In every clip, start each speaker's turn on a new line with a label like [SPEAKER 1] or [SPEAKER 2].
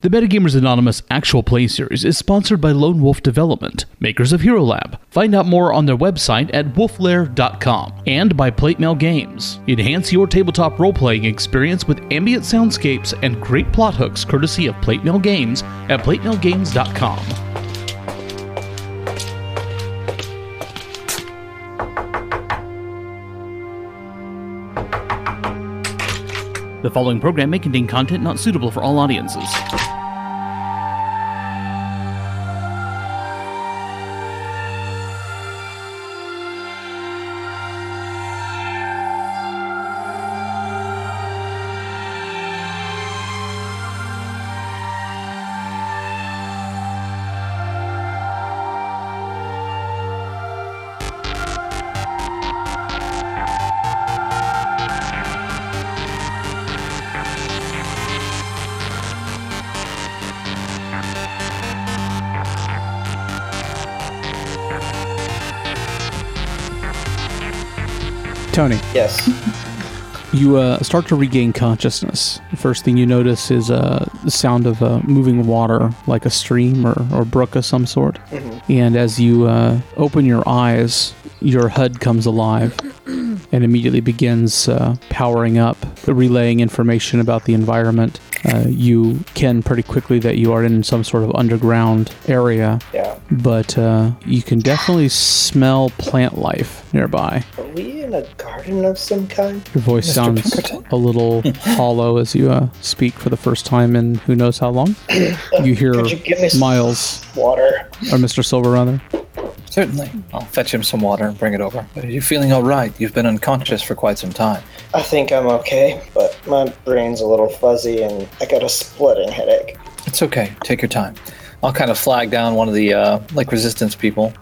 [SPEAKER 1] The Metagamers Anonymous actual play series is sponsored by Lone Wolf Development, makers of Hero Lab. Find out more on their website at wolflair.com and by Plate Mail Games. Enhance your tabletop role playing experience with ambient soundscapes and great plot hooks courtesy of Plate Mail Games at platemailgames.com. The following program may contain content not suitable for all audiences.
[SPEAKER 2] Tony,
[SPEAKER 3] Yes.
[SPEAKER 2] you uh, start to regain consciousness. The first thing you notice is uh, the sound of uh, moving water, like a stream or, or brook of some sort. And as you uh, open your eyes, your HUD comes alive and immediately begins uh, powering up, relaying information about the environment. Uh, you can pretty quickly that you are in some sort of underground area,
[SPEAKER 3] Yeah.
[SPEAKER 2] but uh, you can definitely smell plant life nearby.
[SPEAKER 3] Are we in a garden of some kind?
[SPEAKER 2] Your voice sounds a little hollow as you uh, speak for the first time in who knows how long. You hear
[SPEAKER 3] Could you give me some
[SPEAKER 2] Miles
[SPEAKER 3] water?
[SPEAKER 2] or Mr. Silver rather.
[SPEAKER 4] Certainly. I'll fetch him some water and bring it over. But are you feeling all right? You've been unconscious for quite some time.
[SPEAKER 3] I think I'm okay, but my brain's a little fuzzy and I got a splitting headache.
[SPEAKER 4] It's okay. Take your time. I'll kind of flag down one of the uh, like resistance people.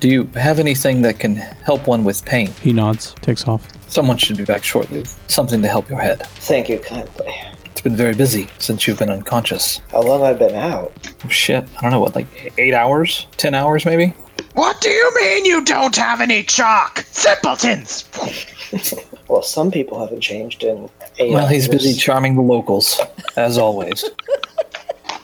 [SPEAKER 4] Do you have anything that can help one with pain?
[SPEAKER 2] He nods, takes off.
[SPEAKER 4] Someone should be back shortly. Something to help your head.
[SPEAKER 3] Thank you kindly.
[SPEAKER 4] It's been very busy since you've been unconscious.
[SPEAKER 3] How long I've been out?
[SPEAKER 4] Oh, shit. I don't know what, like eight hours, ten hours maybe.
[SPEAKER 5] What do you mean you don't have any chalk? Simpletons!
[SPEAKER 3] Well, some people haven't changed in eight
[SPEAKER 4] Well, he's
[SPEAKER 3] hours.
[SPEAKER 4] busy charming the locals, as always.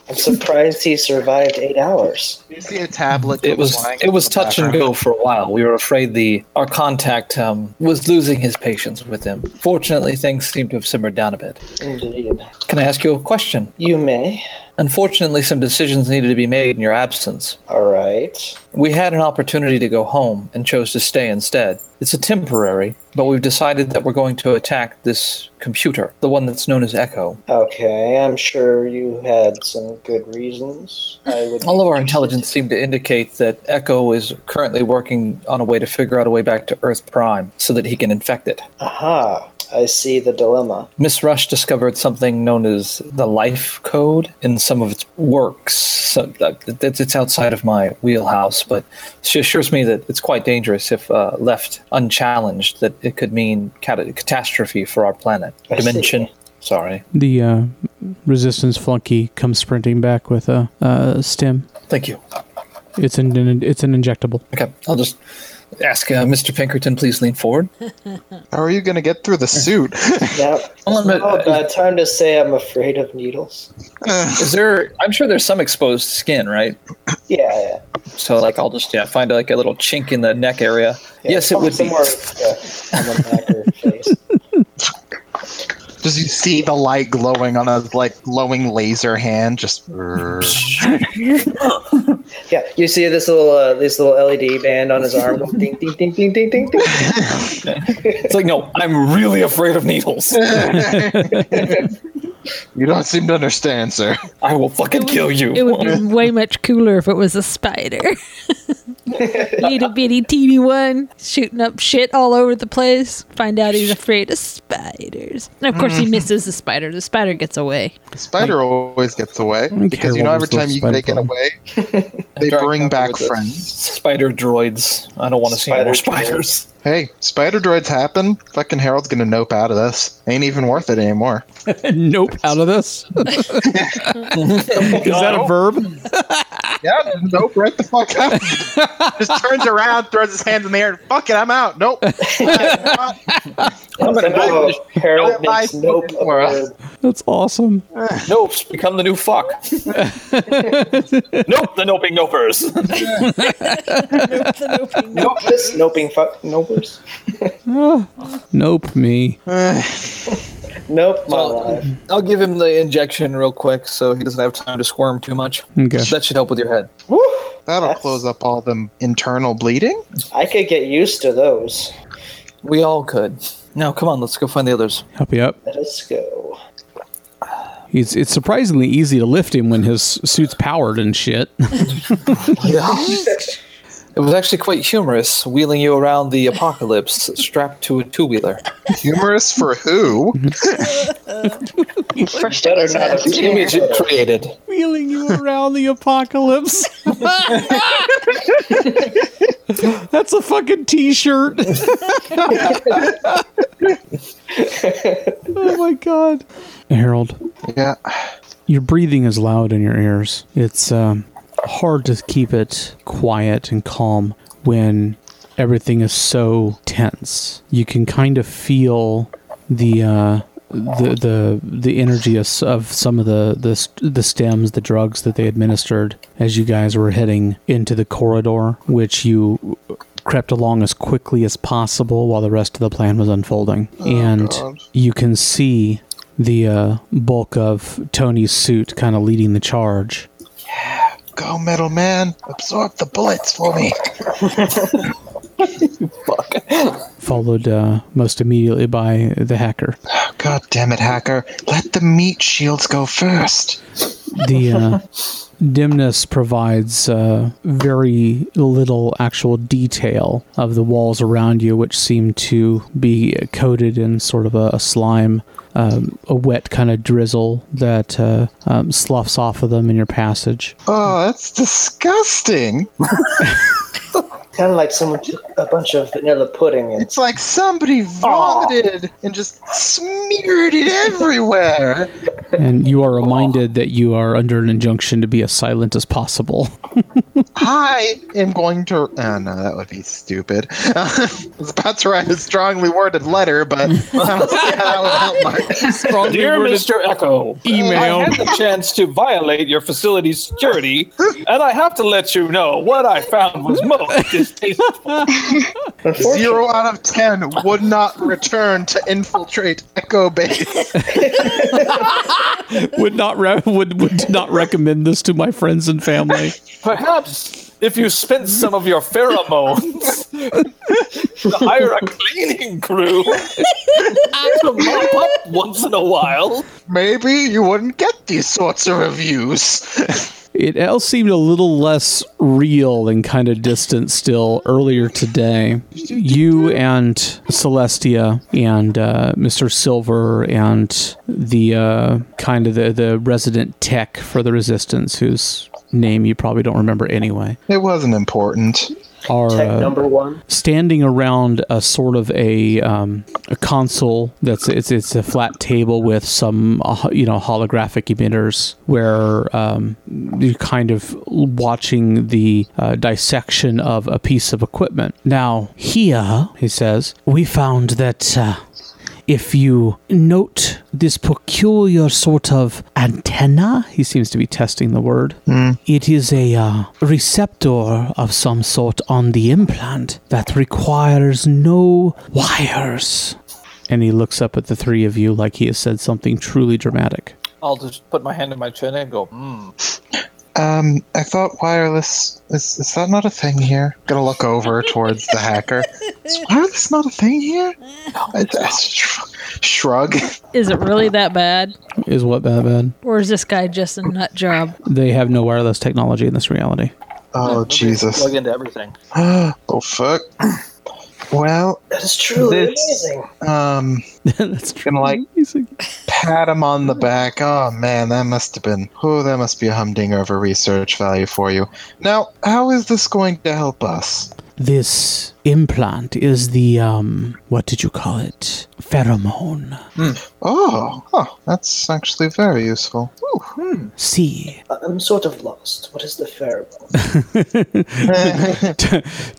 [SPEAKER 3] I'm surprised he survived eight hours.
[SPEAKER 5] You see a tablet.
[SPEAKER 4] It was
[SPEAKER 5] flying
[SPEAKER 4] it
[SPEAKER 5] in
[SPEAKER 4] was
[SPEAKER 5] the
[SPEAKER 4] touch and
[SPEAKER 5] background.
[SPEAKER 4] go for a while. We were afraid the our contact um, was losing his patience with him. Fortunately, things seem to have simmered down a bit.
[SPEAKER 3] Indeed.
[SPEAKER 4] Can I ask you a question?
[SPEAKER 3] You may.
[SPEAKER 4] Unfortunately, some decisions needed to be made in your absence.
[SPEAKER 3] All right.
[SPEAKER 4] We had an opportunity to go home and chose to stay instead. It's a temporary, but we've decided that we're going to attack this computer, the one that's known as Echo.
[SPEAKER 3] Okay, I'm sure you had some good reasons. I would.
[SPEAKER 4] All of our intelligence seemed to indicate that Echo is currently working on a way to figure out a way back to Earth Prime so that he can infect it.
[SPEAKER 3] Aha! I see the dilemma.
[SPEAKER 4] Miss Rush discovered something known as the Life Code in some of its works. So that, that- it's outside of my wheelhouse, but she assures me that it's quite dangerous if uh, left unchallenged. That it could mean cat- catastrophe for our planet,
[SPEAKER 3] I see.
[SPEAKER 4] dimension. Sorry.
[SPEAKER 2] The uh, resistance flunky comes sprinting back with a, uh stem.
[SPEAKER 4] Thank you.
[SPEAKER 2] It's an it's an injectable.
[SPEAKER 4] Okay, I'll just ask uh, Mr. Pinkerton. Please lean forward.
[SPEAKER 5] How are you going to get through the suit?
[SPEAKER 3] Now,
[SPEAKER 4] Well,
[SPEAKER 3] it's not
[SPEAKER 4] but-
[SPEAKER 3] a bad Oh, uh, time to say I'm afraid of needles.
[SPEAKER 4] Is there? I'm sure there's some exposed skin, right?
[SPEAKER 3] Yeah, yeah.
[SPEAKER 4] So like, I'll just yeah find like a little chink in the neck area.
[SPEAKER 3] yeah.
[SPEAKER 4] yes, it would be.
[SPEAKER 3] somewhere yeah, on the back of your face.
[SPEAKER 5] Does you see the light glowing on a like glowing laser hand? Just
[SPEAKER 3] Yeah, you see this little uh, this little LED band on his arm. ding, ding, ding, ding, ding, ding, ding.
[SPEAKER 4] It's like, no, I'm really afraid of needles.
[SPEAKER 5] you don't seem to understand, sir.
[SPEAKER 4] I will fucking kill you.
[SPEAKER 6] It would be way much cooler if it was a spider. Little bitty teeny one shooting up shit all over the place. Find out he's afraid of spiders. And of
[SPEAKER 7] Mm-hmm.
[SPEAKER 6] course, he misses the spider. The spider gets away.
[SPEAKER 5] The spider always gets away
[SPEAKER 2] don't care
[SPEAKER 5] because you know
[SPEAKER 2] what
[SPEAKER 5] every
[SPEAKER 2] this little
[SPEAKER 5] time you
[SPEAKER 2] spider
[SPEAKER 5] they get
[SPEAKER 2] does.
[SPEAKER 5] away, they
[SPEAKER 4] Dark
[SPEAKER 5] bring
[SPEAKER 4] Knuckle
[SPEAKER 5] back
[SPEAKER 4] with the
[SPEAKER 5] friends.
[SPEAKER 4] Spider droids. I don't want to see any more
[SPEAKER 3] Spider
[SPEAKER 4] spiders.
[SPEAKER 5] Hey, spider droids happen. Fucking Harold's gonna nope out of this. Ain't even worth it anymore.
[SPEAKER 2] nope, out of this. is that a verb?
[SPEAKER 5] Yeah, nope right the fuck out. Just turns around, throws his hands in the air. Fuck it, I'm out. Nope.
[SPEAKER 3] I'm gonna
[SPEAKER 5] go.
[SPEAKER 3] Harold
[SPEAKER 5] Don't
[SPEAKER 3] makes
[SPEAKER 5] buy
[SPEAKER 3] nope
[SPEAKER 5] food
[SPEAKER 3] a
[SPEAKER 5] for us.
[SPEAKER 3] word.
[SPEAKER 2] That's awesome.
[SPEAKER 7] Nopes become the new fuck. nope, the noping nopers.
[SPEAKER 3] Nope this, noping fuck, nopers.
[SPEAKER 2] Nope, me.
[SPEAKER 3] Nope, my
[SPEAKER 7] Well,
[SPEAKER 3] life.
[SPEAKER 4] mm-hmm.
[SPEAKER 7] I'll give him the injection real quick so he doesn't have time to squirm too much.
[SPEAKER 2] Okay.
[SPEAKER 7] That should help with your head.
[SPEAKER 3] Woo!
[SPEAKER 5] That'll
[SPEAKER 3] That's-
[SPEAKER 5] close up all the internal bleeding.
[SPEAKER 3] I could get used to those.
[SPEAKER 7] We all could. Now, come on, let's go find the others.
[SPEAKER 2] Help you up.
[SPEAKER 3] Let's go.
[SPEAKER 2] He's, it's surprisingly easy to lift him when his suit's powered and shit.
[SPEAKER 7] Yeah. it was actually quite humorous wheeling you around the apocalypse strapped to a two wheeler.
[SPEAKER 5] Humorous for who?
[SPEAKER 8] First
[SPEAKER 3] Better
[SPEAKER 8] episode.
[SPEAKER 3] not
[SPEAKER 7] The image it created.
[SPEAKER 2] Wheeling you around the apocalypse. That's a fucking t-shirt. oh my god. Harold,
[SPEAKER 5] Yeah.
[SPEAKER 2] your breathing is loud in your ears. It's um, hard to keep it quiet and calm when everything is so tense. You can kind of feel the uh, the the the energy of, s- of some of the, the s- the stems, the drugs that they administered as you guys were heading into the corridor, which you crept along as quickly as possible while the rest of the plan was unfolding. and you can see the uh, bulk of Tony's suit kind of leading the charge.
[SPEAKER 5] Go, metal man. Absorb the bullets for me.
[SPEAKER 2] Followed uh, most immediately by the hacker.
[SPEAKER 5] Oh, God damn it, hacker. Let the meat shields go first.
[SPEAKER 2] The uh, dimness provides uh, very little actual detail of the walls around you, which seem to be coated in sort of a, a slime, um, a wet kind of drizzle that uh, um, sloughs off of them in your passage.
[SPEAKER 5] Oh, that's disgusting.
[SPEAKER 3] Kind of like someone took a bunch of vanilla pudding and
[SPEAKER 5] It's like somebody vomited and just smeared it everywhere.
[SPEAKER 2] And you are reminded that you are under an injunction to be as silent as possible.
[SPEAKER 5] I am going to. Oh, no, that would be stupid. I was about to write a strongly worded letter, but I don't see how that would help much.
[SPEAKER 7] Dear Mr. Echo, I had the chance to violate your facility's security, and I have to let you know what I found was most distasteful.
[SPEAKER 5] Zero out of ten would not return to infiltrate Echo Base.
[SPEAKER 2] would not re- would would not recommend this to my friends and family.
[SPEAKER 7] Perhaps if you spent some of your pheromones to hire a cleaning crew to mop up once in a while.
[SPEAKER 5] Maybe you wouldn't get these sorts of reviews.
[SPEAKER 2] It all seemed a little less real and kind of distant still earlier today. You and Celestia and uh, Mr. Silver and the uh, kind of the, the resident tech for the resistance, whose name you probably don't remember anyway,
[SPEAKER 5] It wasn't important.
[SPEAKER 2] are
[SPEAKER 3] tech
[SPEAKER 2] uh,
[SPEAKER 3] number one.
[SPEAKER 2] standing around a sort of a um, a console that's it's it's a flat table with some uh, ho- you know holographic emitters where um, you're kind of watching the uh, dissection of a piece of equipment. Now here he says we found that. Uh, if you note this peculiar sort of antenna, he seems to be testing the word. It is a uh, receptor of some sort on the implant that requires no wires. And he looks up at the three of you like he has said something truly dramatic.
[SPEAKER 7] I'll just put my hand in my chin and go, mm.
[SPEAKER 5] Um, I thought wireless is is that not a thing here? Gonna look over towards the hacker. Is wireless not a thing here? I, I sh- shrug.
[SPEAKER 6] Is it really that bad?
[SPEAKER 2] Is what bad bad?
[SPEAKER 6] Or is this guy just a nut job?
[SPEAKER 2] They have no wireless technology in this reality.
[SPEAKER 5] Oh Jesus.
[SPEAKER 7] plug into everything.
[SPEAKER 5] Oh fuck. Well,
[SPEAKER 3] That is truly
[SPEAKER 5] This-
[SPEAKER 3] amazing.
[SPEAKER 5] um,
[SPEAKER 2] That's true.
[SPEAKER 5] gonna like pat him on
[SPEAKER 7] Hmm.
[SPEAKER 5] the back. Oh man, that must have been. Oh, that must be a humdinger of a research value for you. Now, how is this going to help us?
[SPEAKER 2] This implant is the um, what did you call it? Pheromone.
[SPEAKER 5] Oh, huh, that's actually very useful. Ooh,
[SPEAKER 2] See,
[SPEAKER 3] I- I'm sort of lost. What is the pheromone?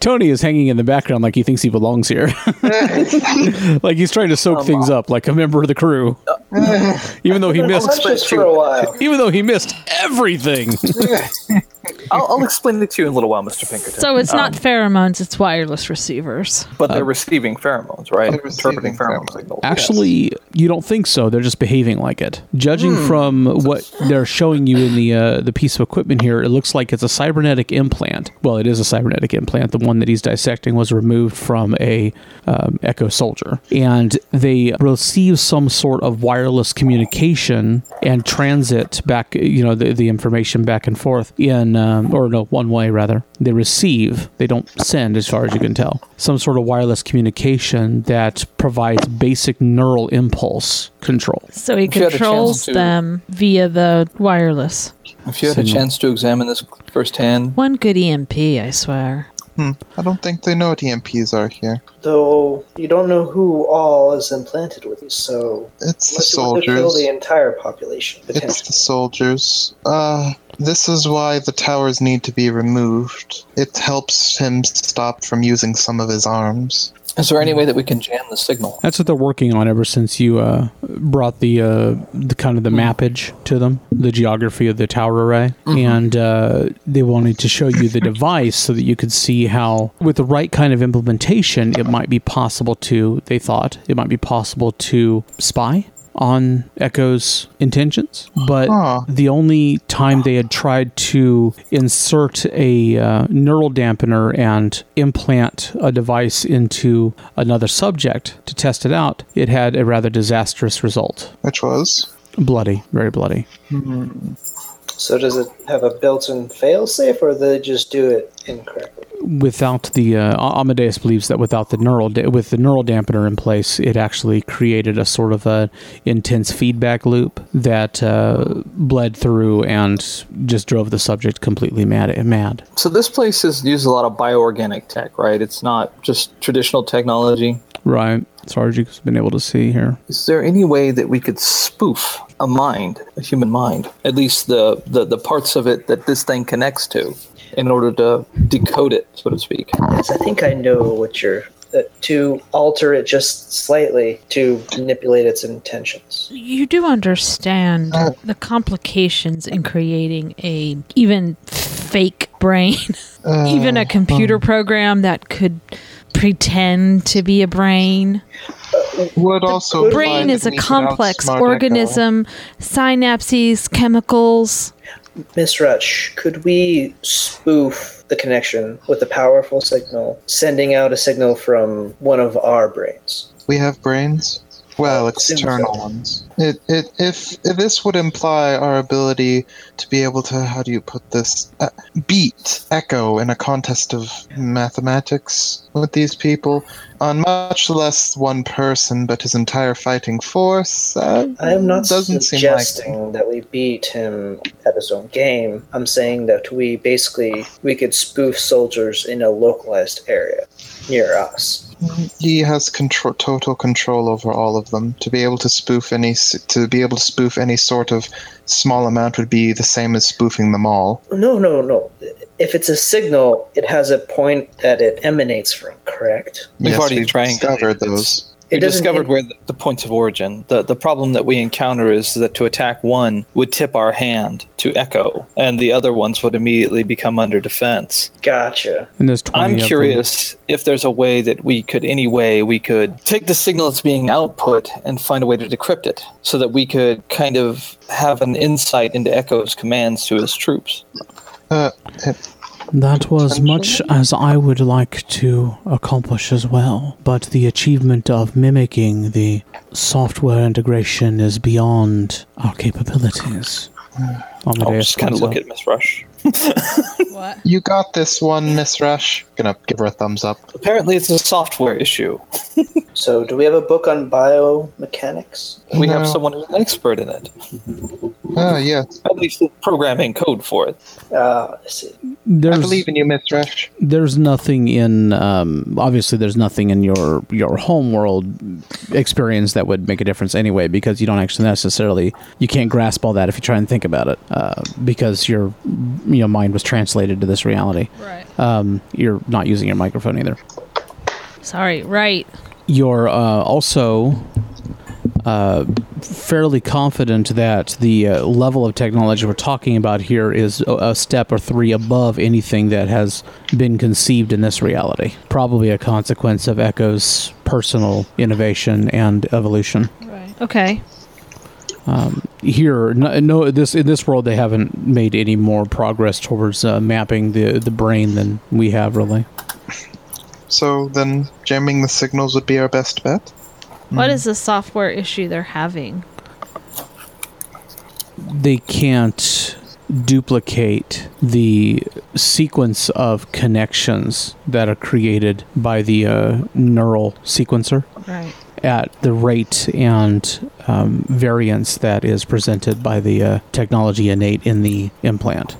[SPEAKER 2] Tony is hanging in the background like he thinks he belongs here. like he's trying to soak things up like a member of the crew. even though he missed
[SPEAKER 3] Just for a while.
[SPEAKER 2] even though he missed everything.
[SPEAKER 7] I'll, I'll explain it to you in a little while, Mr. Pinkerton.
[SPEAKER 6] So it's
[SPEAKER 7] Um,
[SPEAKER 6] not pheromones, it's wireless receivers.
[SPEAKER 7] but they're receiving pheromones, right?
[SPEAKER 5] uh, They're receiving
[SPEAKER 7] Interpreting pheromone
[SPEAKER 5] pheromones.
[SPEAKER 7] signals.
[SPEAKER 2] Actually, you don't think so. They're just behaving like it. Judging from what they're showing you in the uh, the piece of equipment here, it looks like it's a cybernetic implant. Well, it is a cybernetic implant. The one that he's dissecting was removed from a um, Echo Soldier, and they receive some sort of wireless communication and transit back. You know, the, the information back and forth in um, or no one way rather. They receive. They don't send, as far as you can tell. Some sort of wireless communication that provides basic neural impulse control.
[SPEAKER 6] So he
[SPEAKER 7] If you had a chance
[SPEAKER 6] controls
[SPEAKER 7] to-
[SPEAKER 6] them via the wireless.
[SPEAKER 7] Yeah. If you had a chance to examine this firsthand,
[SPEAKER 6] One good EMP, I swear.
[SPEAKER 5] I don't think they know what EMPs are here.
[SPEAKER 3] Though you don't know who all is implanted with you, so
[SPEAKER 5] It's the
[SPEAKER 3] unless you want to kill
[SPEAKER 5] soldiers.
[SPEAKER 3] the entire population
[SPEAKER 5] It's
[SPEAKER 3] potentially.
[SPEAKER 5] the soldiers. Uh, this is why the towers need to be removed. It helps him stop from using some of his arms.
[SPEAKER 7] is there any way that we can jam the signal?
[SPEAKER 2] That's what they're working on ever since you uh, brought the, uh, the kind of the mappage to them, the geography of the tower array, and uh, they wanted to show you the device so that you could see how, with the right kind of implementation, it might be possible to. They thought it might be possible to spy on Echo's intentions, but
[SPEAKER 5] Huh.
[SPEAKER 2] the only time they had tried to insert a uh, neural dampener and implant a device into another subject to test it out, it had a rather disastrous result.
[SPEAKER 5] Which was?
[SPEAKER 2] Bloody, very bloody.
[SPEAKER 3] So does it have a built-in failsafe, or they just do it incorrectly?
[SPEAKER 2] Without the uh, A- Amadeus believes that without the neural da- with the neural dampener in place, it actually created a sort of a intense feedback loop that uh, bled through and just drove the subject completely mad. Mad.
[SPEAKER 7] So this place is used a lot of bioorganic tech, right? It's not just traditional technology.
[SPEAKER 2] Right. Sarge's been able to see here.
[SPEAKER 7] Is there any way that we could spoof a mind, a human mind, at least the, the, the parts of it that this thing connects to, in order to decode it, so to speak?
[SPEAKER 3] Yes, I think I know what you're. That to alter it just slightly to manipulate its intentions.
[SPEAKER 6] You do understand the complications in creating a even fake brain, even a computer program that could pretend to be a brain.
[SPEAKER 5] Would also apply
[SPEAKER 6] brain
[SPEAKER 5] to
[SPEAKER 6] is a
[SPEAKER 5] Nico
[SPEAKER 6] complex
[SPEAKER 5] Outsmart Echo.
[SPEAKER 6] organism, synapses, chemicals.
[SPEAKER 3] Miss Rutch, could we spoof the connection with a powerful signal, sending out a signal from one of our brains?
[SPEAKER 5] We have brains. Well,
[SPEAKER 3] Seems
[SPEAKER 5] external
[SPEAKER 3] so.
[SPEAKER 5] ones. It, it, if, if this would imply our ability to be able to, how do you put this, uh, beat Echo in a contest of mathematics with these people on much less one person, but his entire fighting force. Uh,
[SPEAKER 3] I am not
[SPEAKER 5] doesn't seem like-
[SPEAKER 3] suggesting that we beat him at his own game. I'm saying that we basically we could spoof soldiers in a localized area near us.
[SPEAKER 5] he has control, total control over all of them. To be able to spoof any, s- to be able to spoof any sort of small amount would be the same as spoofing them all.
[SPEAKER 3] No, no, no. If it's a signal, it has a point that it emanates from, correct?
[SPEAKER 7] We've already
[SPEAKER 5] we've
[SPEAKER 7] triangulated
[SPEAKER 5] discovered
[SPEAKER 7] this.
[SPEAKER 5] those.
[SPEAKER 7] We
[SPEAKER 3] It doesn't-
[SPEAKER 7] discovered
[SPEAKER 3] it-
[SPEAKER 7] where the, the points of origin. The the problem that we encounter is that to attack one would tip our hand to Echo, and the other ones would immediately become under defense.
[SPEAKER 3] Gotcha.
[SPEAKER 2] And there's 20
[SPEAKER 7] I'm
[SPEAKER 2] of them.
[SPEAKER 7] curious if there's a way that we could, any way we could take the signal that's being output and find a way to decrypt it, so that we could kind of have an insight into Echo's commands to his troops.
[SPEAKER 5] Uh,
[SPEAKER 2] That was much as I would like to accomplish as well, but the achievement of mimicking the software integration is beyond our capabilities.
[SPEAKER 7] I'll
[SPEAKER 2] Amadeus
[SPEAKER 7] just kind of
[SPEAKER 2] points
[SPEAKER 7] look
[SPEAKER 2] out.
[SPEAKER 7] at Miss Rush.
[SPEAKER 6] What?
[SPEAKER 5] you got this one, Miss Rush. Gonna give her a thumbs up.
[SPEAKER 7] Apparently, it's a software issue.
[SPEAKER 3] So, do we have a book on biomechanics?
[SPEAKER 7] We have
[SPEAKER 5] No.
[SPEAKER 7] someone who's an expert in it.
[SPEAKER 5] Oh yeah,
[SPEAKER 7] At least programming code for it.
[SPEAKER 3] Uh, I see.
[SPEAKER 2] There's,
[SPEAKER 5] I believe in you, Miss Rush.
[SPEAKER 2] there's nothing in um, obviously there's nothing in your your home world experience that would make a difference anyway because you don't actually necessarily you can't grasp all that if you try and think about it uh, because your you know mind was translated to this reality
[SPEAKER 6] Right.
[SPEAKER 2] um, you're not using your microphone either
[SPEAKER 6] Sorry, right.
[SPEAKER 2] you're uh, also uh, fairly confident that the uh, level of technology we're talking about here is a, a step or three above anything that has been conceived in this reality. Probably a consequence of Echo's personal innovation and evolution.
[SPEAKER 6] Right. Okay.
[SPEAKER 2] Here, no, no this in this world, they haven't made any more progress towards uh, mapping the the brain than we have, really.
[SPEAKER 5] So then, jamming the signals would be our best bet.
[SPEAKER 6] What is the software issue they're having?
[SPEAKER 2] they can't duplicate the sequence of connections that are created by the uh, neural sequencer
[SPEAKER 6] Right.
[SPEAKER 2] at the rate and um, variance that is presented by the uh, technology innate in the implant.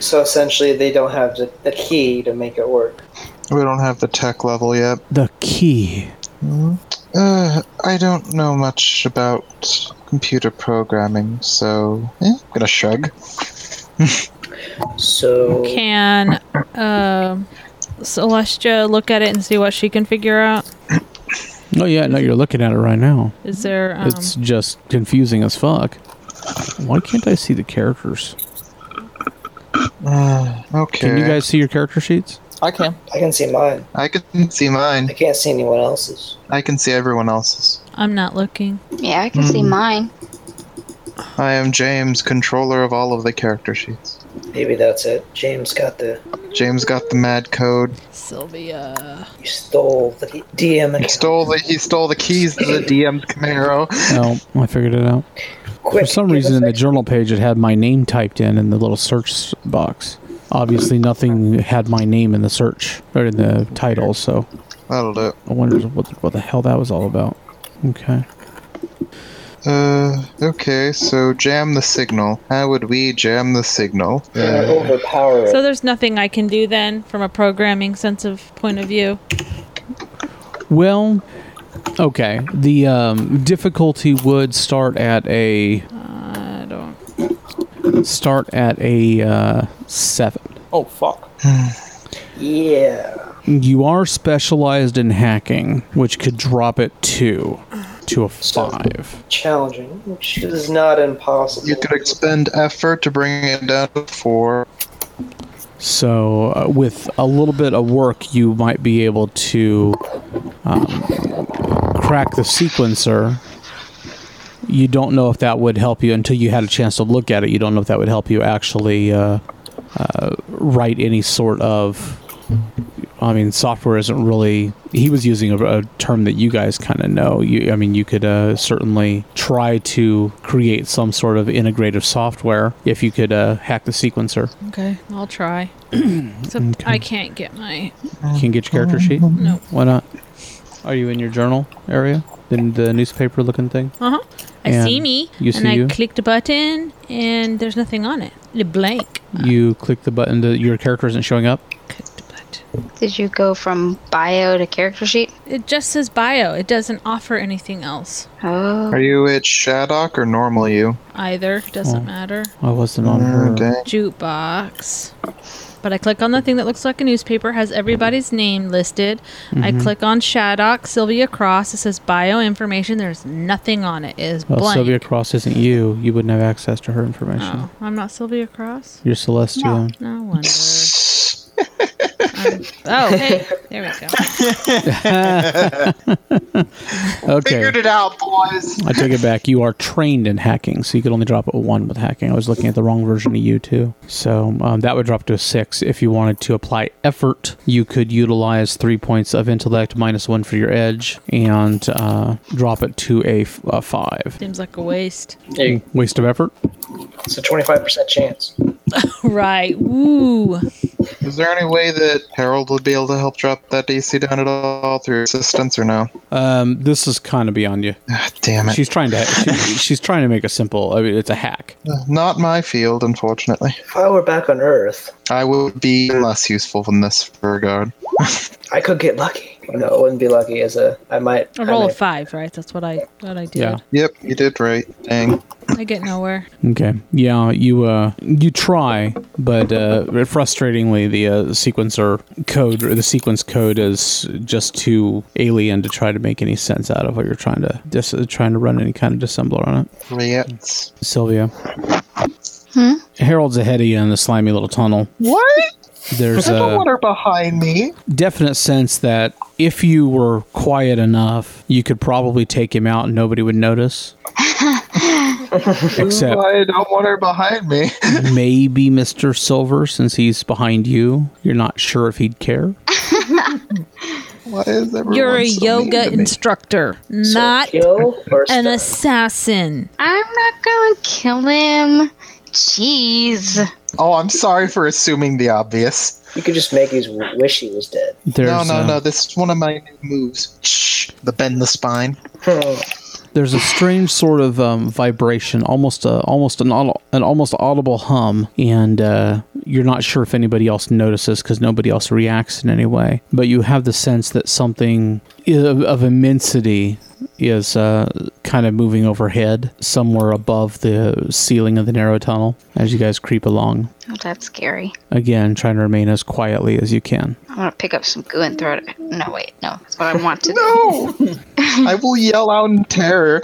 [SPEAKER 3] So essentially, they don't have the, the key to make it work.
[SPEAKER 5] We don't have the tech level yet.
[SPEAKER 2] The key.
[SPEAKER 5] Uh, I don't know much about computer programming, so eh, I'm gonna shrug.
[SPEAKER 3] So
[SPEAKER 6] Can um, Celestia look at it and see what she can figure out?
[SPEAKER 2] Oh yeah, no, you're looking at it right now.
[SPEAKER 6] Is there? Um,
[SPEAKER 2] It's just confusing as fuck. Why can't I see the characters?
[SPEAKER 5] Okay.
[SPEAKER 2] Can you guys see your character sheets?
[SPEAKER 7] I can.
[SPEAKER 3] I can see mine.
[SPEAKER 5] I can see mine.
[SPEAKER 3] I can't see anyone else's.
[SPEAKER 5] I can see everyone else's.
[SPEAKER 6] I'm not looking.
[SPEAKER 8] Yeah, I can see mine.
[SPEAKER 5] I am James, controller of all of the character sheets.
[SPEAKER 3] Maybe that's it. James got the.
[SPEAKER 5] James got the mad code.
[SPEAKER 6] Sylvia.
[SPEAKER 3] You stole the DM account.
[SPEAKER 5] Stole the he stole the keys to the DM's Camaro.
[SPEAKER 2] No, I figured it out.
[SPEAKER 3] Quick,
[SPEAKER 2] For some
[SPEAKER 3] give
[SPEAKER 2] reason,
[SPEAKER 3] us
[SPEAKER 2] in the
[SPEAKER 3] a-
[SPEAKER 2] journal page, it had my name typed in in the little search box. Obviously, nothing had my name in the search or in the title, so
[SPEAKER 5] That'll do. it.
[SPEAKER 2] I wonder what the, what the hell that was all about. Okay.
[SPEAKER 5] Uh, okay, so jam the signal. How would we jam the signal?
[SPEAKER 3] Gonna
[SPEAKER 5] Uh,
[SPEAKER 3] overpower it.
[SPEAKER 6] So there's nothing I can do then from a programming sense of point of view.
[SPEAKER 2] Well, okay. The um, difficulty would start at a
[SPEAKER 6] I don't.
[SPEAKER 2] start at a uh, seven.
[SPEAKER 7] Oh fuck.
[SPEAKER 3] yeah.
[SPEAKER 2] You are specialized in hacking, which could drop it to to a five.
[SPEAKER 3] Challenging, which is not impossible.
[SPEAKER 5] you could expend effort to bring it down to four.
[SPEAKER 2] So, uh, with a little bit of work, you might be able to um, crack the sequencer. You don't know if that would help you until you had a chance to look at it. You don't know if that would help you actually uh, uh, write any sort of. I mean, software isn't really. He was using a, a term that you guys kind of know. You, I mean, you could uh, certainly try to create some sort of integrative software if you could uh, hack the sequencer.
[SPEAKER 6] Okay, I'll try. Except I can't get my.
[SPEAKER 2] You can get your character sheet.
[SPEAKER 6] No.
[SPEAKER 2] Why not? Are you in your journal area? In the newspaper looking thing?
[SPEAKER 6] Uh huh. I
[SPEAKER 2] And
[SPEAKER 6] see me,
[SPEAKER 2] you see
[SPEAKER 6] and I
[SPEAKER 2] you?
[SPEAKER 6] clicked a button, and there's nothing on it. The blank.
[SPEAKER 2] You click the button that your character isn't showing up.
[SPEAKER 6] Clicked a button.
[SPEAKER 8] Did you go from bio to character sheet?
[SPEAKER 6] It just says bio. It doesn't offer anything else.
[SPEAKER 8] Oh,
[SPEAKER 5] Are you at Shadok or normal you?
[SPEAKER 6] Either doesn't matter.
[SPEAKER 2] I wasn't on
[SPEAKER 5] Oh,
[SPEAKER 2] her.
[SPEAKER 5] dang.
[SPEAKER 6] Jukebox. But I click on the thing that looks like a newspaper, has everybody's name listed. I
[SPEAKER 2] Mm-hmm.
[SPEAKER 6] click on Shaddock, Sylvia Cross. It says bio information. There's nothing on it. It is
[SPEAKER 2] Well,
[SPEAKER 6] blank.
[SPEAKER 2] Oh, Sylvia Cross isn't you. You wouldn't have access to her information.
[SPEAKER 6] Oh, I'm not Sylvia Cross.
[SPEAKER 2] You're Celestia.
[SPEAKER 6] No wonder. I'm- oh, hey, there we go.
[SPEAKER 2] Okay.
[SPEAKER 5] it out, boys.
[SPEAKER 2] I take it back. You are trained in hacking, so you could only drop at one with hacking. I was looking at the wrong version of you too. So um, that would drop to a six. If you wanted to apply effort, you could utilize three points of intellect minus one for your edge and uh, drop it to a, f- a five.
[SPEAKER 6] Seems like a waste.
[SPEAKER 3] Hey,
[SPEAKER 2] Waste of effort.
[SPEAKER 3] it's a 25% chance.
[SPEAKER 6] Right. Woo.
[SPEAKER 5] Is there any way that Harold would be able to help drop that DC down at all through assistance or no?
[SPEAKER 2] Um, this is kind of beyond you.
[SPEAKER 5] Ah, damn it.
[SPEAKER 2] She's trying to she, she's trying to make a simple. I mean, it's a hack.
[SPEAKER 5] Not my field, unfortunately.
[SPEAKER 3] If I were back on Earth,
[SPEAKER 5] I would be less useful in this regard.
[SPEAKER 3] I could get lucky. No, I wouldn't be lucky as a. I might.
[SPEAKER 6] A
[SPEAKER 3] I
[SPEAKER 6] roll
[SPEAKER 3] might-
[SPEAKER 6] of five, right? That's what I what I did.
[SPEAKER 2] Yeah.
[SPEAKER 5] Yep, you did right. Dang.
[SPEAKER 6] I get nowhere.
[SPEAKER 2] Okay. Yeah, you uh you try, but uh frustratingly the uh, sequencer code or the sequence code is just too alien to try to make any sense out of what you're trying to dis- trying to run any kind of dissembler on it.
[SPEAKER 5] Rats.
[SPEAKER 2] Sylvia. Harold's ahead of you in the slimy little tunnel.
[SPEAKER 5] What?
[SPEAKER 2] There's a
[SPEAKER 5] Water behind me.
[SPEAKER 2] definite sense that if you were quiet enough, you could probably take him out and nobody would notice. Except
[SPEAKER 5] I don't want her behind me.
[SPEAKER 2] maybe Mr. Silver, since he's behind you. You're not sure if he'd care.
[SPEAKER 5] Why is everyone
[SPEAKER 6] You're a
[SPEAKER 5] so mean to
[SPEAKER 6] yoga
[SPEAKER 5] me?
[SPEAKER 6] instructor,
[SPEAKER 3] So
[SPEAKER 6] not
[SPEAKER 3] kill or
[SPEAKER 6] an
[SPEAKER 3] stun.
[SPEAKER 6] assassin.
[SPEAKER 8] I'm not gonna kill him. Jeez.
[SPEAKER 5] Oh, I'm sorry for assuming the obvious.
[SPEAKER 3] You could just make his wish he was dead.
[SPEAKER 2] There's
[SPEAKER 5] no, no,
[SPEAKER 2] uh,
[SPEAKER 5] no. This is one of my new moves. Shh. The bend the spine.
[SPEAKER 2] there's a strange sort of um, vibration, almost a almost an, au- an almost audible hum, and uh, you're not sure if anybody else notices because nobody else reacts in any way. But you have the sense that something i- of immensity is uh, kind of moving overhead, somewhere above the ceiling of the narrow tunnel, as you guys creep along.
[SPEAKER 8] Oh, that's scary.
[SPEAKER 2] Again, trying to remain as quietly as you can.
[SPEAKER 8] I'm gonna pick up some goo and throw it. No, wait, no. That's what I want to do.
[SPEAKER 5] No! I will yell out in terror.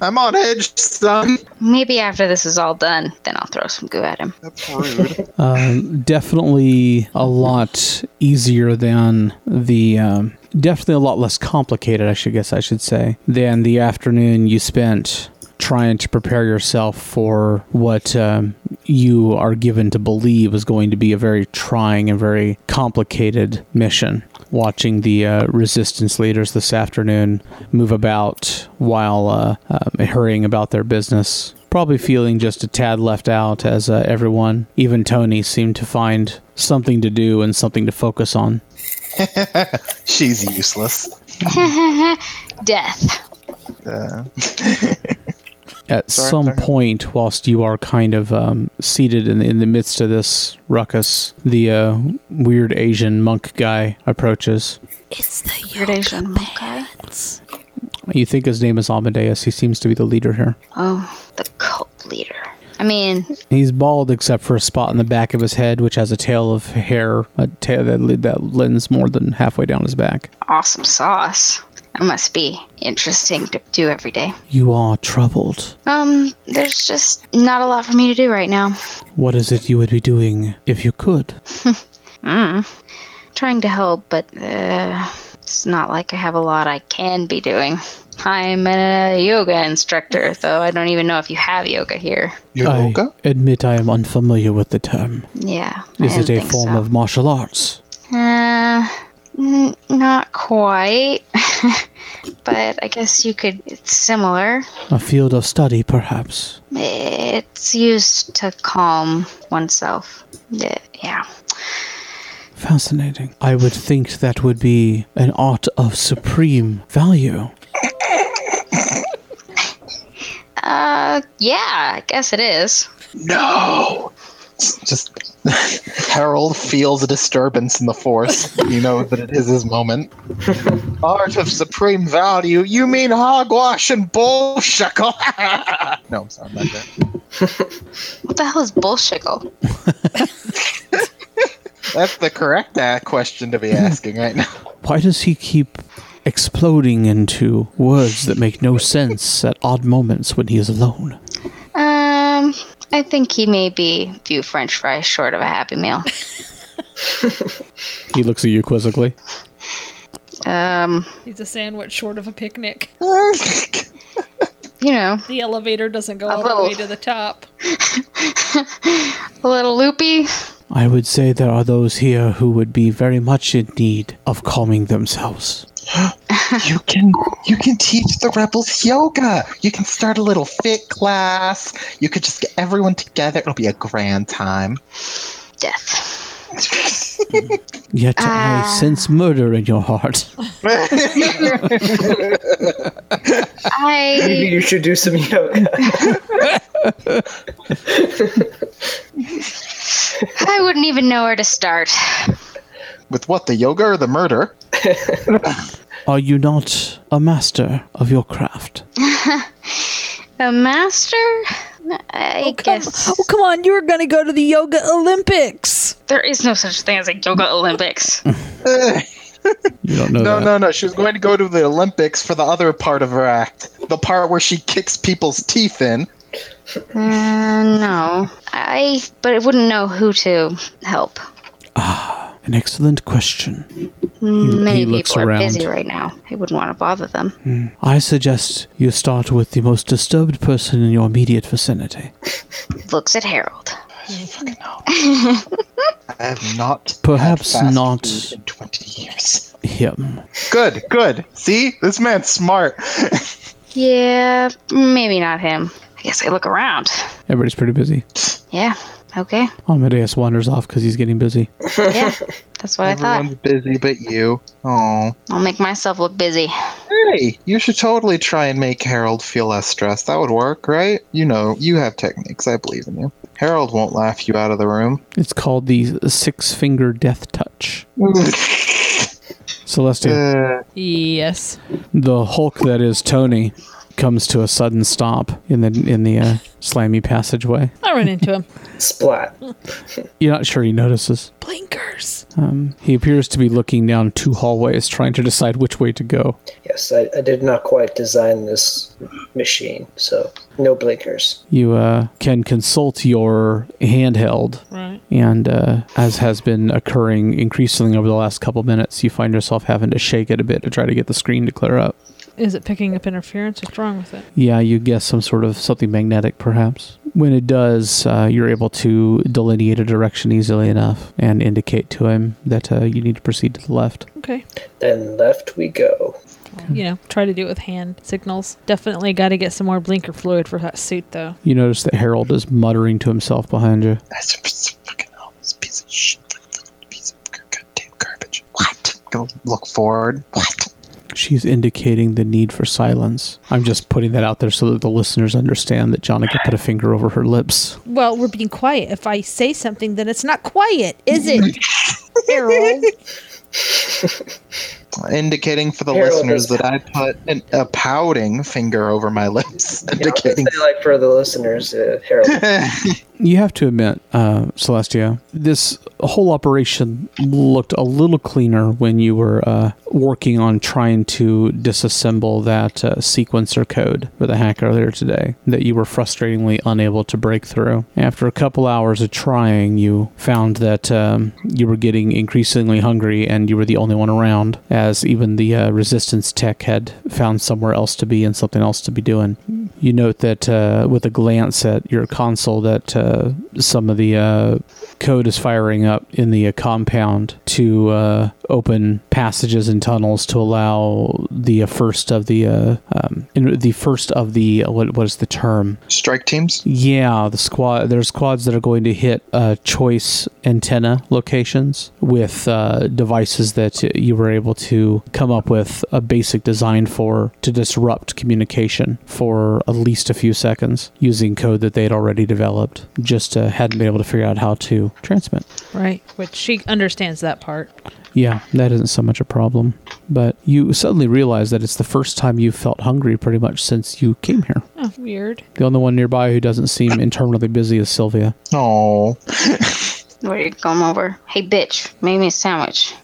[SPEAKER 5] I'm on edge, son.
[SPEAKER 8] Maybe after this is all done, then I'll throw some goo at him.
[SPEAKER 5] That's rude.
[SPEAKER 2] Um, definitely a lot easier than the. Um, definitely a lot less complicated, I should guess I should say, than the afternoon you spent trying to prepare yourself for what um, you are given to believe is going to be a very trying and very complicated mission. Watching the uh, resistance leaders this afternoon move about while uh, um, hurrying about their business probably feeling just a tad left out as uh, everyone, even Tony, seemed to find something to do and something to focus on.
[SPEAKER 5] She's useless.
[SPEAKER 8] Death.
[SPEAKER 5] Uh,
[SPEAKER 2] At
[SPEAKER 5] Sorry,
[SPEAKER 2] some
[SPEAKER 5] sorry.
[SPEAKER 2] point, whilst you are kind of um, seated in, in the midst of this ruckus, the uh, weird Asian monk guy approaches.
[SPEAKER 6] It's the
[SPEAKER 8] Weird Asian monk guy.
[SPEAKER 2] You think his name is Amadeus. He seems to be the leader here.
[SPEAKER 8] Oh, the cult leader. I mean,
[SPEAKER 2] He's bald except for a spot in the back of his head, which has a tail of hair, a tail that, li- that lends more than halfway down his back.
[SPEAKER 8] awesome sauce. That must be interesting to do every day.
[SPEAKER 2] You are troubled.
[SPEAKER 8] Um, there's just not a lot for me to do right now.
[SPEAKER 2] What is it you would be doing if you could?
[SPEAKER 8] trying to help, but uh, it's not like I have a lot I can be doing. I'm a yoga instructor, though I don't even know if you have yoga here.
[SPEAKER 5] yoga?
[SPEAKER 2] I admit I am unfamiliar with the term.
[SPEAKER 8] Yeah. I
[SPEAKER 2] Is it
[SPEAKER 8] don't
[SPEAKER 2] a
[SPEAKER 8] think
[SPEAKER 2] form
[SPEAKER 8] so.
[SPEAKER 2] of martial arts?
[SPEAKER 8] Uh, n- not quite. but I guess you could. It's similar.
[SPEAKER 2] A field of study, perhaps?
[SPEAKER 8] It's used to calm oneself. Yeah. yeah.
[SPEAKER 2] Fascinating. I would think that would be an art of supreme value.
[SPEAKER 8] Uh, yeah. I guess it is.
[SPEAKER 5] No! It's Just. Harold feels a disturbance in the force. He knows that it is his moment. Art of supreme value. You mean hogwash and bullshuckle? no, I'm sorry, not that.
[SPEAKER 8] What the hell is bullshiggle?
[SPEAKER 5] That's the correct uh, question to be asking right now.
[SPEAKER 2] Why does he keep exploding into words that make no sense at odd moments when he is alone?
[SPEAKER 8] Um, I think he may be a few French fries short of a happy meal.
[SPEAKER 2] He looks at you quizzically.
[SPEAKER 8] Um,
[SPEAKER 6] He's a sandwich short of a picnic.
[SPEAKER 8] you know,
[SPEAKER 6] The elevator doesn't go all
[SPEAKER 8] little-
[SPEAKER 6] the way to the top.
[SPEAKER 8] a little loopy.
[SPEAKER 2] I would say there are those here who would be very much in need of calming themselves.
[SPEAKER 5] You can you can teach the rebels yoga. You can start a little fit class. You could just get everyone together. It'll be a grand time.
[SPEAKER 8] Death.
[SPEAKER 2] Yet I
[SPEAKER 8] Ah.
[SPEAKER 2] sense murder in your heart.
[SPEAKER 8] I
[SPEAKER 3] Maybe you should do some yoga.
[SPEAKER 8] I wouldn't even know where to start.
[SPEAKER 5] With what, the yoga or the murder?
[SPEAKER 2] Are you not a master of your craft?
[SPEAKER 8] A master? I guess
[SPEAKER 6] Come, oh, come on. You were going to go to the Yoga Olympics.
[SPEAKER 8] there is no such thing as a yoga Olympics.
[SPEAKER 2] You don't know
[SPEAKER 5] No,
[SPEAKER 2] that.
[SPEAKER 5] no, no. She was going to go to the Olympics for the other part of her act. The part where she kicks people's teeth in.
[SPEAKER 8] Uh, no, I. But I wouldn't know who to help.
[SPEAKER 2] An excellent question.
[SPEAKER 8] Many
[SPEAKER 2] he looks
[SPEAKER 8] people are
[SPEAKER 2] around.
[SPEAKER 8] busy right now. I wouldn't want to bother them.
[SPEAKER 2] I suggest you start with the most disturbed person in your immediate vicinity.
[SPEAKER 8] Looks at Harold.
[SPEAKER 5] I have not. had
[SPEAKER 2] Perhaps
[SPEAKER 5] fast
[SPEAKER 2] not.
[SPEAKER 5] food in 20 years.
[SPEAKER 2] Him.
[SPEAKER 5] Good, good. See? This man's smart.
[SPEAKER 8] Yeah, maybe not him. I guess I look around.
[SPEAKER 2] Everybody's pretty busy.
[SPEAKER 8] Yeah. Okay.
[SPEAKER 2] Amadeus wanders off because he's getting busy.
[SPEAKER 8] Yeah. That's what I
[SPEAKER 5] Everyone's
[SPEAKER 8] thought.
[SPEAKER 5] busy but you. Oh.
[SPEAKER 8] I'll make myself look busy.
[SPEAKER 5] Hey, you should totally try and make Harold feel less stressed. That would work, right? You know, you have techniques. I believe in you. Harold won't laugh you out of the room.
[SPEAKER 2] It's called the six finger death touch. Celestia,
[SPEAKER 5] Uh,
[SPEAKER 6] Yes.
[SPEAKER 2] the Hulk that is Tony, comes to a sudden stop in the in the uh, slimy passageway.
[SPEAKER 6] I'll run into him.
[SPEAKER 3] Splat.
[SPEAKER 2] You're not sure he notices.
[SPEAKER 6] Blinkers.
[SPEAKER 2] Um, he appears to be looking down two hallways, trying to decide which way to go.
[SPEAKER 3] Yes, I, I did not quite design this machine, so no blinkers.
[SPEAKER 2] You uh, can consult your handheld,
[SPEAKER 6] Right.
[SPEAKER 2] and uh, as has been occurring increasingly over the last couple minutes, you find yourself having to shake it a bit to try to get the screen to clear up.
[SPEAKER 6] Is it picking up interference? What's wrong with it?
[SPEAKER 2] Yeah, you guess some sort of something magnetic, perhaps. When it does, uh, you're able to delineate a direction easily enough and indicate to him that uh, you need to proceed to the left.
[SPEAKER 6] Okay.
[SPEAKER 3] Then left we go.
[SPEAKER 6] You know, try to do it with hand signals. Definitely got to get some more blinker fluid for that suit, though.
[SPEAKER 2] You notice that Harold is muttering to himself behind you.
[SPEAKER 5] that's a piece of fucking hell. It's a piece of shit. fucking Piece of goddamn garbage. What? Go look forward. What?
[SPEAKER 2] She's indicating the need for silence. I'm just putting that out there so that the listeners understand that Jonica put a finger over her lips.
[SPEAKER 6] Well, we're being quiet. If I say something, then it's not quiet, is it? Harold.
[SPEAKER 5] Indicating for the
[SPEAKER 3] Harold
[SPEAKER 5] listeners
[SPEAKER 3] is-
[SPEAKER 5] that I put an, a pouting finger over my lips.
[SPEAKER 3] Yeah, I was
[SPEAKER 5] Indicating.
[SPEAKER 3] gonna say, like for the listeners, uh, Harold.
[SPEAKER 2] You have to admit, uh, Celestia, this whole operation looked a little cleaner when you were uh, working on trying to disassemble that uh, sequencer code with a hack earlier today that you were frustratingly unable to break through. After a couple hours of trying, you found that um, you were getting increasingly hungry and you were the only one around, as even the uh, resistance tech had found somewhere else to be and something else to be doing. You note that uh, with a glance at your console that uh, some of the uh, code is firing up in the uh, compound to uh, open passages and tunnels to allow the uh, first of the uh, um, in- the first of the uh, what what is the term
[SPEAKER 5] Strike teams?
[SPEAKER 2] yeah, the squad. There's squads that are going to hit uh, choice antenna locations with uh, devices that you were able to come up with a basic design for to disrupt communication for at least a few seconds using code that they'd already developed. Just uh, hadn't been able to figure out how to transmit.
[SPEAKER 6] Right. Which she understands that part.
[SPEAKER 2] Yeah, that isn't so much a problem. But you suddenly realize that it's the first time you felt hungry pretty much since you came here.
[SPEAKER 6] Oh, weird.
[SPEAKER 2] The only one nearby who doesn't seem interminably busy is Sylvia.
[SPEAKER 5] Oh.
[SPEAKER 8] Where you come over? Hey, bitch, make me a sandwich.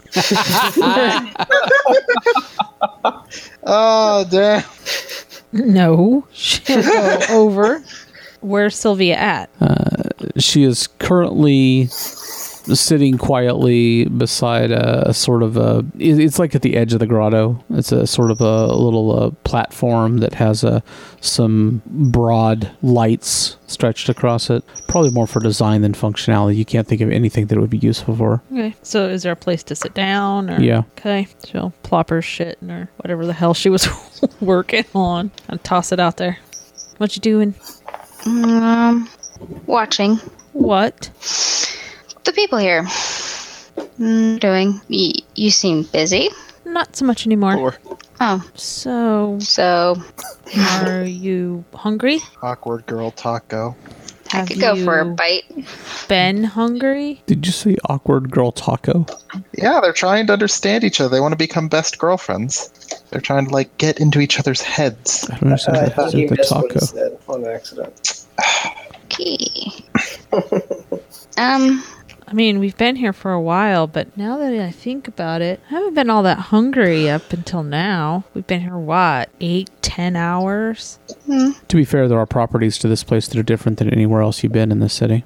[SPEAKER 5] Oh, damn.
[SPEAKER 6] No. She'll go Oh, over. Where's Sylvia at?
[SPEAKER 2] she is currently sitting quietly beside a, a sort of a it- it's like at the edge of the grotto it's a sort of a little uh, platform that has uh, some broad lights stretched across it probably more for design than functionality you can't think of anything that it would be useful for
[SPEAKER 6] Okay. So is there a place to sit down? Or?
[SPEAKER 2] Yeah.
[SPEAKER 6] Okay. She'll plop her shit and her whatever the hell she was working on and toss it out there. What you doing?
[SPEAKER 8] Um, watching
[SPEAKER 6] What?
[SPEAKER 8] the people here. mm, doing? Y- you seem busy.
[SPEAKER 6] Not so much anymore.
[SPEAKER 5] Or
[SPEAKER 8] Oh,
[SPEAKER 6] So,
[SPEAKER 8] so
[SPEAKER 6] are you hungry?
[SPEAKER 5] awkward girl taco.
[SPEAKER 8] I
[SPEAKER 6] Have
[SPEAKER 8] could go for a
[SPEAKER 6] you
[SPEAKER 8] bite.
[SPEAKER 6] Been hungry?
[SPEAKER 2] Did you say awkward girl taco?
[SPEAKER 5] Yeah, they're trying to understand each other. They want to become best girlfriends. They're trying to like get into each other's heads.
[SPEAKER 2] I don't understand
[SPEAKER 3] I
[SPEAKER 2] what
[SPEAKER 3] thought
[SPEAKER 2] happened
[SPEAKER 3] you
[SPEAKER 2] with the
[SPEAKER 3] missed what he said
[SPEAKER 2] taco.
[SPEAKER 3] on accident.
[SPEAKER 8] Okay. um,
[SPEAKER 6] I mean, we've been here for a while, but now that I think about it, I haven't been all that hungry up until now. We've been here, what, eight, ten hours?
[SPEAKER 2] To be fair, there are properties to this place that are different than anywhere else you've been in this city.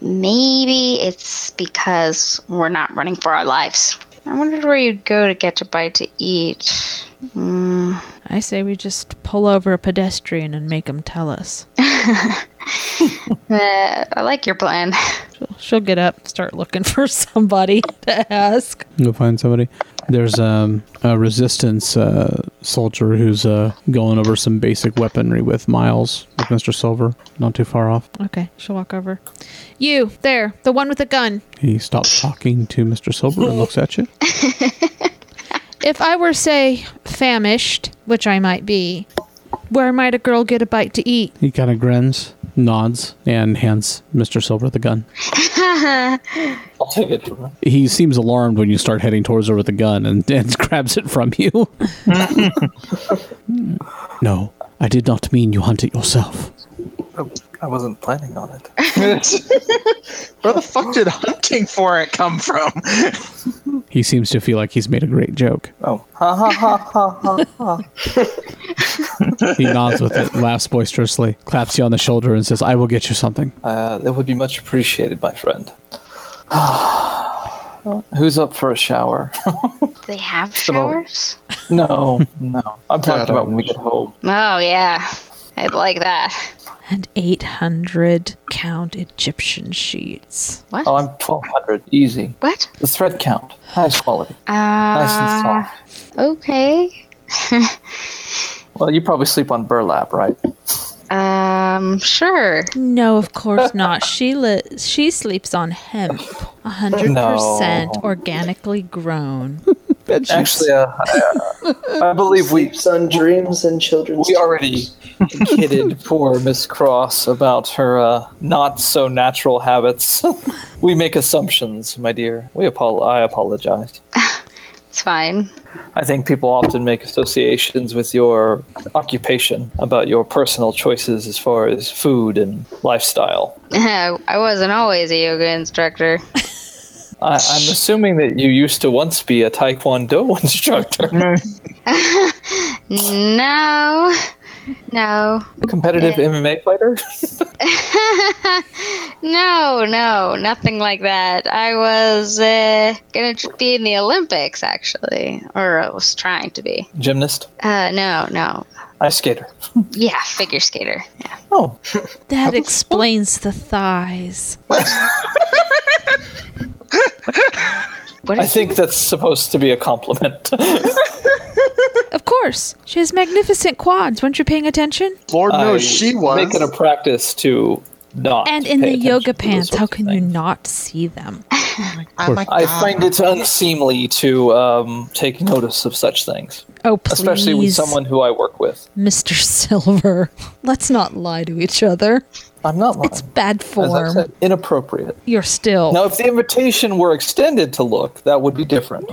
[SPEAKER 8] maybe it's because we're not running for our lives. I wondered where you'd go to get a bite to eat. Mm,
[SPEAKER 6] I say we just pull over a pedestrian and make him tell us.
[SPEAKER 8] eh, I like your plan.
[SPEAKER 6] She'll get up, start looking for somebody to ask.
[SPEAKER 2] Go find somebody. There's um, a resistance uh, soldier who's uh, going over some basic weaponry with Miles, with Mr. Silver, not too far off.
[SPEAKER 6] Okay, she'll walk over. You, there, the one with the gun.
[SPEAKER 2] He stops talking to Mr. Silver and looks at you.
[SPEAKER 6] If I were, say, famished, which I might be, where might a girl get a bite to eat?
[SPEAKER 2] He kind of grins, nods, and hands Mr. Silver the gun.
[SPEAKER 7] I'll take it. from her.
[SPEAKER 2] He seems alarmed when you start heading towards her with a gun and, and grabs it from you. no, I did not mean you hunt it yourself.
[SPEAKER 7] Oh, I wasn't planning on it.
[SPEAKER 5] Where the fuck did hunting for it come from?
[SPEAKER 2] He seems to feel like he's made a great joke.
[SPEAKER 7] Oh, ha ha ha ha ha.
[SPEAKER 2] He nods with it, laughs boisterously, claps you on the shoulder, and says, I will get you something.
[SPEAKER 7] Uh, that would be much appreciated, my friend. Who's up for a shower?
[SPEAKER 8] They have
[SPEAKER 7] about-
[SPEAKER 8] showers?
[SPEAKER 7] no, no. I'm talking about when we get home.
[SPEAKER 8] Oh, yeah. I'd like that.
[SPEAKER 6] and 800 count Egyptian sheets.
[SPEAKER 8] What?
[SPEAKER 7] Oh, I'm 1200. Easy.
[SPEAKER 8] what?
[SPEAKER 7] The thread count. Highest quality. Nice and
[SPEAKER 8] Uh,
[SPEAKER 7] soft.
[SPEAKER 8] okay.
[SPEAKER 7] Well, you probably sleep on burlap, right?
[SPEAKER 8] Um, sure.
[SPEAKER 6] No, of course not. She li- she sleeps on hemp, 100%
[SPEAKER 7] No.
[SPEAKER 6] organically grown.
[SPEAKER 7] Actually, uh, I, I believe we
[SPEAKER 3] Sleeps on dreams and children's
[SPEAKER 7] we already kidded poor Miss Cross about her uh, not so natural habits. we make assumptions, my dear. We apo- I apologize.
[SPEAKER 8] It's fine.
[SPEAKER 7] I think people often make associations with your occupation about your personal choices as far as food and lifestyle.
[SPEAKER 8] I wasn't always a yoga instructor.
[SPEAKER 7] I, I'm assuming that you used to once be a Taekwondo
[SPEAKER 6] Mm-hmm.
[SPEAKER 7] instructor,
[SPEAKER 8] No. No.
[SPEAKER 7] competitive MMA fighter.
[SPEAKER 8] No, no, nothing like that. I was uh, gonna tr- be in the Olympics, actually, or I was trying to be.
[SPEAKER 7] Gymnast,
[SPEAKER 8] Uh, no, no.
[SPEAKER 7] ice skater.
[SPEAKER 8] Yeah, figure skater. Yeah.
[SPEAKER 7] Oh,
[SPEAKER 6] That explains the thighs.
[SPEAKER 8] What
[SPEAKER 7] I
[SPEAKER 8] is
[SPEAKER 7] think that's supposed to be a compliment.
[SPEAKER 6] Of course, she has magnificent quads. Weren't you paying attention?
[SPEAKER 5] Lord
[SPEAKER 7] I
[SPEAKER 5] knows she was.
[SPEAKER 7] Make it a practice to not.
[SPEAKER 6] And in
[SPEAKER 7] pay
[SPEAKER 6] the yoga
[SPEAKER 7] attention to those
[SPEAKER 6] pants, how
[SPEAKER 7] sorts of
[SPEAKER 6] can you
[SPEAKER 7] things.
[SPEAKER 6] not see them?
[SPEAKER 5] oh my
[SPEAKER 7] I
[SPEAKER 5] God.
[SPEAKER 7] find it unseemly to um, take notice of such things,
[SPEAKER 6] Oh, please,
[SPEAKER 7] especially with someone who I work with.
[SPEAKER 6] Mr. Silver. Let's not lie to each other.
[SPEAKER 7] I'm not lying.
[SPEAKER 6] It's bad
[SPEAKER 7] As I
[SPEAKER 6] form.
[SPEAKER 7] said, inappropriate.
[SPEAKER 6] You're still.
[SPEAKER 7] Now, if the invitation were extended to look, that would be different.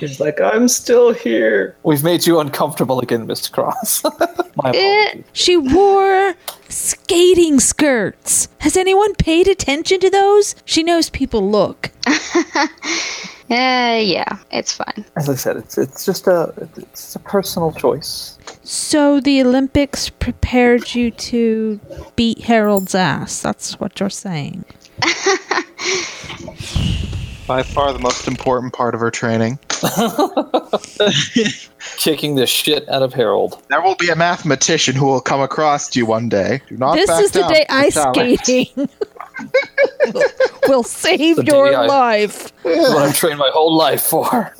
[SPEAKER 3] She's like, I'm still here.
[SPEAKER 7] We've made you uncomfortable again, Mr. Cross. My apologies.
[SPEAKER 6] She wore skating skirts. Has anyone paid attention to those? She knows people look.
[SPEAKER 8] Uh, yeah, it's fine.
[SPEAKER 7] As I said, it's, it's just a it's a personal choice.
[SPEAKER 6] So the Olympics prepared you to beat Harold's ass. That's what you're saying.
[SPEAKER 5] By far the most important part of her training.
[SPEAKER 7] Kicking the shit out of Harold.
[SPEAKER 5] There will be a mathematician who will come across to you one day. Do not
[SPEAKER 6] this
[SPEAKER 5] back
[SPEAKER 6] is the
[SPEAKER 5] down
[SPEAKER 6] day
[SPEAKER 5] from
[SPEAKER 6] ice
[SPEAKER 5] challenge.
[SPEAKER 6] skating will save
[SPEAKER 7] The
[SPEAKER 6] your
[SPEAKER 7] day I-
[SPEAKER 6] life.
[SPEAKER 7] That's what I've trained my whole life for.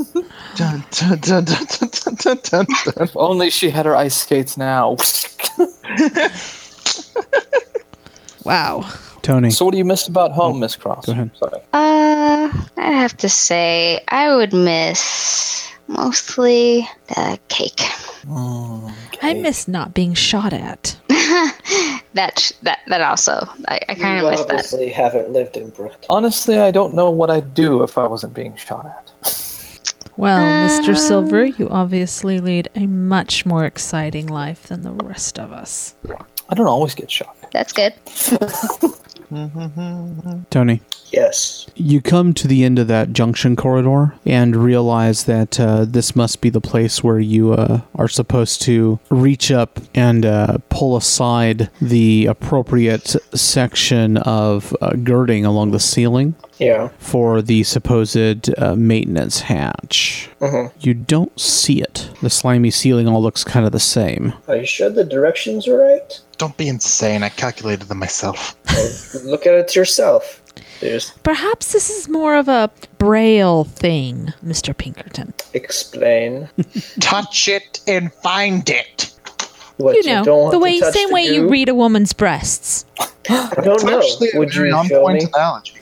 [SPEAKER 5] Dun, dun, dun, dun, dun, dun, dun, dun, dun.
[SPEAKER 7] If only she had her ice skates now.
[SPEAKER 6] Wow.
[SPEAKER 2] Tony.
[SPEAKER 7] So, what do you miss about home, Miss Cross?
[SPEAKER 2] go ahead.
[SPEAKER 7] Sorry.
[SPEAKER 8] Uh, I have to say, I would miss mostly the cake.
[SPEAKER 6] I miss not being shot at.
[SPEAKER 8] That sh- that that also, I, I kind
[SPEAKER 3] you
[SPEAKER 8] of miss that.
[SPEAKER 3] obviously haven't lived in Brooklyn.
[SPEAKER 7] Honestly, I don't know what I'd do if I wasn't being shot at.
[SPEAKER 6] Well, Mr. Silver, you obviously lead a much more exciting life than the rest of us.
[SPEAKER 7] I don't always get shot.
[SPEAKER 8] That's good.
[SPEAKER 2] Tony.
[SPEAKER 3] Yes.
[SPEAKER 2] You come to the end of that junction corridor and realize that uh, this must be the place where you uh, are supposed to reach up and uh, pull aside the appropriate section of uh, girding along the ceiling
[SPEAKER 3] Yeah.
[SPEAKER 2] for the supposed uh, maintenance hatch. You don't see it. The slimy ceiling all looks kind of the same.
[SPEAKER 3] Are you sure the directions are right?
[SPEAKER 5] Don't be insane. I calculated them myself.
[SPEAKER 3] Look at it yourself. There's
[SPEAKER 6] Perhaps this is more of a braille thing, Mr. Pinkerton.
[SPEAKER 3] explain
[SPEAKER 5] Touch it and find it.
[SPEAKER 3] what
[SPEAKER 6] You
[SPEAKER 3] you,
[SPEAKER 6] know,
[SPEAKER 3] don't want
[SPEAKER 6] the
[SPEAKER 3] to
[SPEAKER 6] way
[SPEAKER 3] touch
[SPEAKER 6] same
[SPEAKER 3] to
[SPEAKER 6] way you
[SPEAKER 3] do.
[SPEAKER 6] read a woman's breasts.
[SPEAKER 3] I don't know.
[SPEAKER 5] Actually, a
[SPEAKER 3] Would
[SPEAKER 5] very
[SPEAKER 3] you show
[SPEAKER 5] on-point
[SPEAKER 3] me?
[SPEAKER 5] analogy.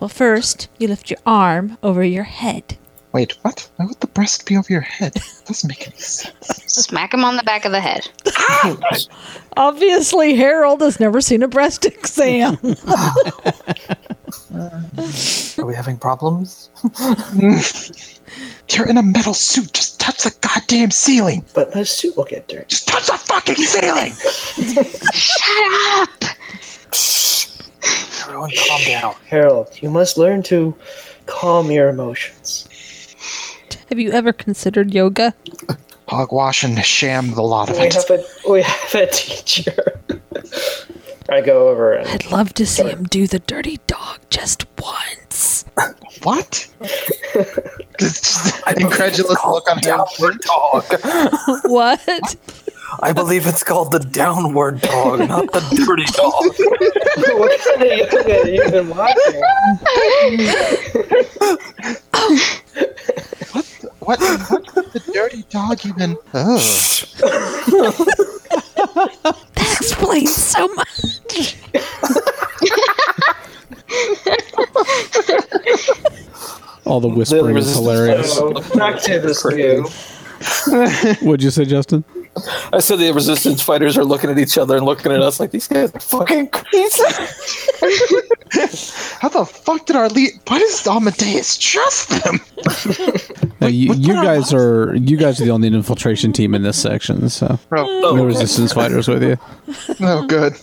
[SPEAKER 6] Well, first, you lift your arm over your head.
[SPEAKER 5] Wait, what? Why would the breast be over your head? Doesn't make any sense.
[SPEAKER 8] Smack him on the back of the head.
[SPEAKER 6] Obviously, Harold has never seen a breast exam.
[SPEAKER 7] Are we having problems?
[SPEAKER 5] You're in a metal suit. Just touch the goddamn ceiling.
[SPEAKER 3] But my suit will get dirty.
[SPEAKER 5] Just touch the fucking ceiling.
[SPEAKER 7] Everyone, calm down.
[SPEAKER 3] Harold, you must learn to calm your emotions.
[SPEAKER 6] Have you ever considered yoga?
[SPEAKER 5] Hogwash and sham the lot of
[SPEAKER 3] We
[SPEAKER 5] it.
[SPEAKER 3] have a we have a teacher. I go over and
[SPEAKER 6] I'd love to see him do the dirty dog just once.
[SPEAKER 5] What? Just incredulous look on
[SPEAKER 7] Downward dog.
[SPEAKER 6] What?
[SPEAKER 7] I believe it's called the downward dog, not the dirty dog.
[SPEAKER 3] what kind of yoga have you been watching?
[SPEAKER 5] What? What could the dirty dog even? Oh.
[SPEAKER 6] That explains so much.
[SPEAKER 2] All the whispering is
[SPEAKER 7] resistance
[SPEAKER 2] hilarious.
[SPEAKER 7] fighters.
[SPEAKER 3] So Oh, back to this view.
[SPEAKER 2] What'd you say, Justin?
[SPEAKER 7] I said the resistance fighters are looking at each other and looking at us like these guys are fucking crazy.
[SPEAKER 5] How the fuck did our lead? Why does Amadeus trust them?
[SPEAKER 2] Uh, you,
[SPEAKER 5] what
[SPEAKER 2] you
[SPEAKER 5] kind of
[SPEAKER 2] guys are you guys are the only infiltration team in this section, so
[SPEAKER 5] Oh,
[SPEAKER 2] no
[SPEAKER 7] Oh,
[SPEAKER 2] resistance fighters with you.
[SPEAKER 5] no good.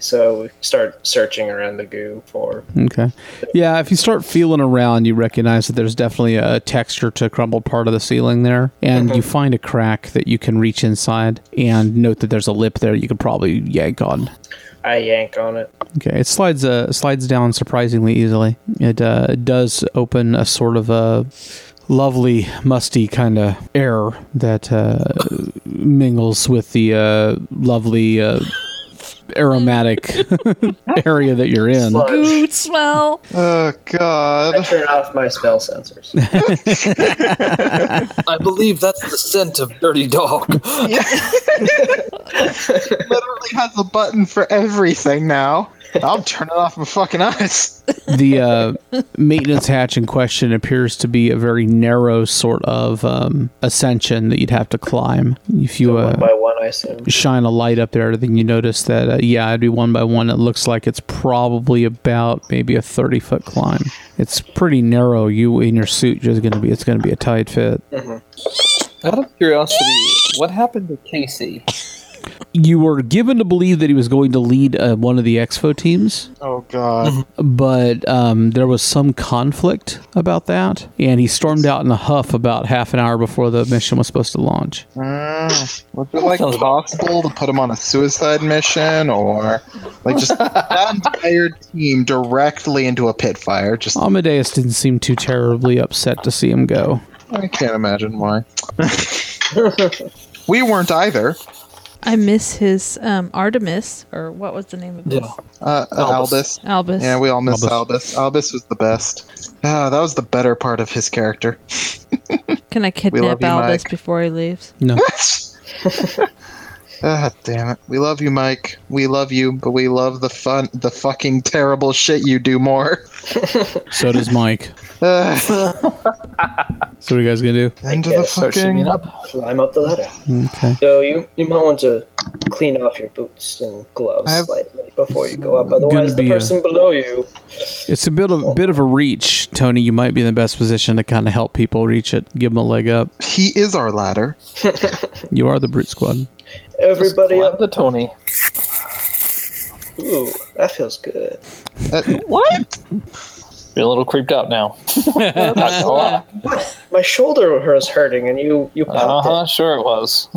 [SPEAKER 3] So we start searching around the goo for
[SPEAKER 2] Okay. Yeah, if you start feeling around, you recognize that there's definitely a texture to crumbled part of the ceiling there, and
[SPEAKER 5] Mm-hmm.
[SPEAKER 2] you find a crack that you can reach inside, and note that there's a lip there you could probably yank on.
[SPEAKER 3] I yank on it.
[SPEAKER 2] Okay, it slides uh, slides down surprisingly easily. It uh, it does open a sort of a lovely musty kind of air that uh, mingles with the uh, lovely uh, aromatic area that you're in.
[SPEAKER 3] Plunge.
[SPEAKER 6] Good smell.
[SPEAKER 5] Oh
[SPEAKER 3] I
[SPEAKER 5] god.
[SPEAKER 3] turn off my smell sensors.
[SPEAKER 7] I believe that's the scent of dirty dog.
[SPEAKER 5] Literally has a button for everything now. I'm turning off my fucking eyes.
[SPEAKER 2] the uh, maintenance hatch in question appears to be a very narrow sort of um, ascension that you'd have to climb. If you
[SPEAKER 3] One
[SPEAKER 2] uh,
[SPEAKER 3] by one, I assume.
[SPEAKER 2] shine a light up there, then you notice that, uh, yeah, it'd be one by one. It looks like it's probably about maybe a 30 foot climb. It's pretty narrow. You in your suit, just gonna be it's gonna be a tight fit.
[SPEAKER 7] Out of curiosity, what happened to Casey?
[SPEAKER 2] You were given to believe that he was going to lead uh, one of the Expo teams.
[SPEAKER 5] Oh god.
[SPEAKER 2] but um, there was some conflict about that, and he stormed out in a huff about half an hour before the mission was supposed to launch.
[SPEAKER 5] Was it like
[SPEAKER 7] Sounds-
[SPEAKER 5] possible to put him on a suicide mission or like just that entire team directly into a pit fire? Just
[SPEAKER 2] Amadeus didn't seem too terribly upset to see him go.
[SPEAKER 7] Oh.
[SPEAKER 5] I can't imagine why. we weren't either.
[SPEAKER 6] I miss his um, Artemis, or what was the name of this?
[SPEAKER 5] Uh, uh,
[SPEAKER 7] Albus.
[SPEAKER 5] Albus.
[SPEAKER 6] Albus.
[SPEAKER 5] Yeah, we all miss
[SPEAKER 2] Albus.
[SPEAKER 5] Albus. Albus. was the best. Ah, that was the better part of his character.
[SPEAKER 6] Can I
[SPEAKER 5] love
[SPEAKER 6] kidnap
[SPEAKER 5] you,
[SPEAKER 6] Albus
[SPEAKER 5] Mike.
[SPEAKER 6] before he leaves?
[SPEAKER 2] No,
[SPEAKER 5] I Ah, damn it. We love you, Mike. We love you, but we love the fun, the fucking terrible shit you do more.
[SPEAKER 2] So does Mike.
[SPEAKER 5] Ah,
[SPEAKER 2] So what are you guys gonna do?
[SPEAKER 5] end of
[SPEAKER 3] Yeah,
[SPEAKER 5] the
[SPEAKER 7] Start shooting
[SPEAKER 5] fucking.
[SPEAKER 7] up.
[SPEAKER 3] Climb up the ladder.
[SPEAKER 2] Okay.
[SPEAKER 3] So you you might want to clean off your boots and gloves
[SPEAKER 5] I have-
[SPEAKER 3] slightly before you go up.
[SPEAKER 2] Gonna
[SPEAKER 3] Otherwise, the
[SPEAKER 2] be a-
[SPEAKER 3] person below you.
[SPEAKER 2] It's a bit of bit of a reach, Tony. You might be in the best position to kind of help people reach it. Give them a leg up.
[SPEAKER 5] He is our ladder.
[SPEAKER 2] You are the brute squad.
[SPEAKER 3] Everybody
[SPEAKER 7] Slap
[SPEAKER 3] up.
[SPEAKER 7] the Tony.
[SPEAKER 3] Ooh, that feels good.
[SPEAKER 5] Uh, what?
[SPEAKER 7] You're a little creeped out now. Not gonna lie.
[SPEAKER 3] My shoulder was hurting, and you you popped
[SPEAKER 7] Uh-huh, sure it was.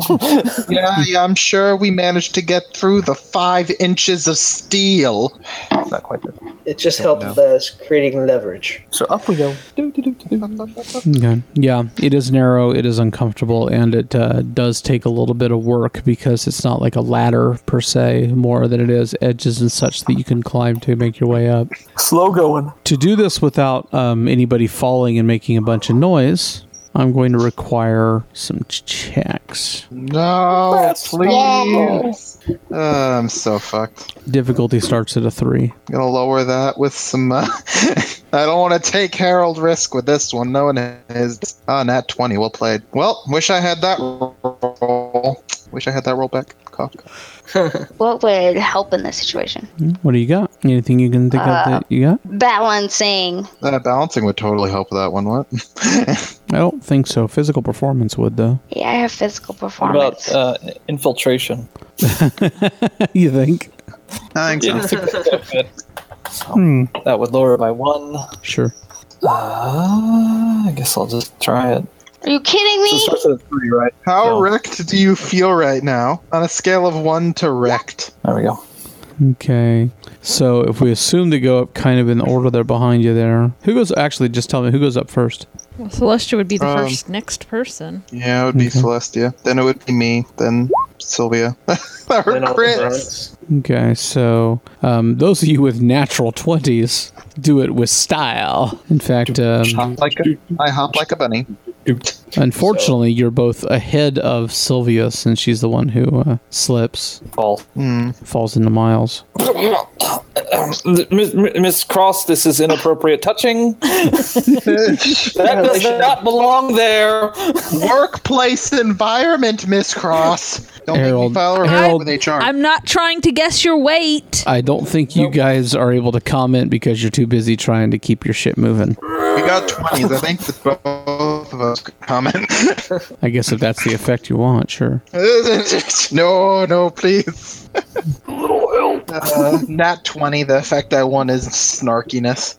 [SPEAKER 5] Yeah, yeah, I'm sure we managed to get through the five inches of steel.
[SPEAKER 7] Not quite there.
[SPEAKER 3] it. It just helped with us creating leverage.
[SPEAKER 7] So up we go.
[SPEAKER 2] Okay. Yeah, it is narrow. It is uncomfortable, and it uh, does take a little bit of work because it's not like a ladder per se, more than it is edges and such that you can climb to make your way up.
[SPEAKER 7] Slow going.
[SPEAKER 2] To do this without um, anybody falling and making a bunch of noise, I'm going to require some ch- checks.
[SPEAKER 5] No, please. Uh, I'm so fucked.
[SPEAKER 2] Difficulty starts at a three.
[SPEAKER 5] I'm gonna lower that with some. Uh, I don't want to take Harold risk with this one. No one is. Ah, nat 20. Well played. Well, wish I had that roll. Wish I had that roll back. Cough.
[SPEAKER 8] What would help in this situation?
[SPEAKER 2] What do you got? Anything you can think of that you got?
[SPEAKER 8] Balancing.
[SPEAKER 5] Uh, balancing would totally help with that one. What?
[SPEAKER 2] I don't think so. Physical performance would though.
[SPEAKER 8] Yeah, I have physical
[SPEAKER 7] What
[SPEAKER 8] performance.
[SPEAKER 7] about uh, infiltration?
[SPEAKER 2] you think?
[SPEAKER 5] I think so.
[SPEAKER 7] That would lower by one.
[SPEAKER 2] Sure.
[SPEAKER 7] Uh, I guess I'll just try it.
[SPEAKER 8] Are you
[SPEAKER 7] So
[SPEAKER 8] kidding
[SPEAKER 7] it
[SPEAKER 8] me?
[SPEAKER 7] starts at a three, right?
[SPEAKER 5] How
[SPEAKER 7] So-
[SPEAKER 5] wrecked do you feel right now? On a scale of one to wrecked.
[SPEAKER 7] There we go.
[SPEAKER 2] Okay. So if we assume they go up kind of in the order they're behind you there. Who goes actually just tell me who goes up first?
[SPEAKER 6] Well, Celestia would be the
[SPEAKER 5] Um,
[SPEAKER 6] first next person.
[SPEAKER 5] Yeah, it would be Celestia. Then it would be me. Then Sylvia. Our
[SPEAKER 3] Then all the
[SPEAKER 5] crits.
[SPEAKER 3] grunts.
[SPEAKER 2] Okay, so um, those of you with natural twenties do it with style. In fact, um,
[SPEAKER 5] Hop like a, I hop like a bunny.
[SPEAKER 2] unfortunately, you're both ahead of Sylvia since she's the one who uh, slips,
[SPEAKER 7] Fall.
[SPEAKER 2] falls into miles.
[SPEAKER 7] Miss- Miss Cross, this is inappropriate touching. That does not belong there.
[SPEAKER 5] Workplace environment, Miss Cross. Don't make
[SPEAKER 2] Harold-
[SPEAKER 5] me file a
[SPEAKER 2] Harold-
[SPEAKER 5] report with HR.
[SPEAKER 6] I'm not trying to guess your weight.
[SPEAKER 5] Uh,
[SPEAKER 2] I don't think you guys are able to comment because you're too busy trying to keep your shit moving.
[SPEAKER 5] we got 20s. I think that both of us could comment.
[SPEAKER 2] I guess if that's the effect you want, sure.
[SPEAKER 5] no, no, please. Uh, nat 20, the effect I want is snarkiness.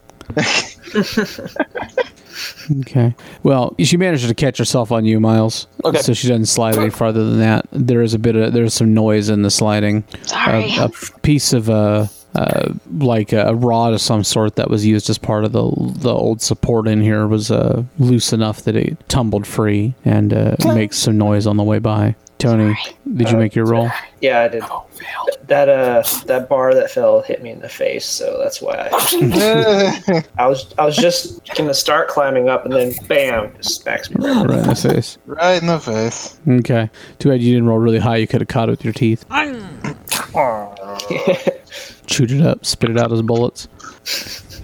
[SPEAKER 2] Okay. Well, she managed to catch herself on you, Miles.
[SPEAKER 7] Okay.
[SPEAKER 2] So she doesn't slide any farther than that. There is a bit of there's some noise in the sliding.
[SPEAKER 8] Sorry.
[SPEAKER 2] A, a piece of a. Uh, like a rod of some sort that was used as part of the the old support in here was uh, loose enough that it tumbled free and uh, makes some noise on the way by. Tony, did you make your roll?
[SPEAKER 3] Yeah, I did. That uh, that bar that fell hit me in the face, so that's why I, I was I was just gonna start climbing up, and then bam, just smacks me. Right.
[SPEAKER 2] Right in the face.
[SPEAKER 5] Right in the face.
[SPEAKER 2] Okay. Too bad you didn't roll really high. You could have caught it with your teeth. Chewed it up, spit it out as bullets.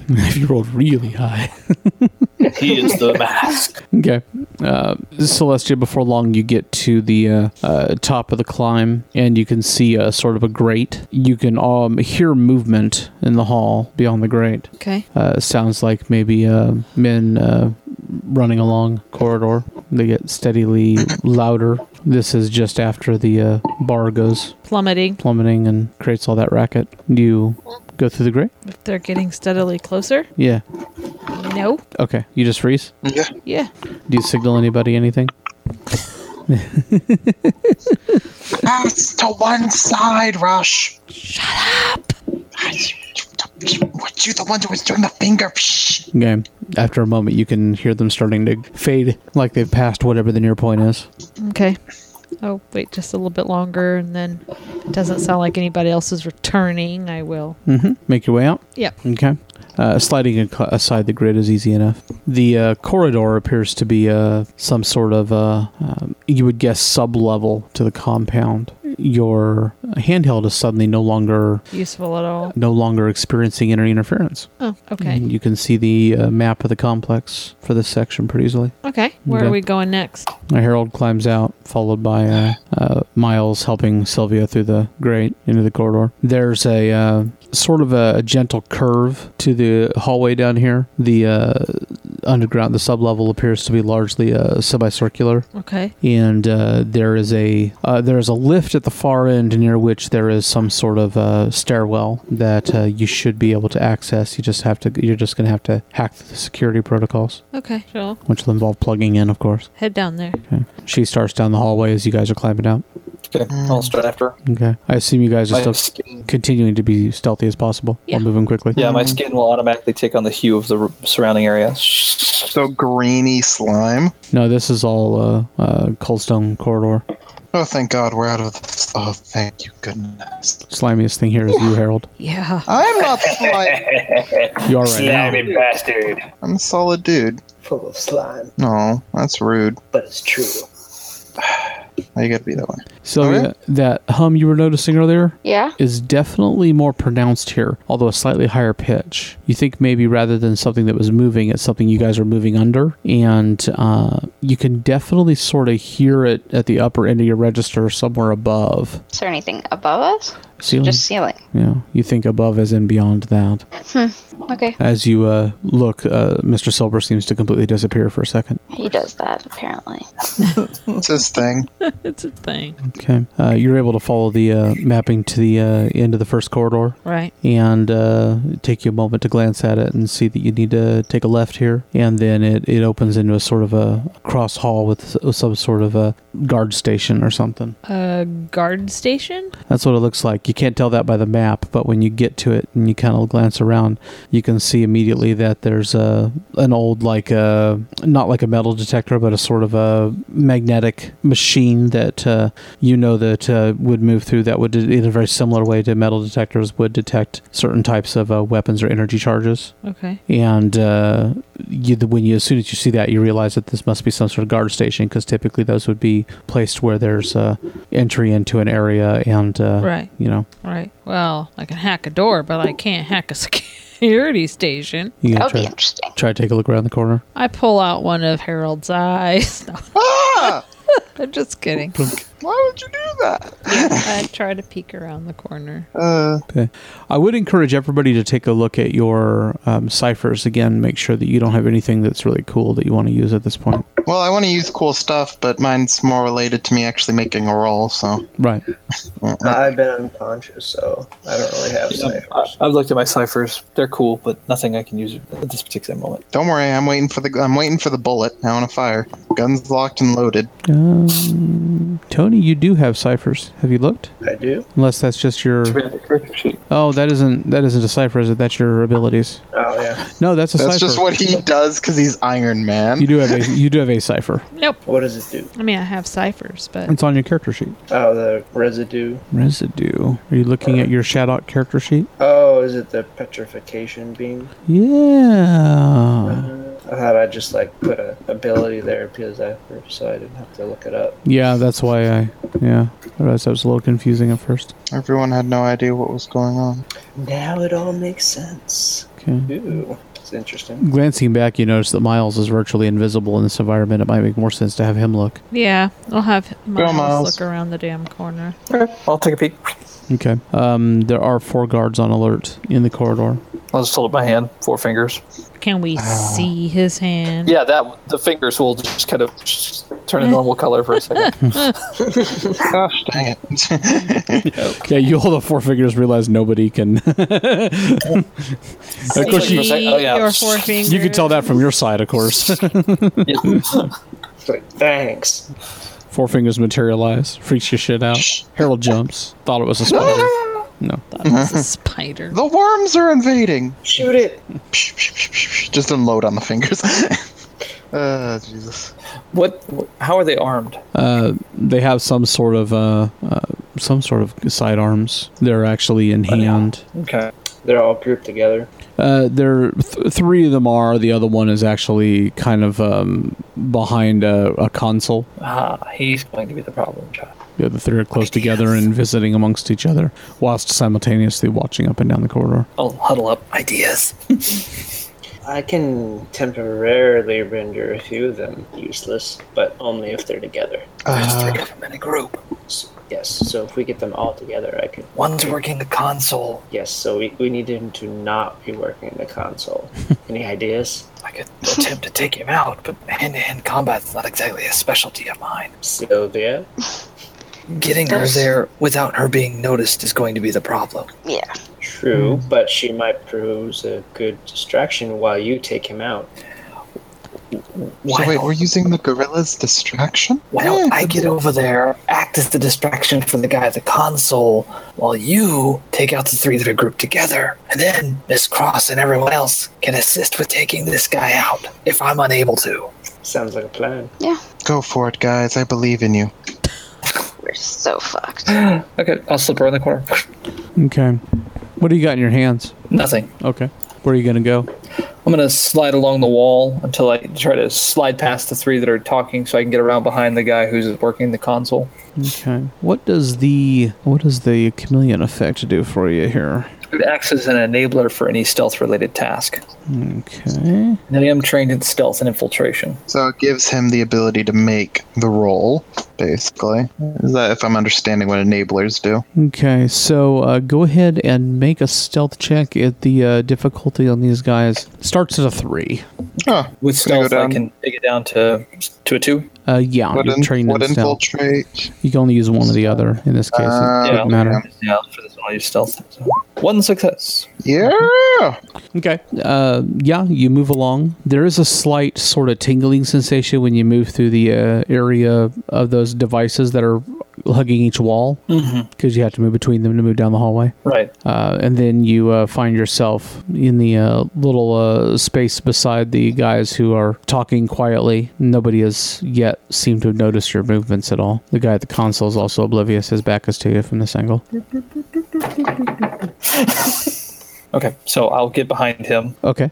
[SPEAKER 2] if you rolled really high.
[SPEAKER 7] He is the mask.
[SPEAKER 2] Okay. Uh, Celestia, before long, you get to the uh, uh, top of the climb, and you can see a sort of a grate. You can um, hear movement in the hall beyond the grate.
[SPEAKER 6] Okay.
[SPEAKER 2] Uh, sounds like maybe uh, men uh, running along corridor. They get steadily louder. This is just after the uh, bar goes
[SPEAKER 6] Plummeting.
[SPEAKER 2] plummeting and creates all that racket. You go through the grate?
[SPEAKER 6] If they're getting steadily closer.
[SPEAKER 2] Yeah.
[SPEAKER 6] No.
[SPEAKER 2] Okay. You just freeze?
[SPEAKER 6] Yeah.
[SPEAKER 2] Do you signal anybody anything?
[SPEAKER 5] Pass to one side, Rush. Shut up. What you the one who was doing the finger? Psh.
[SPEAKER 2] Okay. After a moment, you can hear them starting to fade like they've passed whatever the near point is.
[SPEAKER 6] Okay. I'll wait just a little bit longer, and then if it doesn't sound like anybody else is returning. I will.
[SPEAKER 2] Mm-hmm. Make your way out.
[SPEAKER 6] Yep.
[SPEAKER 2] Okay. Uh, sliding ac- aside the grid is easy enough. The uh, corridor appears to be uh, some sort of, uh, um, you would guess, sub level to the compound. your handheld is suddenly no longer
[SPEAKER 6] Useful at all.
[SPEAKER 2] no longer experiencing any interference.
[SPEAKER 6] Oh, okay.
[SPEAKER 2] And you can see the uh, map of the complex for this section pretty easily.
[SPEAKER 5] Mm-hmm.
[SPEAKER 6] Okay. Where
[SPEAKER 2] Okay.
[SPEAKER 6] are we going next?
[SPEAKER 2] Uh, Harold climbs out, followed by uh, uh, Miles helping Sylvia through the grate into the corridor. There's a uh, sort of a, a gentle curve to the hallway down here. The uh, underground, the sublevel appears to be largely uh, semicircular,
[SPEAKER 6] Okay.
[SPEAKER 2] and uh, there is a uh, there is a lift at the far end near which there is some sort of uh, stairwell that uh, you should be able to access. You just have to. You're just going to have to hack the security protocols,
[SPEAKER 6] Okay. So
[SPEAKER 2] which will involve plugging in, of course.
[SPEAKER 6] head down there.
[SPEAKER 2] Okay. She starts down the hallway as you guys are climbing out.
[SPEAKER 7] Okay, I'll start after. her.
[SPEAKER 2] Okay. I assume you guys are
[SPEAKER 7] My
[SPEAKER 2] still
[SPEAKER 7] skin-
[SPEAKER 2] continuing to be stealthy as possible
[SPEAKER 6] Yeah.
[SPEAKER 2] while moving quickly.
[SPEAKER 7] yeah, my skin will automatically take on the hue of the r- surrounding area.
[SPEAKER 5] So greeny slime.
[SPEAKER 2] No, this is all uh, uh, Coldstone corridor.
[SPEAKER 5] Oh, thank God we're out of this. Oh, thank you, goodness.
[SPEAKER 2] Slimiest thing here is you, Harold.
[SPEAKER 6] Yeah.
[SPEAKER 5] I'm not slime.
[SPEAKER 2] You are right now.
[SPEAKER 4] Slimy bastard.
[SPEAKER 5] I'm a solid dude.
[SPEAKER 3] full of slime,
[SPEAKER 5] No, that's rude.
[SPEAKER 3] but it's true.
[SPEAKER 5] Why you gotta be that way?
[SPEAKER 2] Sylvia,
[SPEAKER 5] Alright.
[SPEAKER 2] that hum you were noticing earlier
[SPEAKER 8] Yeah?
[SPEAKER 2] is definitely more pronounced here, although a slightly higher pitch. You think maybe rather than something that was moving, it's something you guys are moving under, and uh, you can definitely sort of hear it at the upper end of your register, somewhere above
[SPEAKER 8] Is there anything above us?
[SPEAKER 2] ceiling.
[SPEAKER 8] Just ceiling.
[SPEAKER 2] Yeah, you think above as in beyond that.
[SPEAKER 8] Okay.
[SPEAKER 2] As you uh, look, uh, Mr. Silver seems to completely disappear for a second.
[SPEAKER 8] He does that, apparently.
[SPEAKER 5] It's his thing.
[SPEAKER 6] It's a thing.
[SPEAKER 2] Okay, uh, you're able to follow the uh, mapping to the uh, end of the first corridor
[SPEAKER 6] Right.
[SPEAKER 2] and uh, take you a moment to glance at it and see that you need to take a left here, and then it, it opens into a sort of a cross hall with s- some sort of a guard station or something.
[SPEAKER 6] A guard station?
[SPEAKER 2] That's what it looks like. You can't tell that by the map, but when you get to it and you kind of glance around, you can see immediately that there's a an old like a not like a metal detector, but a sort of a magnetic machine that uh, you know that uh, would move through. That would in a very similar way to metal detectors would detect certain types of uh, weapons or energy charges.
[SPEAKER 6] Okay.
[SPEAKER 2] And uh, you, the- when you as soon as you see that, you realize that this must be some sort of guard station because typically those would be placed where there's uh, entry into an area and uh,
[SPEAKER 6] Right.
[SPEAKER 2] you know
[SPEAKER 6] Right. Well, I can hack a door, but I can't hack a security station.
[SPEAKER 2] you
[SPEAKER 8] That
[SPEAKER 2] can
[SPEAKER 8] would be
[SPEAKER 2] try,
[SPEAKER 8] interesting.
[SPEAKER 2] try to take a look around the corner.
[SPEAKER 6] I pull out one of Harold's eyes. No,
[SPEAKER 5] Ah!
[SPEAKER 6] I'm just kidding.
[SPEAKER 5] Why would you do that?
[SPEAKER 6] I try to peek around the corner.
[SPEAKER 5] Uh,
[SPEAKER 2] Okay. I would encourage everybody to take a look at your um, ciphers again. Make sure that you don't have anything that's really cool that you want to use at this point.
[SPEAKER 5] well, I want to use cool stuff, but mine's more related to me actually making a roll. So
[SPEAKER 2] Right.
[SPEAKER 3] I've been unconscious, so I don't really have
[SPEAKER 7] I-
[SPEAKER 3] ciphers.
[SPEAKER 7] I've looked at my ciphers. They're cool, but nothing I can use at this particular moment.
[SPEAKER 5] don't worry, I'm waiting for the I'm waiting for the bullet. I want to fire. Guns locked and loaded.
[SPEAKER 2] Um, Tony, you do have ciphers. Have you looked?
[SPEAKER 3] I do.
[SPEAKER 2] Unless that's just your. Oh, that isn't that isn't a cipher, is it? That's your abilities.
[SPEAKER 3] Oh yeah.
[SPEAKER 2] No, that's a
[SPEAKER 5] That's
[SPEAKER 2] cipher.
[SPEAKER 5] just what he does because he's Iron Man.
[SPEAKER 2] you do have a you do have a cipher.
[SPEAKER 6] Nope.
[SPEAKER 3] What does it do?
[SPEAKER 6] I mean, I have ciphers, but
[SPEAKER 2] It's on your character sheet.
[SPEAKER 3] Oh, the residue.
[SPEAKER 2] Residue. Are you looking at your Shadok character sheet?
[SPEAKER 3] Oh, is it the petrification beam?
[SPEAKER 2] Yeah.
[SPEAKER 3] I thought I just like put a ability there because I so I didn't have to look it up.
[SPEAKER 2] Yeah, that's why I. Yeah, I realized that was a little confusing at first.
[SPEAKER 5] Everyone had no idea what was going on.
[SPEAKER 3] Now it all makes sense.
[SPEAKER 2] Okay.
[SPEAKER 3] Ooh, it's interesting.
[SPEAKER 2] Glancing back, you notice that Miles is virtually invisible in this environment. It might make more sense to have him look.
[SPEAKER 6] yeah, I'll have Miles,
[SPEAKER 5] Miles.
[SPEAKER 6] look around the damn corner.
[SPEAKER 7] I'll take a peek.
[SPEAKER 2] Okay. Um, there are four guards on alert in the corridor.
[SPEAKER 7] I'll just hold up my hand, four fingers.
[SPEAKER 6] Can we
[SPEAKER 5] Ah.
[SPEAKER 6] see his hand?
[SPEAKER 7] Yeah, that the fingers will just kind of turn a normal color for a second.
[SPEAKER 5] Gosh dang it.
[SPEAKER 2] Yeah, you hold up four fingers, realize nobody can.
[SPEAKER 6] Of
[SPEAKER 7] course you- Oh, yeah.
[SPEAKER 6] Your forefinger.
[SPEAKER 2] you can tell that from your side, of course.
[SPEAKER 3] It's like thanks.
[SPEAKER 2] Four fingers materialize, freaks your shit out. Harold jumps. Thought it was a spider. No.
[SPEAKER 6] That was a spider.
[SPEAKER 5] the worms are invading.
[SPEAKER 3] Shoot it.
[SPEAKER 5] Just unload on the fingers. uh, Jesus.
[SPEAKER 7] what? How are they armed?
[SPEAKER 2] Uh, they have some sort of uh, uh, some sort of sidearms. They're actually in hand.
[SPEAKER 7] Okay.
[SPEAKER 3] They're all grouped together.
[SPEAKER 2] Uh, there, th- three of them are. The other one is actually kind of um, behind a, a console.
[SPEAKER 7] Ah, he's going to be the problem child.
[SPEAKER 2] The other three are close together and visiting amongst each other, whilst simultaneously watching up and down the corridor.
[SPEAKER 7] I'll huddle up. Ideas.
[SPEAKER 3] I can temporarily render a few of them useless, but only if they're together.
[SPEAKER 7] There's
[SPEAKER 5] Uh,
[SPEAKER 7] three of them in a group.
[SPEAKER 3] S- yes, so if we get them all together, I can.
[SPEAKER 7] One's working the console.
[SPEAKER 3] Yes, so we, we need him to not be working in the console. Any ideas?
[SPEAKER 7] I could attempt to take him out, but hand-to-hand combat's not exactly a specialty of mine.
[SPEAKER 3] Sylvia?
[SPEAKER 7] Getting her there without her being noticed is going to be the problem.
[SPEAKER 8] Yeah.
[SPEAKER 3] True, but she might pose a good distraction while you take him out.
[SPEAKER 7] Why
[SPEAKER 5] so wait,
[SPEAKER 7] don't-
[SPEAKER 5] we're using the gorilla's distraction?
[SPEAKER 7] Why don't
[SPEAKER 5] Yeah,
[SPEAKER 7] I get over there, act as the distraction for the guy at the console, while you take out the three that are grouped together? And then Miss Cross and everyone else can assist with taking this guy out if I'm unable to.
[SPEAKER 3] Sounds like a plan.
[SPEAKER 8] Yeah.
[SPEAKER 5] Go for it, guys. I believe in you.
[SPEAKER 8] We're so fucked.
[SPEAKER 7] Okay, I'll slip her in the corner.
[SPEAKER 2] Okay. What do you got in your hands?
[SPEAKER 7] Nothing.
[SPEAKER 2] Okay. Where are you going to go?
[SPEAKER 7] I'm gonna slide along the wall until I try to slide past the three that are talking, so I can get around behind the guy who's working the console.
[SPEAKER 2] Okay. What does the what does the chameleon effect do for you here?
[SPEAKER 7] It acts as an enabler for any stealth-related task.
[SPEAKER 2] Okay.
[SPEAKER 7] And I am trained in stealth and infiltration.
[SPEAKER 5] So it gives him the ability to make the roll, basically. Is that if I'm understanding what enablers do?
[SPEAKER 2] Okay. So uh, go ahead and make a stealth check. At the uh, difficulty on these guys starts at a three.
[SPEAKER 5] Huh.
[SPEAKER 7] With
[SPEAKER 5] Gonna go
[SPEAKER 7] stealth, I
[SPEAKER 5] down.
[SPEAKER 7] can take it down to to a two.
[SPEAKER 2] Uh, yeah.
[SPEAKER 5] What,
[SPEAKER 2] you're
[SPEAKER 5] in,
[SPEAKER 2] trained
[SPEAKER 5] what
[SPEAKER 2] in stealth.
[SPEAKER 5] infiltrate?
[SPEAKER 2] You can only use one or the other in this case. it
[SPEAKER 7] yeah,
[SPEAKER 2] doesn't matter.
[SPEAKER 7] Yeah, for this one, I'll use stealth. So, One success.
[SPEAKER 5] Yeah!
[SPEAKER 2] Okay. Uh, yeah, you move along. There is a slight sort of tingling sensation when you move through the uh, area of those devices that are hugging each wall because you have to move between them to move down the hallway.
[SPEAKER 7] Right.
[SPEAKER 2] Uh, and then you uh, find yourself in the uh, little uh, space beside the guys who are talking quietly. Nobody has yet seemed to have noticed your movements at all. The guy at the console is also oblivious. His back is to you from this angle.
[SPEAKER 7] Okay, so I'll get behind him.
[SPEAKER 2] Okay.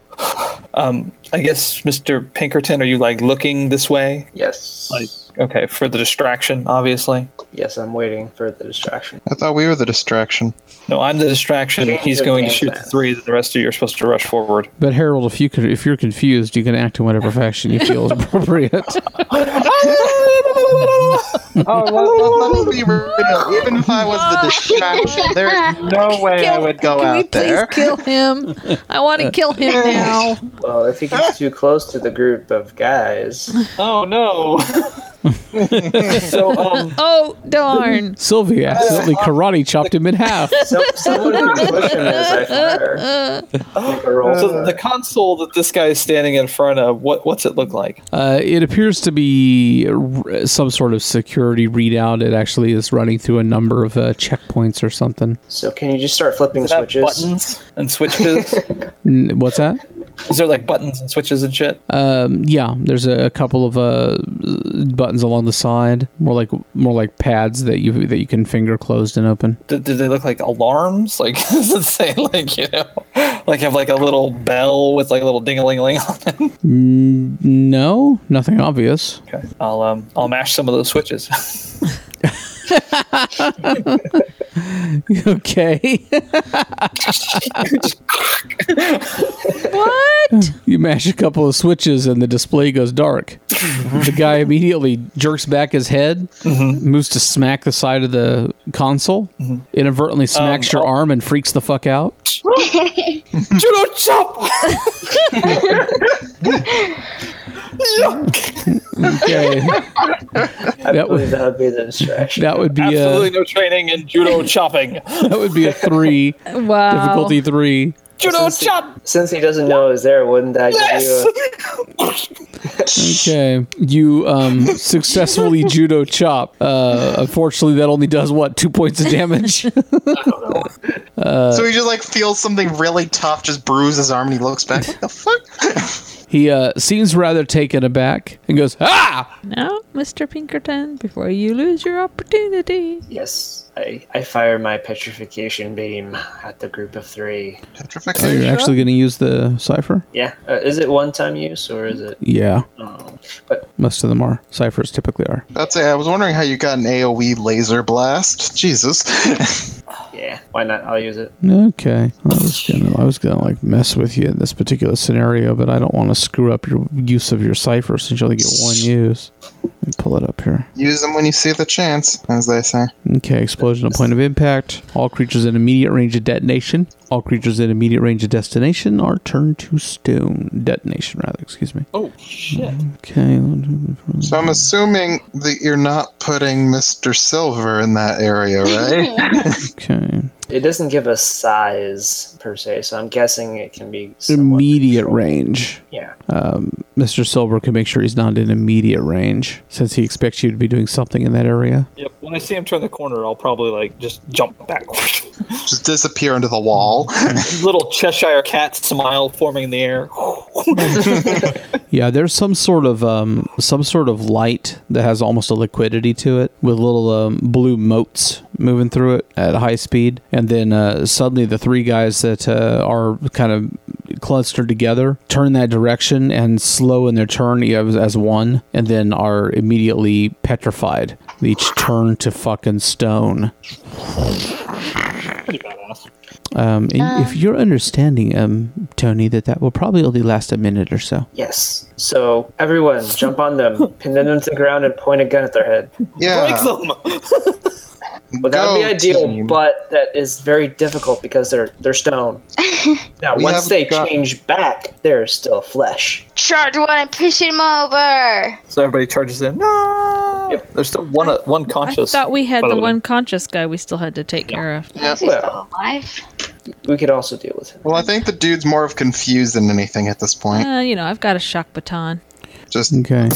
[SPEAKER 7] I guess, Mr. Pinkerton, are you like looking this way?
[SPEAKER 3] Yes.
[SPEAKER 7] Like, okay, for the distraction, obviously.
[SPEAKER 3] Yes, I'm waiting for the distraction.
[SPEAKER 5] I thought we were the distraction.
[SPEAKER 7] No, I'm the distraction.
[SPEAKER 3] Change
[SPEAKER 7] He's
[SPEAKER 3] of
[SPEAKER 7] going to
[SPEAKER 3] game
[SPEAKER 7] shoot
[SPEAKER 3] plan.
[SPEAKER 7] the three. The rest of you are supposed to rush forward.
[SPEAKER 2] But Harold, if you could, if you're confused, you can act in whatever fashion you feel is appropriate.
[SPEAKER 3] Oh,
[SPEAKER 5] Well, let me be real. Even if I was the distraction, there's no way I would go
[SPEAKER 6] Can we
[SPEAKER 5] out
[SPEAKER 6] please
[SPEAKER 5] there.
[SPEAKER 6] kill him? I want to kill him now.
[SPEAKER 3] Well, if he gets too close to the group of guys,
[SPEAKER 7] Oh no! so um,
[SPEAKER 6] Oh darn!
[SPEAKER 2] Sylvia accidentally karate chopped him in half.
[SPEAKER 3] some, someone can push him as I fire. Make a roll.
[SPEAKER 7] so the console that this guy is standing in front of, what what's it look like?
[SPEAKER 2] Uh, it appears to be r- some sort of security readout. It actually is running through a number of uh, checkpoints or something.
[SPEAKER 3] so can you just start flipping
[SPEAKER 7] Does it have
[SPEAKER 3] switches?
[SPEAKER 7] buttons and switches?
[SPEAKER 2] N- What's that?
[SPEAKER 7] is there like buttons and switches and shit?
[SPEAKER 2] Yeah, there's a, a couple of uh, buttons along the side, more like more like pads that you that you can finger closed and open.
[SPEAKER 7] Do, do they look like alarms? Like does it say like you know, like have like a little bell with like a little ding a ling ling on it?
[SPEAKER 2] No, nothing obvious.
[SPEAKER 7] Okay, I'll um I'll mash some of those switches.
[SPEAKER 2] okay,
[SPEAKER 6] What?
[SPEAKER 2] you mash a couple of switches and the display goes dark. the guy immediately jerks back his head, moves to smack the side of the console, inadvertently smacks your arm and freaks the fuck out.
[SPEAKER 7] Judo chop.
[SPEAKER 2] Okay,
[SPEAKER 3] I
[SPEAKER 2] That
[SPEAKER 3] believe
[SPEAKER 2] would-
[SPEAKER 3] that would be the distraction.
[SPEAKER 2] that would be
[SPEAKER 7] Absolutely
[SPEAKER 2] a,
[SPEAKER 7] no training in judo chopping.
[SPEAKER 2] that would be a three
[SPEAKER 6] Wow.
[SPEAKER 2] difficulty three.
[SPEAKER 7] Judo chop.
[SPEAKER 3] Since he doesn't know it's there, wouldn't that give
[SPEAKER 7] Yes.
[SPEAKER 3] you a...
[SPEAKER 2] Okay, you um, successfully judo chop. Uh, unfortunately, that only does what two points of damage.
[SPEAKER 5] so he just like feels something really tough, just bruise his arm, and he looks back. What the fuck?
[SPEAKER 2] He uh, seems rather taken aback and goes, Ah!
[SPEAKER 6] Now, Mr. Pinkerton, before you lose your opportunity.
[SPEAKER 3] Yes, I, I fire my petrification beam at the group of three.
[SPEAKER 2] So you're
[SPEAKER 5] Petrification.
[SPEAKER 2] actually going to use the cipher?
[SPEAKER 3] Yeah, uh, is it one time use or is it?
[SPEAKER 2] Yeah,
[SPEAKER 3] Oh, but
[SPEAKER 2] most of them are. Ciphers typically are.
[SPEAKER 5] That's it. I was wondering how you got an AoE laser blast. Jesus.
[SPEAKER 3] yeah, why not? I'll use it.
[SPEAKER 2] Okay, I was gonna, I was gonna like mess with you in this particular scenario, but I don't want to screw up your use of your cipher since you only get one use. Let me pull it up here.
[SPEAKER 5] Use them when you see the chance, as they say.
[SPEAKER 2] Okay, explosion at point of impact. All creatures in immediate range of detonation. All creatures in immediate range of destination are turned to stone. Detonation, rather. Excuse me.
[SPEAKER 3] Oh shit!
[SPEAKER 2] Okay.
[SPEAKER 5] So I'm assuming that you're not putting Mr. Silver in that area, right?
[SPEAKER 2] Okay.
[SPEAKER 3] It doesn't give a size per se, so I'm guessing it can be somewhat
[SPEAKER 2] Immediate
[SPEAKER 3] controlled.
[SPEAKER 2] range.
[SPEAKER 3] Yeah,
[SPEAKER 2] Mr. Silver can make sure he's not in immediate range since he expects you to be doing something in that area.
[SPEAKER 7] Yep. When I see him turn the corner, I'll probably like just jump back.
[SPEAKER 5] Just disappear into the wall.
[SPEAKER 7] Little Cheshire cat smile forming in the air.
[SPEAKER 2] Yeah, there's some sort of um, some sort of light that has almost a liquidity to it, with little um, blue motes moving through it at high speed, and then uh, suddenly the three guys that uh, are kind of clustered together turn that direction and slow in their turn e, as, as one, and then are immediately petrified. They Each turn to fucking stone.
[SPEAKER 7] Pretty badass.
[SPEAKER 2] Um, and if you're understanding, um, Tony, that that will probably only last a minute or so.
[SPEAKER 3] yes. So everyone, jump on them, pin them to the ground, and point a gun at their head.
[SPEAKER 5] Yeah.
[SPEAKER 7] Break them.
[SPEAKER 3] Well, that would be
[SPEAKER 5] Go,
[SPEAKER 3] ideal,
[SPEAKER 5] team.
[SPEAKER 3] but that is very difficult because they're they're stone. now,
[SPEAKER 5] We
[SPEAKER 3] once
[SPEAKER 5] haven't
[SPEAKER 3] they
[SPEAKER 5] got-
[SPEAKER 3] change back, they're still flesh.
[SPEAKER 8] Charge one and push him over.
[SPEAKER 7] So everybody charges in. No. There's still one uh, one conscious.
[SPEAKER 6] I thought we had
[SPEAKER 7] by
[SPEAKER 6] the
[SPEAKER 7] way.
[SPEAKER 6] one conscious guy we still had to take care of.
[SPEAKER 5] Yeah.
[SPEAKER 8] Is he still alive?
[SPEAKER 3] We could also deal with him.
[SPEAKER 5] Well, I think the dude's more of confused than anything at this point.
[SPEAKER 6] Uh, you know, I've got a shock baton.
[SPEAKER 5] Just
[SPEAKER 2] Okay.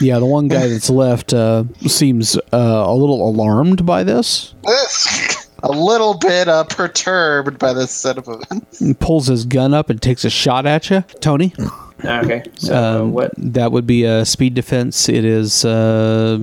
[SPEAKER 2] Yeah, the one guy that's left uh, seems uh, a little alarmed by this
[SPEAKER 5] a little bit uh, perturbed by this set of events.
[SPEAKER 2] and pulls his gun up and takes a shot at you. Tony,
[SPEAKER 5] Ah,
[SPEAKER 3] Okay. So uh,
[SPEAKER 2] um,
[SPEAKER 3] what
[SPEAKER 2] that would be a speed defense. It is uh,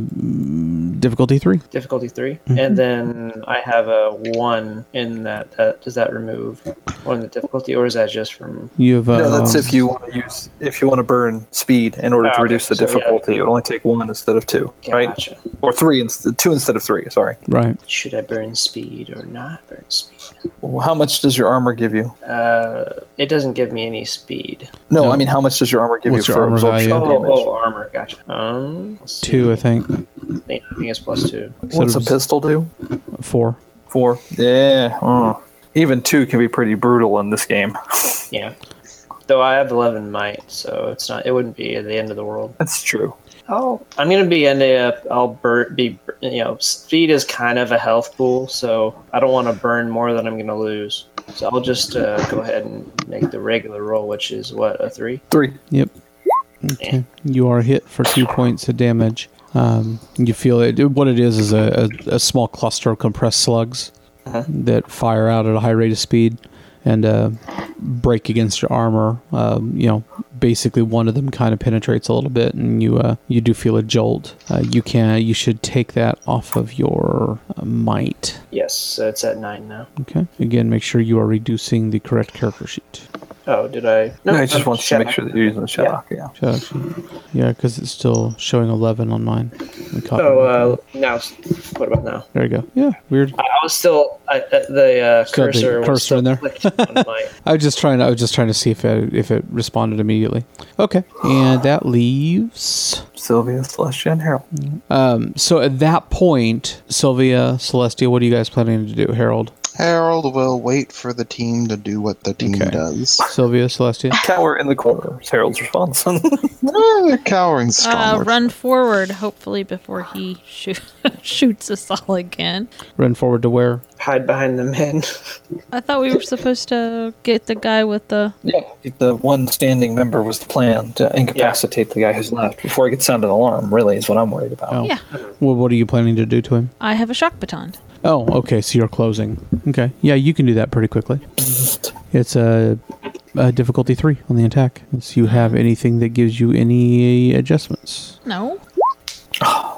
[SPEAKER 2] difficulty three.
[SPEAKER 3] difficulty 3 and then I have a one in that. that does that remove one of the difficulty, or is that just from?
[SPEAKER 2] You have uh,
[SPEAKER 7] No, that's if you want to use if you want to burn speed in order
[SPEAKER 3] Ah,
[SPEAKER 7] to reduce the
[SPEAKER 3] okay, so yeah.
[SPEAKER 7] difficulty. It would only take one instead of two, right?
[SPEAKER 3] Gotcha.
[SPEAKER 7] Or three instead two instead of three. Sorry.
[SPEAKER 2] right.
[SPEAKER 3] Should I burn speed or not burn speed?
[SPEAKER 7] Well, How much does your armor give you?
[SPEAKER 3] Uh, it doesn't give me any speed.
[SPEAKER 7] No, I mean how much does your armor give
[SPEAKER 2] What's
[SPEAKER 7] you
[SPEAKER 2] your
[SPEAKER 7] for
[SPEAKER 2] armor
[SPEAKER 7] absorption?
[SPEAKER 2] value?
[SPEAKER 3] Oh,
[SPEAKER 7] damage?
[SPEAKER 3] oh, armor. Gotcha. Um, let's see.
[SPEAKER 2] Two, I think.
[SPEAKER 3] Yeah, I think it's plus two.
[SPEAKER 7] What's a
[SPEAKER 2] Sort of-
[SPEAKER 7] pistol do?
[SPEAKER 2] Four.
[SPEAKER 7] Four. Yeah. mm. Even two can be pretty brutal in this game.
[SPEAKER 3] Yeah. Though I have 11 might, so it's not. It wouldn't be the end of the world.
[SPEAKER 7] That's true.
[SPEAKER 3] Oh, I'm gonna be in a. I'll bur- be. You know, speed is kind of a health pool, so I don't want to burn more than I'm gonna lose. So I'll just uh, go ahead and make the regular roll, which is what a three.
[SPEAKER 7] Three.
[SPEAKER 2] Yep. Okay. You are hit for two points of damage. Um, you feel it. What it is is a, a, a small cluster of compressed slugs that fire out at a high rate of speed and uh, break against your armor. Um, you know, basically one of them kind of penetrates a little bit, and you uh, you do feel a jolt. Uh, you can you should take that off of your uh, might.
[SPEAKER 3] Yes, so it's at nine now.
[SPEAKER 2] Okay. Again, make sure you are reducing the correct character sheet.
[SPEAKER 3] Oh, did I?
[SPEAKER 7] No, I just want you to
[SPEAKER 3] shut
[SPEAKER 7] make
[SPEAKER 3] up.
[SPEAKER 7] sure that you're using the shadok. Yeah.
[SPEAKER 2] Shut up. Yeah, because it's still showing 11 on mine.
[SPEAKER 3] So uh, now, what about now?
[SPEAKER 2] There you go. Yeah, weird.
[SPEAKER 3] I I was still I, uh, the uh,
[SPEAKER 2] Still the
[SPEAKER 3] cursor was
[SPEAKER 2] cursor
[SPEAKER 3] still
[SPEAKER 2] in there.
[SPEAKER 3] clicked on my-
[SPEAKER 2] I was just trying. I was just trying to see if it, if it responded immediately. Okay, and that leaves.
[SPEAKER 7] Sylvia, Celestia, and Harold.
[SPEAKER 2] Um, so at that point, Sylvia, Celestia, what are you guys planning to do? Harold,
[SPEAKER 5] Harold will wait for the team to do what the team
[SPEAKER 2] Okay.
[SPEAKER 5] does.
[SPEAKER 2] Sylvia, Celestia.
[SPEAKER 7] Cower in the corner. is Harold's response.
[SPEAKER 5] Eh, cowering strong.
[SPEAKER 6] Uh, run forward, hopefully, before he shoot, shoots us all again.
[SPEAKER 2] Run forward to where?
[SPEAKER 3] hide behind the men.
[SPEAKER 6] I thought we were supposed to get the guy with the.
[SPEAKER 7] yeah. The one standing member was the plan to incapacitate the guy who's left before he could sound an alarm. Really, is what I'm worried about.
[SPEAKER 2] Oh.
[SPEAKER 6] Yeah,
[SPEAKER 2] Well, what are you planning to do to him?
[SPEAKER 6] I have a shock baton.
[SPEAKER 2] Oh, okay. So you're closing. Okay. Yeah, you can do that pretty quickly. It's a Uh, difficulty three on the attack. Unless you have anything that gives you any adjustments.
[SPEAKER 6] No.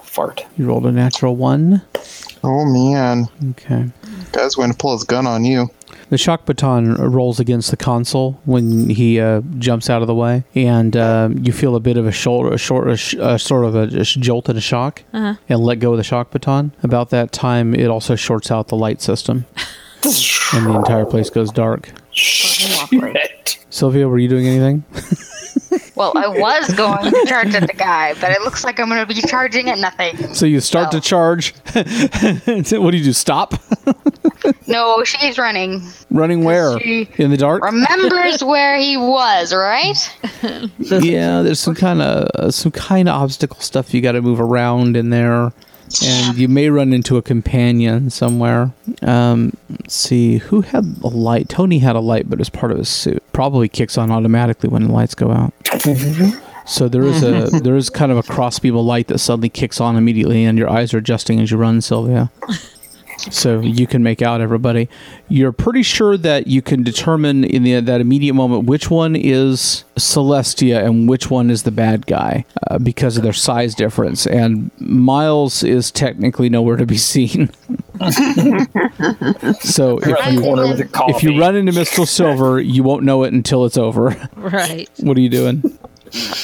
[SPEAKER 7] Fart.
[SPEAKER 2] You rolled a natural one.
[SPEAKER 5] Oh man,
[SPEAKER 2] Okay.
[SPEAKER 5] guy's going to pull his gun on you.
[SPEAKER 2] The shock baton rolls against the console when he uh, jumps out of the way, and uh, you feel a bit of a shoulder, a short, a sh- a sort of a, sh- jolt and a shock, and let go of the shock baton. About that time, it also shorts out the light system, and the entire place goes dark. Sylvia, were you doing anything?
[SPEAKER 8] Well, I was going to charge at the guy, but it looks like I'm going to be charging at nothing.
[SPEAKER 2] so you start
[SPEAKER 8] No.
[SPEAKER 2] to charge. what do you do? Stop
[SPEAKER 8] No, she's running.
[SPEAKER 2] running where
[SPEAKER 8] She-
[SPEAKER 2] in the dark?
[SPEAKER 8] Remembers where he was, right?
[SPEAKER 2] yeah, there's some kind of uh, some kind of obstacle stuff you got to move around in there, and you may run into a companion somewhere. Um, let's see who had a light. Tony had a light, but it's part of his suit. Probably kicks on automatically when the lights go out. So there is a there is kind of a crossbeam of light that suddenly kicks on immediately, and your eyes are adjusting as you run, Sylvia. So you can make out everybody. You're pretty sure that you can determine in the, that immediate moment which one is Celestia and which one is the bad guy uh, because of their size difference. And Miles is technically nowhere to be seen. so if
[SPEAKER 7] Around the
[SPEAKER 2] you
[SPEAKER 7] corner with a coffee.
[SPEAKER 2] if you run into Mistral Silver, you won't know it until it's over.
[SPEAKER 6] Right.
[SPEAKER 2] what are you doing?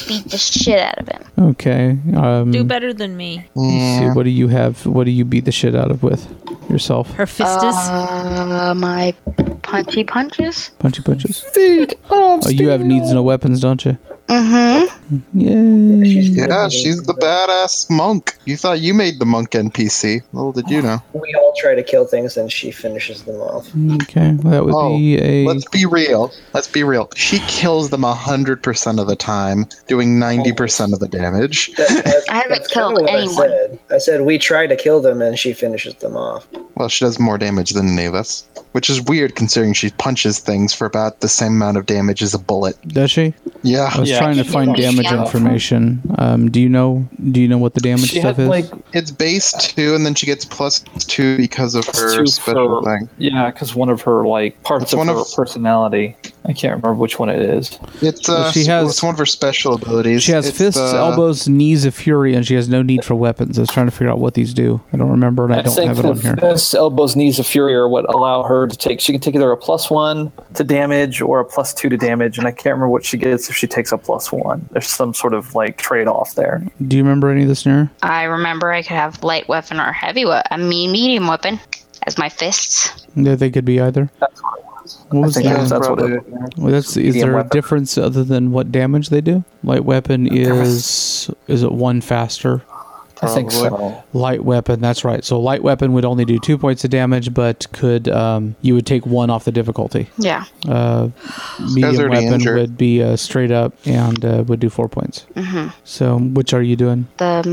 [SPEAKER 8] Beat the shit out of him.
[SPEAKER 2] Okay. Um,
[SPEAKER 6] Do better than me.
[SPEAKER 2] Let's see, what do you have? What do you beat the shit out of with yourself?
[SPEAKER 6] Her fistus.
[SPEAKER 8] Uh, my punchy punches?
[SPEAKER 2] Punchy punches. oh, you have needs no weapons, don't you? Mm-hmm. Yay.
[SPEAKER 5] Yeah, she's the badass monk. You thought you made the monk NPC. Little did
[SPEAKER 2] Ah.
[SPEAKER 5] you know.
[SPEAKER 3] We all try to kill things, and she finishes them off.
[SPEAKER 2] Okay, well, that would
[SPEAKER 5] Oh,
[SPEAKER 2] be a.
[SPEAKER 5] let's be real. Let's be real. She kills them 100% of the time, doing
[SPEAKER 2] Oh.
[SPEAKER 5] 90% of the damage.
[SPEAKER 3] That- that's-
[SPEAKER 8] I haven't
[SPEAKER 3] that's
[SPEAKER 8] killed
[SPEAKER 3] kinda what I
[SPEAKER 8] anyone.
[SPEAKER 3] said. I said we try to kill them, and she finishes them off.
[SPEAKER 5] Well, she does more damage than any of us, which is weird considering she punches things for about the same amount of damage as a bullet.
[SPEAKER 2] Does she? I
[SPEAKER 5] Yeah,
[SPEAKER 2] was trying to find damage
[SPEAKER 8] Yeah.
[SPEAKER 2] information. Um, do you know? Do you know what the damage
[SPEAKER 7] She
[SPEAKER 2] stuff
[SPEAKER 7] had
[SPEAKER 2] is?
[SPEAKER 7] like
[SPEAKER 5] it's base two, and then she gets plus two because of her
[SPEAKER 7] two
[SPEAKER 5] special
[SPEAKER 7] for-
[SPEAKER 5] thing.
[SPEAKER 7] Yeah, because one of her like parts
[SPEAKER 5] It's
[SPEAKER 7] of
[SPEAKER 5] one
[SPEAKER 7] her
[SPEAKER 5] of-
[SPEAKER 7] personality. I can't remember which one it is.
[SPEAKER 5] It's uh,
[SPEAKER 2] Well, she has-
[SPEAKER 5] it's one of her special abilities.
[SPEAKER 2] she has
[SPEAKER 5] It's uh,
[SPEAKER 2] fists,
[SPEAKER 5] the-
[SPEAKER 2] elbows, knees of fury, and she has no need for weapons. I was trying to figure out what these do. I don't remember, and I, don't
[SPEAKER 7] think
[SPEAKER 2] have it on here.
[SPEAKER 7] the fists, elbows, knees of fury are what allow her to take. She can take either a plus one to damage or a plus two to damage, and I can't remember what she gets if she takes a plus one. There's some sort of like trade off there.
[SPEAKER 2] Do you remember any of this, Nira?
[SPEAKER 8] I remember I could have light weapon or heavy weapon. I mean, medium weapon as my fists.
[SPEAKER 2] Yeah, they could be either.
[SPEAKER 7] That's what it was.
[SPEAKER 2] What
[SPEAKER 7] I
[SPEAKER 2] was
[SPEAKER 7] think
[SPEAKER 2] the-
[SPEAKER 7] that's, that's what it
[SPEAKER 5] probably-
[SPEAKER 7] was.
[SPEAKER 2] Well, that's is
[SPEAKER 7] medium
[SPEAKER 2] there a
[SPEAKER 7] weapon.
[SPEAKER 2] difference other than what damage they do? Light weapon is is it one faster?
[SPEAKER 7] I think
[SPEAKER 5] Probably.
[SPEAKER 7] so.
[SPEAKER 2] Light weapon, that's right. So light weapon would only do two points of damage, but could um, you would take one off the difficulty.
[SPEAKER 8] Yeah.
[SPEAKER 2] Uh, medium
[SPEAKER 5] already
[SPEAKER 2] weapon
[SPEAKER 5] injured.
[SPEAKER 2] would be uh, straight up and uh, would do four points.
[SPEAKER 5] Mm-hmm.
[SPEAKER 2] So which are you doing?
[SPEAKER 8] The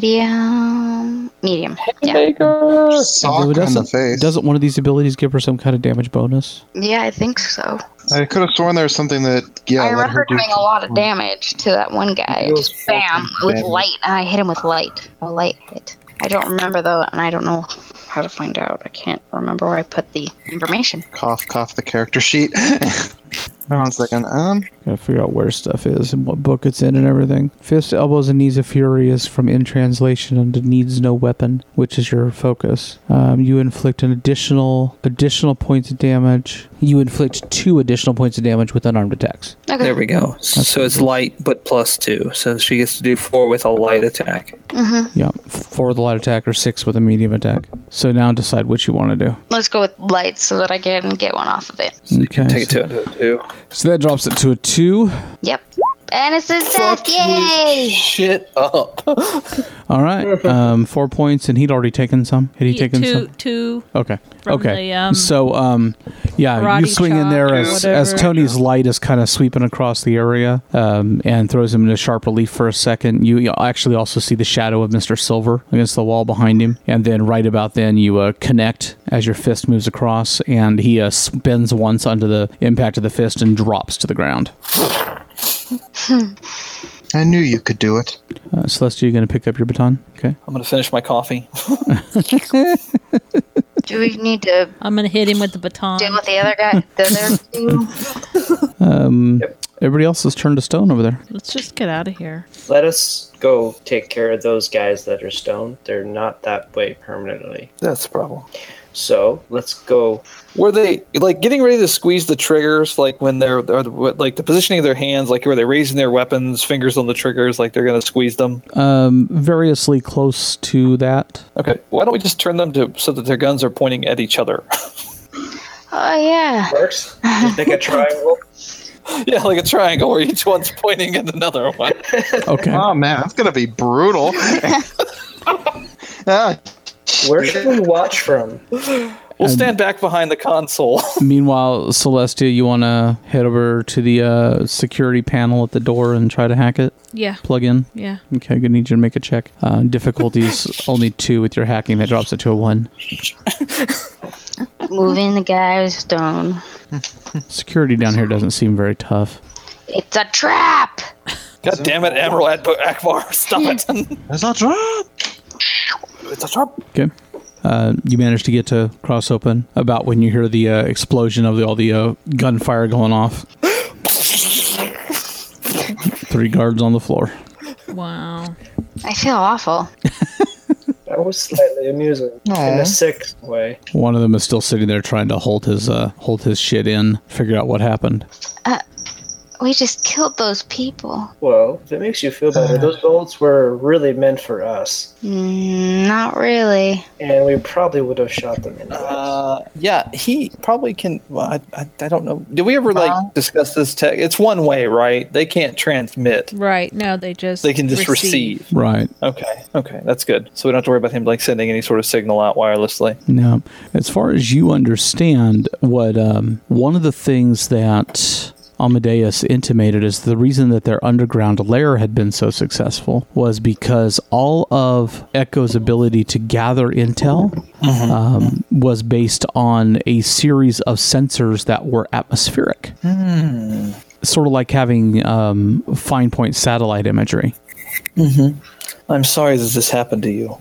[SPEAKER 8] medium. Medium. Yeah.
[SPEAKER 5] sock
[SPEAKER 2] Although
[SPEAKER 5] on
[SPEAKER 2] it
[SPEAKER 5] the
[SPEAKER 2] doesn't,
[SPEAKER 5] face.
[SPEAKER 2] doesn't one of these abilities give her some kind of damage bonus?
[SPEAKER 8] Yeah, I think so.
[SPEAKER 5] I could have sworn there was something that yeah.
[SPEAKER 8] I
[SPEAKER 5] let
[SPEAKER 8] remember
[SPEAKER 5] her do-
[SPEAKER 8] doing a lot of damage to that one guy.
[SPEAKER 5] It was
[SPEAKER 8] Just bam
[SPEAKER 5] fucking
[SPEAKER 8] with
[SPEAKER 5] damage.
[SPEAKER 8] light. I hit him with light. A light hit. I don't remember though, and I don't know how to find out. I can't remember where I put the information.
[SPEAKER 5] cough cough the character sheet. Hold on a second. Um,
[SPEAKER 2] Gotta figure out where stuff is and what book it's in and everything. Fist, elbows, and knees of fury is from in translation and needs no weapon, which is your focus. Um, you inflict an additional additional points of damage. You inflict two additional points of damage with unarmed attacks.
[SPEAKER 8] Okay.
[SPEAKER 7] There we go. So it's light, but plus two. So she gets to do four with a light attack.
[SPEAKER 2] Yeah, four with a light attack or six with a medium attack. So now decide what you want to do.
[SPEAKER 8] Let's go with light so that I can get one off of it.
[SPEAKER 2] Okay.
[SPEAKER 7] Take it to a two.
[SPEAKER 2] So that drops it to a two.
[SPEAKER 8] Yep. And it's a death! Yay!
[SPEAKER 7] Shit up.
[SPEAKER 2] All right. Um, four points, and he'd already taken some. Had he
[SPEAKER 6] Yeah,
[SPEAKER 2] taken
[SPEAKER 6] two,
[SPEAKER 2] some?
[SPEAKER 6] two.
[SPEAKER 2] Okay.
[SPEAKER 6] from
[SPEAKER 2] okay.
[SPEAKER 6] the, um,
[SPEAKER 2] so, um, yeah, you
[SPEAKER 6] karate
[SPEAKER 2] swing in
[SPEAKER 6] chop
[SPEAKER 2] there
[SPEAKER 6] or
[SPEAKER 2] as, as
[SPEAKER 6] whatever.
[SPEAKER 2] Tony's light is kind of sweeping across the area um, and throws him into sharp relief for a second. You, you actually also see the shadow of Mister Silver against the wall behind him, and then right about then you uh, connect as your fist moves across, and he uh, spins once under the impact of the fist and drops to the ground.
[SPEAKER 5] I knew you could do it.
[SPEAKER 2] Uh, Celestia, you going to pick up your baton? Okay.
[SPEAKER 7] I'm gonna finish my coffee.
[SPEAKER 8] Do we need to
[SPEAKER 6] I'm gonna hit him with the baton.
[SPEAKER 8] deal with the other guy? The other two?
[SPEAKER 2] Everybody else has turned to stone over there.
[SPEAKER 6] Let's just get out of here.
[SPEAKER 3] Let us go take care of those guys that are stoned. They're not that way permanently.
[SPEAKER 7] That's the problem.
[SPEAKER 3] So let's go.
[SPEAKER 7] Were they like getting ready to squeeze the triggers, like when they're or the- what- like the positioning of their hands, like were they raising their weapons, fingers on the triggers, like they're gonna squeeze them?
[SPEAKER 2] Um, variously close to that.
[SPEAKER 7] Okay, why don't we just turn them to so that their guns are pointing at each other?
[SPEAKER 8] Oh yeah.
[SPEAKER 3] Works. Just make a triangle.
[SPEAKER 7] yeah, like a triangle where each one's pointing at another one.
[SPEAKER 2] Okay.
[SPEAKER 5] Oh man, that's gonna be brutal. Ah,
[SPEAKER 3] Where should we watch from?
[SPEAKER 7] We'll stand back behind the console.
[SPEAKER 2] Meanwhile, Celestia, you want to head over to the uh, security panel at the door and try to hack it?
[SPEAKER 6] Yeah.
[SPEAKER 2] Plug in?
[SPEAKER 6] Yeah.
[SPEAKER 2] Okay, I'm going to need you to make a check. Uh, difficulties only two with your hacking. That drops it to a one.
[SPEAKER 8] Moving the guy with stone.
[SPEAKER 2] Security down here doesn't seem very tough.
[SPEAKER 8] It's a trap.
[SPEAKER 7] God damn it, Admiral Ad- Akbar, stop it!
[SPEAKER 5] there's a drop.
[SPEAKER 7] it's a trap.
[SPEAKER 2] Okay. Uh, you manage to get to cross open about when you hear the uh, explosion of the, all the uh, gunfire going off. Three guards on the floor.
[SPEAKER 6] Wow.
[SPEAKER 8] I feel awful.
[SPEAKER 3] That was slightly amusing in
[SPEAKER 5] Aw.
[SPEAKER 3] a sick way.
[SPEAKER 2] One of them is still sitting there trying to hold his uh, hold his shit in, figure out what happened.
[SPEAKER 8] We just killed those people.
[SPEAKER 3] Well, if it makes you feel better, those bullets were really meant for us,
[SPEAKER 8] Mm, not really.
[SPEAKER 3] and we probably would have shot them anyway.
[SPEAKER 7] Uh, yeah, he probably can. Well, I, I, I don't know. Did we ever like discuss this tech? It's one way, right? They can't transmit.
[SPEAKER 6] Right. No, they just
[SPEAKER 7] They can just receive.
[SPEAKER 2] Right.
[SPEAKER 7] Okay. Okay, that's good. So we don't have to worry about him like sending any sort of signal out wirelessly.
[SPEAKER 2] Now, as far as you understand, what um, one of the things that Amadeus intimated is the reason that their underground lair had been so successful was because all of Echo's ability to gather intel um, was based on a series of sensors that were atmospheric. Sort of like having um, fine point satellite imagery.
[SPEAKER 7] I'm sorry that this happened to you.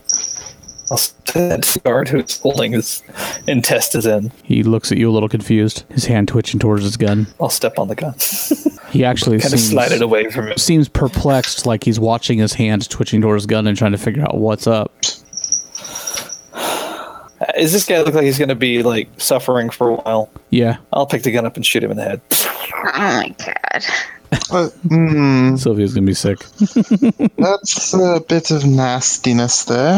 [SPEAKER 7] I'll say that to the guard who's holding his intestines in.
[SPEAKER 2] He looks at you a little confused, his hand twitching towards his gun.
[SPEAKER 7] I'll step on the gun.
[SPEAKER 2] He actually
[SPEAKER 7] kind of
[SPEAKER 2] seems-
[SPEAKER 7] slide it away from him.
[SPEAKER 2] seems perplexed, like he's watching his hand twitching toward his gun and trying to figure out what's up.
[SPEAKER 7] Is this guy look like he's going to be like suffering for a while?
[SPEAKER 2] Yeah,
[SPEAKER 7] I'll pick the gun up and shoot him in the head.
[SPEAKER 8] Oh my god.
[SPEAKER 5] Uh, hmm,
[SPEAKER 2] Sylvia's gonna be sick.
[SPEAKER 5] that's a bit of nastiness there.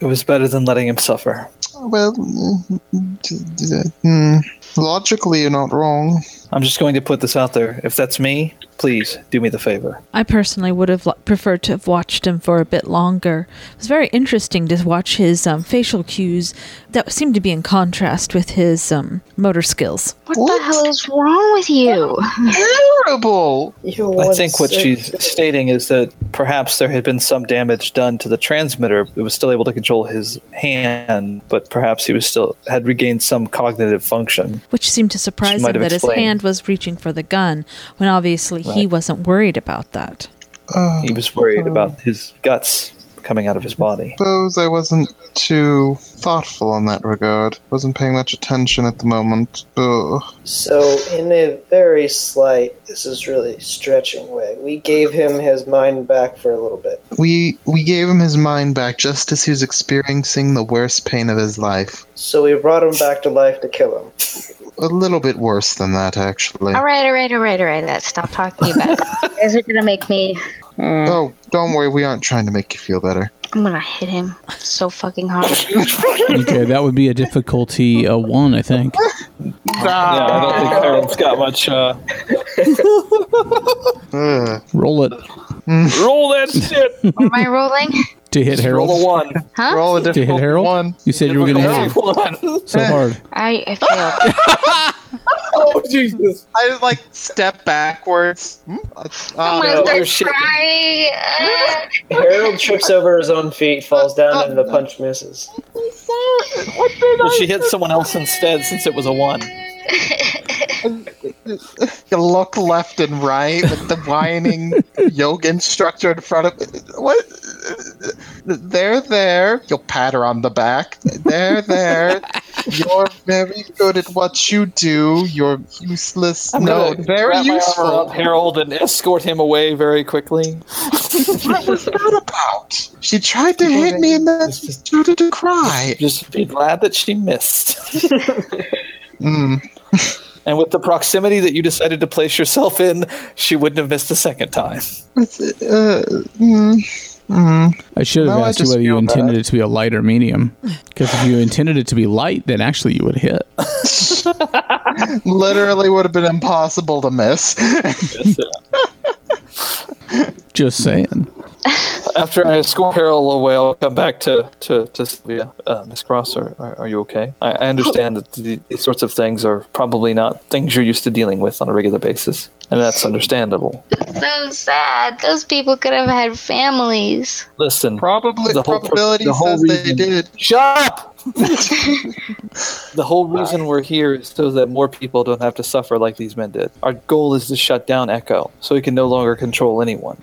[SPEAKER 7] It was better than letting him suffer.
[SPEAKER 5] Well, mm, d- d- hmm, logically you're not wrong.
[SPEAKER 7] I'm just going to put this out there. If that's me, please do me the favor.
[SPEAKER 6] I personally would have li- preferred to have watched him for a bit longer. It was very interesting to watch his um, facial cues that seemed to be in contrast with his um, motor skills.
[SPEAKER 8] What, the hell is wrong with you?
[SPEAKER 5] Terrible.
[SPEAKER 3] You
[SPEAKER 7] I think what she's stating is that perhaps there had been some damage done to the transmitter. It was still able to control his hand, but perhaps he was still had regained some cognitive function.
[SPEAKER 6] which seemed to surprise
[SPEAKER 7] might
[SPEAKER 6] him
[SPEAKER 7] have
[SPEAKER 6] that his
[SPEAKER 7] explained.
[SPEAKER 6] hand was reaching for the gun when obviously he wasn't worried about that.
[SPEAKER 7] He was worried about his guts coming out of his body.
[SPEAKER 5] Suppose I wasn't too thoughtful on that regard. Wasn't paying much attention at the moment. Ugh.
[SPEAKER 3] So, in a very slight, this is really stretching way, we gave him his mind back for a little bit.
[SPEAKER 5] We we gave him his mind back just as he was experiencing the worst pain of his life.
[SPEAKER 3] So, we brought him back to life to kill him.
[SPEAKER 5] A little bit worse than that, actually.
[SPEAKER 8] All right, all right, all right, all right. Let's stop talking about it. You guys are gonna make me.
[SPEAKER 5] Oh, don't worry, we aren't trying to make you feel better.
[SPEAKER 8] I'm gonna hit him so fucking hard.
[SPEAKER 2] Okay, that would be a difficulty uh, one, I think.
[SPEAKER 7] Yeah, I don't think Harold's got much. Uh,
[SPEAKER 5] Ugh.
[SPEAKER 2] Roll it
[SPEAKER 7] roll that shit.
[SPEAKER 8] Am I rolling?
[SPEAKER 2] to hit
[SPEAKER 7] roll a
[SPEAKER 2] Harold.
[SPEAKER 7] one.
[SPEAKER 8] Huh?
[SPEAKER 5] Roll a
[SPEAKER 2] To hit
[SPEAKER 5] difficult
[SPEAKER 2] Harold.
[SPEAKER 5] one.
[SPEAKER 2] You said you were gonna hit him
[SPEAKER 7] One.
[SPEAKER 2] so hard.
[SPEAKER 8] I, I failed.
[SPEAKER 7] Oh Jesus!
[SPEAKER 5] I just like step backwards. Hmm? Uh, uh,
[SPEAKER 8] I'm
[SPEAKER 7] Oh, no,
[SPEAKER 8] gonna
[SPEAKER 7] you're
[SPEAKER 8] start
[SPEAKER 7] shaking.
[SPEAKER 8] crying. Uh,
[SPEAKER 3] Harold trips over his own feet, falls down, and the punch misses.
[SPEAKER 7] Well, she hit someone else instead since it was a one.
[SPEAKER 5] you look left and right with the whining yoga instructor in front of what? They're there. You'll pat her on the back. They're there. You're very good at what you do. You're useless.
[SPEAKER 7] I'm
[SPEAKER 5] no,
[SPEAKER 7] gonna
[SPEAKER 5] very
[SPEAKER 7] wrap my arm around
[SPEAKER 5] useful.
[SPEAKER 7] Harold and escort him away very quickly.
[SPEAKER 5] What was that about? She tried to hit me and then she started to cry.
[SPEAKER 7] Just be glad that she missed.
[SPEAKER 5] Mm.
[SPEAKER 7] And with the proximity that you decided to place yourself in, she wouldn't have missed a second time.
[SPEAKER 5] It's, uh, mm, mm.
[SPEAKER 2] I should have
[SPEAKER 5] Now I
[SPEAKER 2] asked you
[SPEAKER 5] just
[SPEAKER 2] whether you
[SPEAKER 5] feel bad.
[SPEAKER 2] intended it to be a light or medium. Because if you intended it to be light, then actually you would hit.
[SPEAKER 5] Literally would have been impossible to miss.
[SPEAKER 2] Just saying.
[SPEAKER 7] After I escort Harold away, I'll come back to to, to Sylvia. Uh, Miss Cross, are, are, are you okay? I, I understand that the, these sorts of things are probably not things you're used to dealing with on a regular basis, and that's understandable.
[SPEAKER 8] So sad. Those people could have had families.
[SPEAKER 7] Listen,
[SPEAKER 5] Probably
[SPEAKER 7] The whole-
[SPEAKER 5] probability
[SPEAKER 7] the whole
[SPEAKER 5] says they
[SPEAKER 7] reason-
[SPEAKER 5] did.
[SPEAKER 7] Shut up! the whole reason we're here is so that more people don't have to suffer like these men did. Our goal is to shut down Echo so he can no longer control anyone.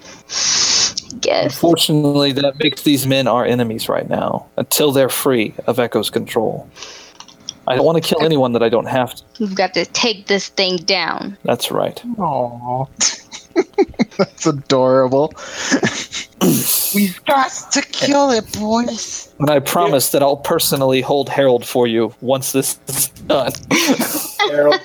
[SPEAKER 8] Guess.
[SPEAKER 7] Fortunately, that makes these men our enemies right now until they're free of Echo's control. I don't want to kill anyone that I don't have to.
[SPEAKER 8] We've got to take this thing down.
[SPEAKER 7] That's right.
[SPEAKER 5] Aww. That's adorable. We've got to kill it, boys.
[SPEAKER 7] And I promise that I'll personally hold Harold for you once this is done.
[SPEAKER 3] Harold,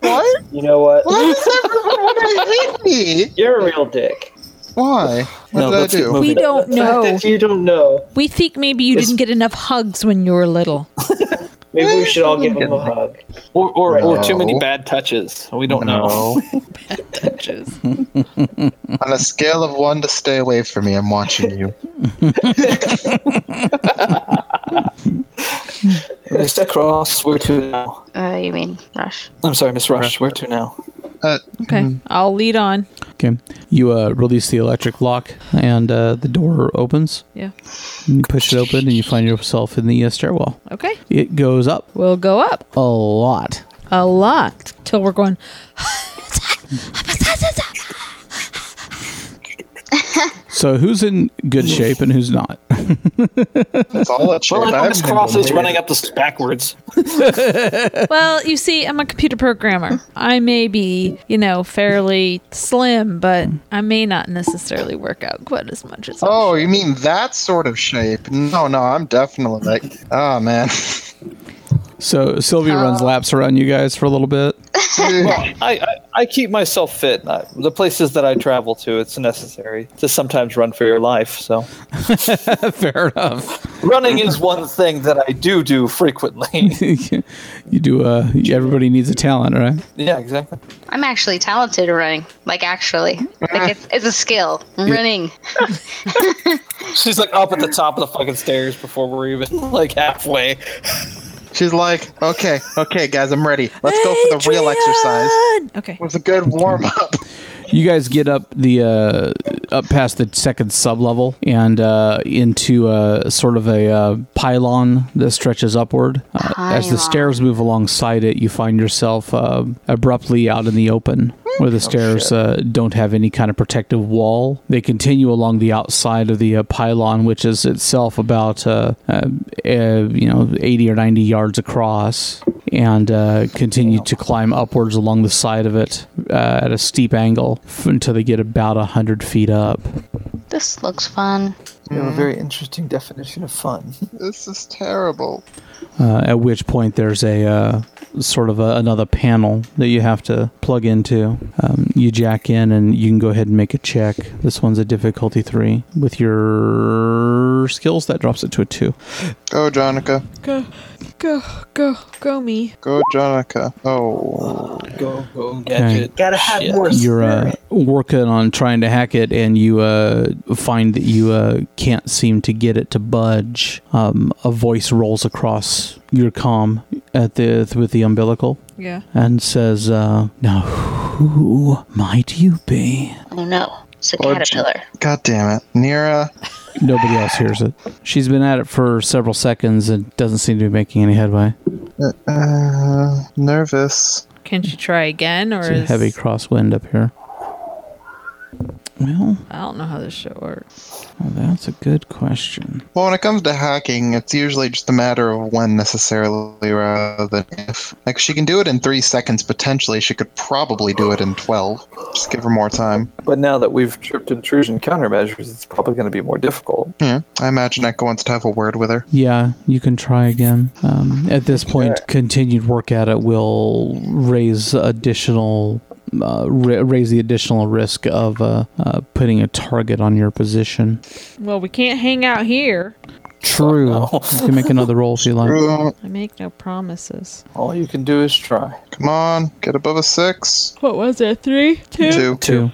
[SPEAKER 5] What?
[SPEAKER 3] you know what?
[SPEAKER 5] Why does everyone want to hate me?
[SPEAKER 3] You're a real dick.
[SPEAKER 5] Why? What
[SPEAKER 7] No,
[SPEAKER 5] did I
[SPEAKER 7] let's get
[SPEAKER 5] do?
[SPEAKER 7] moving.
[SPEAKER 6] We don't
[SPEAKER 3] The fact
[SPEAKER 6] know.
[SPEAKER 3] that you don't know.
[SPEAKER 6] We think maybe you didn't get enough hugs when you were little.
[SPEAKER 3] Maybe we should all give him a hug.
[SPEAKER 7] Or, or, or too many
[SPEAKER 5] No.
[SPEAKER 7] bad touches. We don't know.
[SPEAKER 5] No. On a scale of one to stay away from me, I'm watching you.
[SPEAKER 7] Mr. Cross, where to now?
[SPEAKER 8] Uh, you mean Rush?
[SPEAKER 7] I'm sorry, Miss Rush, where to now?
[SPEAKER 5] Uh,
[SPEAKER 6] Okay, I'll lead on.
[SPEAKER 2] Okay. You uh, release the electric lock, and uh, the door opens.
[SPEAKER 6] Yeah.
[SPEAKER 2] You push it open, and you find yourself in the uh, stairwell.
[SPEAKER 6] Okay.
[SPEAKER 2] It goes up
[SPEAKER 6] We'll go up
[SPEAKER 2] a lot.
[SPEAKER 6] a lot till we're going.
[SPEAKER 2] So who's in good shape and who's not?
[SPEAKER 5] That's all that
[SPEAKER 7] Well, I
[SPEAKER 5] shape
[SPEAKER 7] know
[SPEAKER 5] I've
[SPEAKER 7] Miss
[SPEAKER 5] been
[SPEAKER 7] Cross
[SPEAKER 5] in.
[SPEAKER 7] is running up the stairs backwards.
[SPEAKER 6] Well, you see, I'm a computer programmer. I may be, you know, fairly slim, but I may not necessarily work out quite as much as.
[SPEAKER 5] Oh, you mean that sort of shape? No, no, I'm definitely like, oh man.
[SPEAKER 2] So Sylvia
[SPEAKER 5] Uh,
[SPEAKER 2] runs laps around you guys for a little bit.
[SPEAKER 7] I, I, I keep myself fit. I, the places that I travel to, it's necessary to sometimes run for your life. So
[SPEAKER 2] Fair enough.
[SPEAKER 7] running is one thing that I do do frequently.
[SPEAKER 2] you do. Uh, everybody needs a talent, right?
[SPEAKER 7] yeah, exactly.
[SPEAKER 8] I'm actually talented at running. Like, actually. Like, it's, it's a skill. Running.
[SPEAKER 7] She's like up at the top of the fucking stairs before we're even like halfway.
[SPEAKER 5] She's like, okay, okay, guys, I'm ready. Let's go for the real exercise.
[SPEAKER 6] Okay.
[SPEAKER 5] It was a good warm up.
[SPEAKER 2] You guys get up the uh, up past the second sub level and uh, into a sort of a uh, pylon that stretches upward. Uh, as the
[SPEAKER 8] Pylon.
[SPEAKER 2] stairs move alongside it, you find yourself uh, abruptly out in the open, where the stairs uh, don't have any kind of protective wall. They continue along the outside of the uh, pylon, which is itself about uh, uh, uh, you know eighty or ninety yards across and uh, continue to climb upwards along the side of it uh, at a steep angle f- until they get about 100 feet up.
[SPEAKER 8] This looks fun.
[SPEAKER 7] You have a very interesting definition of fun.
[SPEAKER 5] This is terrible.
[SPEAKER 2] Uh, at which point, there's a uh, sort of a, another panel that you have to plug into. Um, you jack in and you can go ahead and make a check. This one's a difficulty three. With your skills, that drops it to a two.
[SPEAKER 5] Go, Jonica.
[SPEAKER 6] Go, go, go, go me.
[SPEAKER 5] Go, Jonica. Oh.
[SPEAKER 7] Go, go,
[SPEAKER 2] gadget.
[SPEAKER 3] Gotta have more.
[SPEAKER 2] You're uh, working on trying to hack it, and you uh, find that you uh, can't seem to get it to budge. Um, a voice rolls across your comm at the with the umbilical
[SPEAKER 6] Yeah.
[SPEAKER 2] and says, uh, "Now, who might you be?"
[SPEAKER 8] Oh no. It's a
[SPEAKER 5] Or
[SPEAKER 8] caterpillar.
[SPEAKER 5] God damn it. Nira.
[SPEAKER 2] Nobody else hears it. She's been at it for several seconds and doesn't seem to be making any headway.
[SPEAKER 5] Uh, nervous.
[SPEAKER 6] Can she try again, or
[SPEAKER 2] It's a
[SPEAKER 6] is
[SPEAKER 2] heavy crosswind up here.
[SPEAKER 1] Well,
[SPEAKER 6] I don't know how this shit works.
[SPEAKER 1] well, that's a good question.
[SPEAKER 5] Well, when it comes to hacking, it's usually just a matter of when necessarily rather than if. Like, she can do it in three seconds potentially. She could probably do it in 12. Just give her more time.
[SPEAKER 7] But now that we've tripped intrusion countermeasures, it's probably going to be more difficult.
[SPEAKER 5] Yeah. I imagine Echo wants to have a word with her.
[SPEAKER 1] Yeah, you can try again. Um, at this point, continued work at it will raise additional. Uh, ra- raise the additional risk of uh, uh, putting a target on your position.
[SPEAKER 6] Well, we can't hang out here.
[SPEAKER 1] True. Uh, You can make another roll if you like.
[SPEAKER 5] Ooh,
[SPEAKER 6] I make no promises.
[SPEAKER 7] All you can do is try.
[SPEAKER 5] Come on, get above a six.
[SPEAKER 6] What was it? Three?
[SPEAKER 5] Two.
[SPEAKER 1] Two.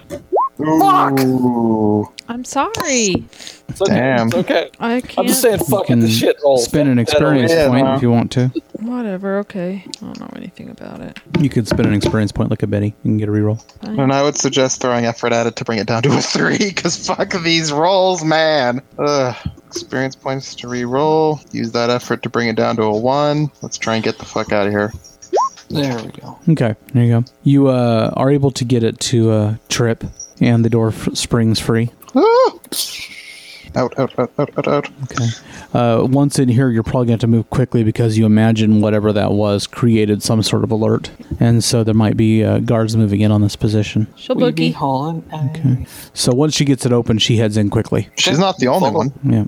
[SPEAKER 5] Ooh.
[SPEAKER 6] I'm sorry.
[SPEAKER 7] It's okay.
[SPEAKER 5] Damn.
[SPEAKER 7] It's okay.
[SPEAKER 6] I
[SPEAKER 7] I'm
[SPEAKER 6] can't.
[SPEAKER 7] just saying, fuck with
[SPEAKER 1] can
[SPEAKER 7] the shit roll.
[SPEAKER 1] Spend an experience
[SPEAKER 5] yeah,
[SPEAKER 1] point
[SPEAKER 5] huh?
[SPEAKER 1] if you want to.
[SPEAKER 6] Whatever. Okay. I don't know anything about it.
[SPEAKER 1] You could spend an experience point like a Betty. You can get a reroll.
[SPEAKER 5] And I would suggest throwing effort at it to bring it down to a three, because fuck these rolls, man. Ugh. Experience points to re-roll. Use that effort to bring it down to a one. Let's try and get the fuck out of here.
[SPEAKER 7] There we go.
[SPEAKER 1] Okay, there you go. You uh, are able to get it to uh, trip, and the door f- springs free.
[SPEAKER 5] Ah! Out, out, out, out, out, out.
[SPEAKER 1] Okay. Uh, once in here, you're probably going to have to move quickly because you imagine whatever that was created some sort of alert, and so there might be uh, guards moving in on this position.
[SPEAKER 6] She'll
[SPEAKER 7] We be
[SPEAKER 6] bookie.
[SPEAKER 7] hauling
[SPEAKER 1] So once she gets it open, she heads in quickly.
[SPEAKER 5] She's not the only one.
[SPEAKER 1] Yeah.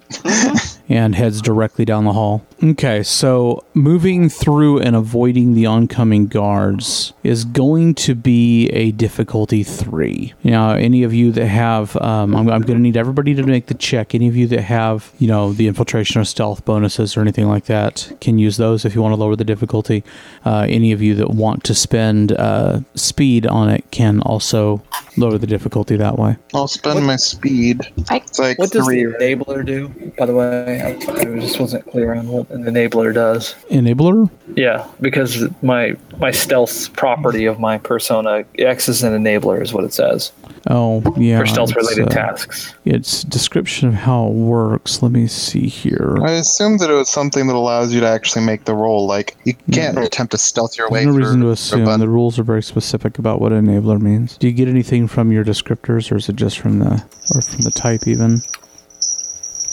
[SPEAKER 1] and heads directly down the hall. Okay, so moving through and avoiding the oncoming guards is going to be a difficulty three. Now, any of you that have, um, I'm, I'm going to need everybody to make the check. Any of you that have, you know, the infiltration or stealth bonuses or anything like that can use those if you want to lower the difficulty. Uh, any of you that want to spend uh, speed on it can also lower the difficulty that way.
[SPEAKER 5] I'll spend my speed.
[SPEAKER 8] I,
[SPEAKER 5] It's like
[SPEAKER 7] What does
[SPEAKER 5] three.
[SPEAKER 7] the enabler do? By the way, I, I just wasn't clear on what an enabler does.
[SPEAKER 1] Enabler?
[SPEAKER 7] Yeah, because my my stealth property of my persona acts as an enabler, is what it says
[SPEAKER 1] Oh, yeah.
[SPEAKER 7] for stealth related
[SPEAKER 1] it's, uh,
[SPEAKER 7] tasks.
[SPEAKER 1] its description of how it works. Let me see here.
[SPEAKER 5] I assume that it was something that allows you to actually make the roll. Like you can't attempt to stealth your way
[SPEAKER 1] There's no
[SPEAKER 5] through.
[SPEAKER 1] reason to
[SPEAKER 5] a
[SPEAKER 1] assume.
[SPEAKER 5] bun-
[SPEAKER 1] The rules are very specific about what enabler means. Do you get anything from your descriptors, or is it just from the uh, or from the type even?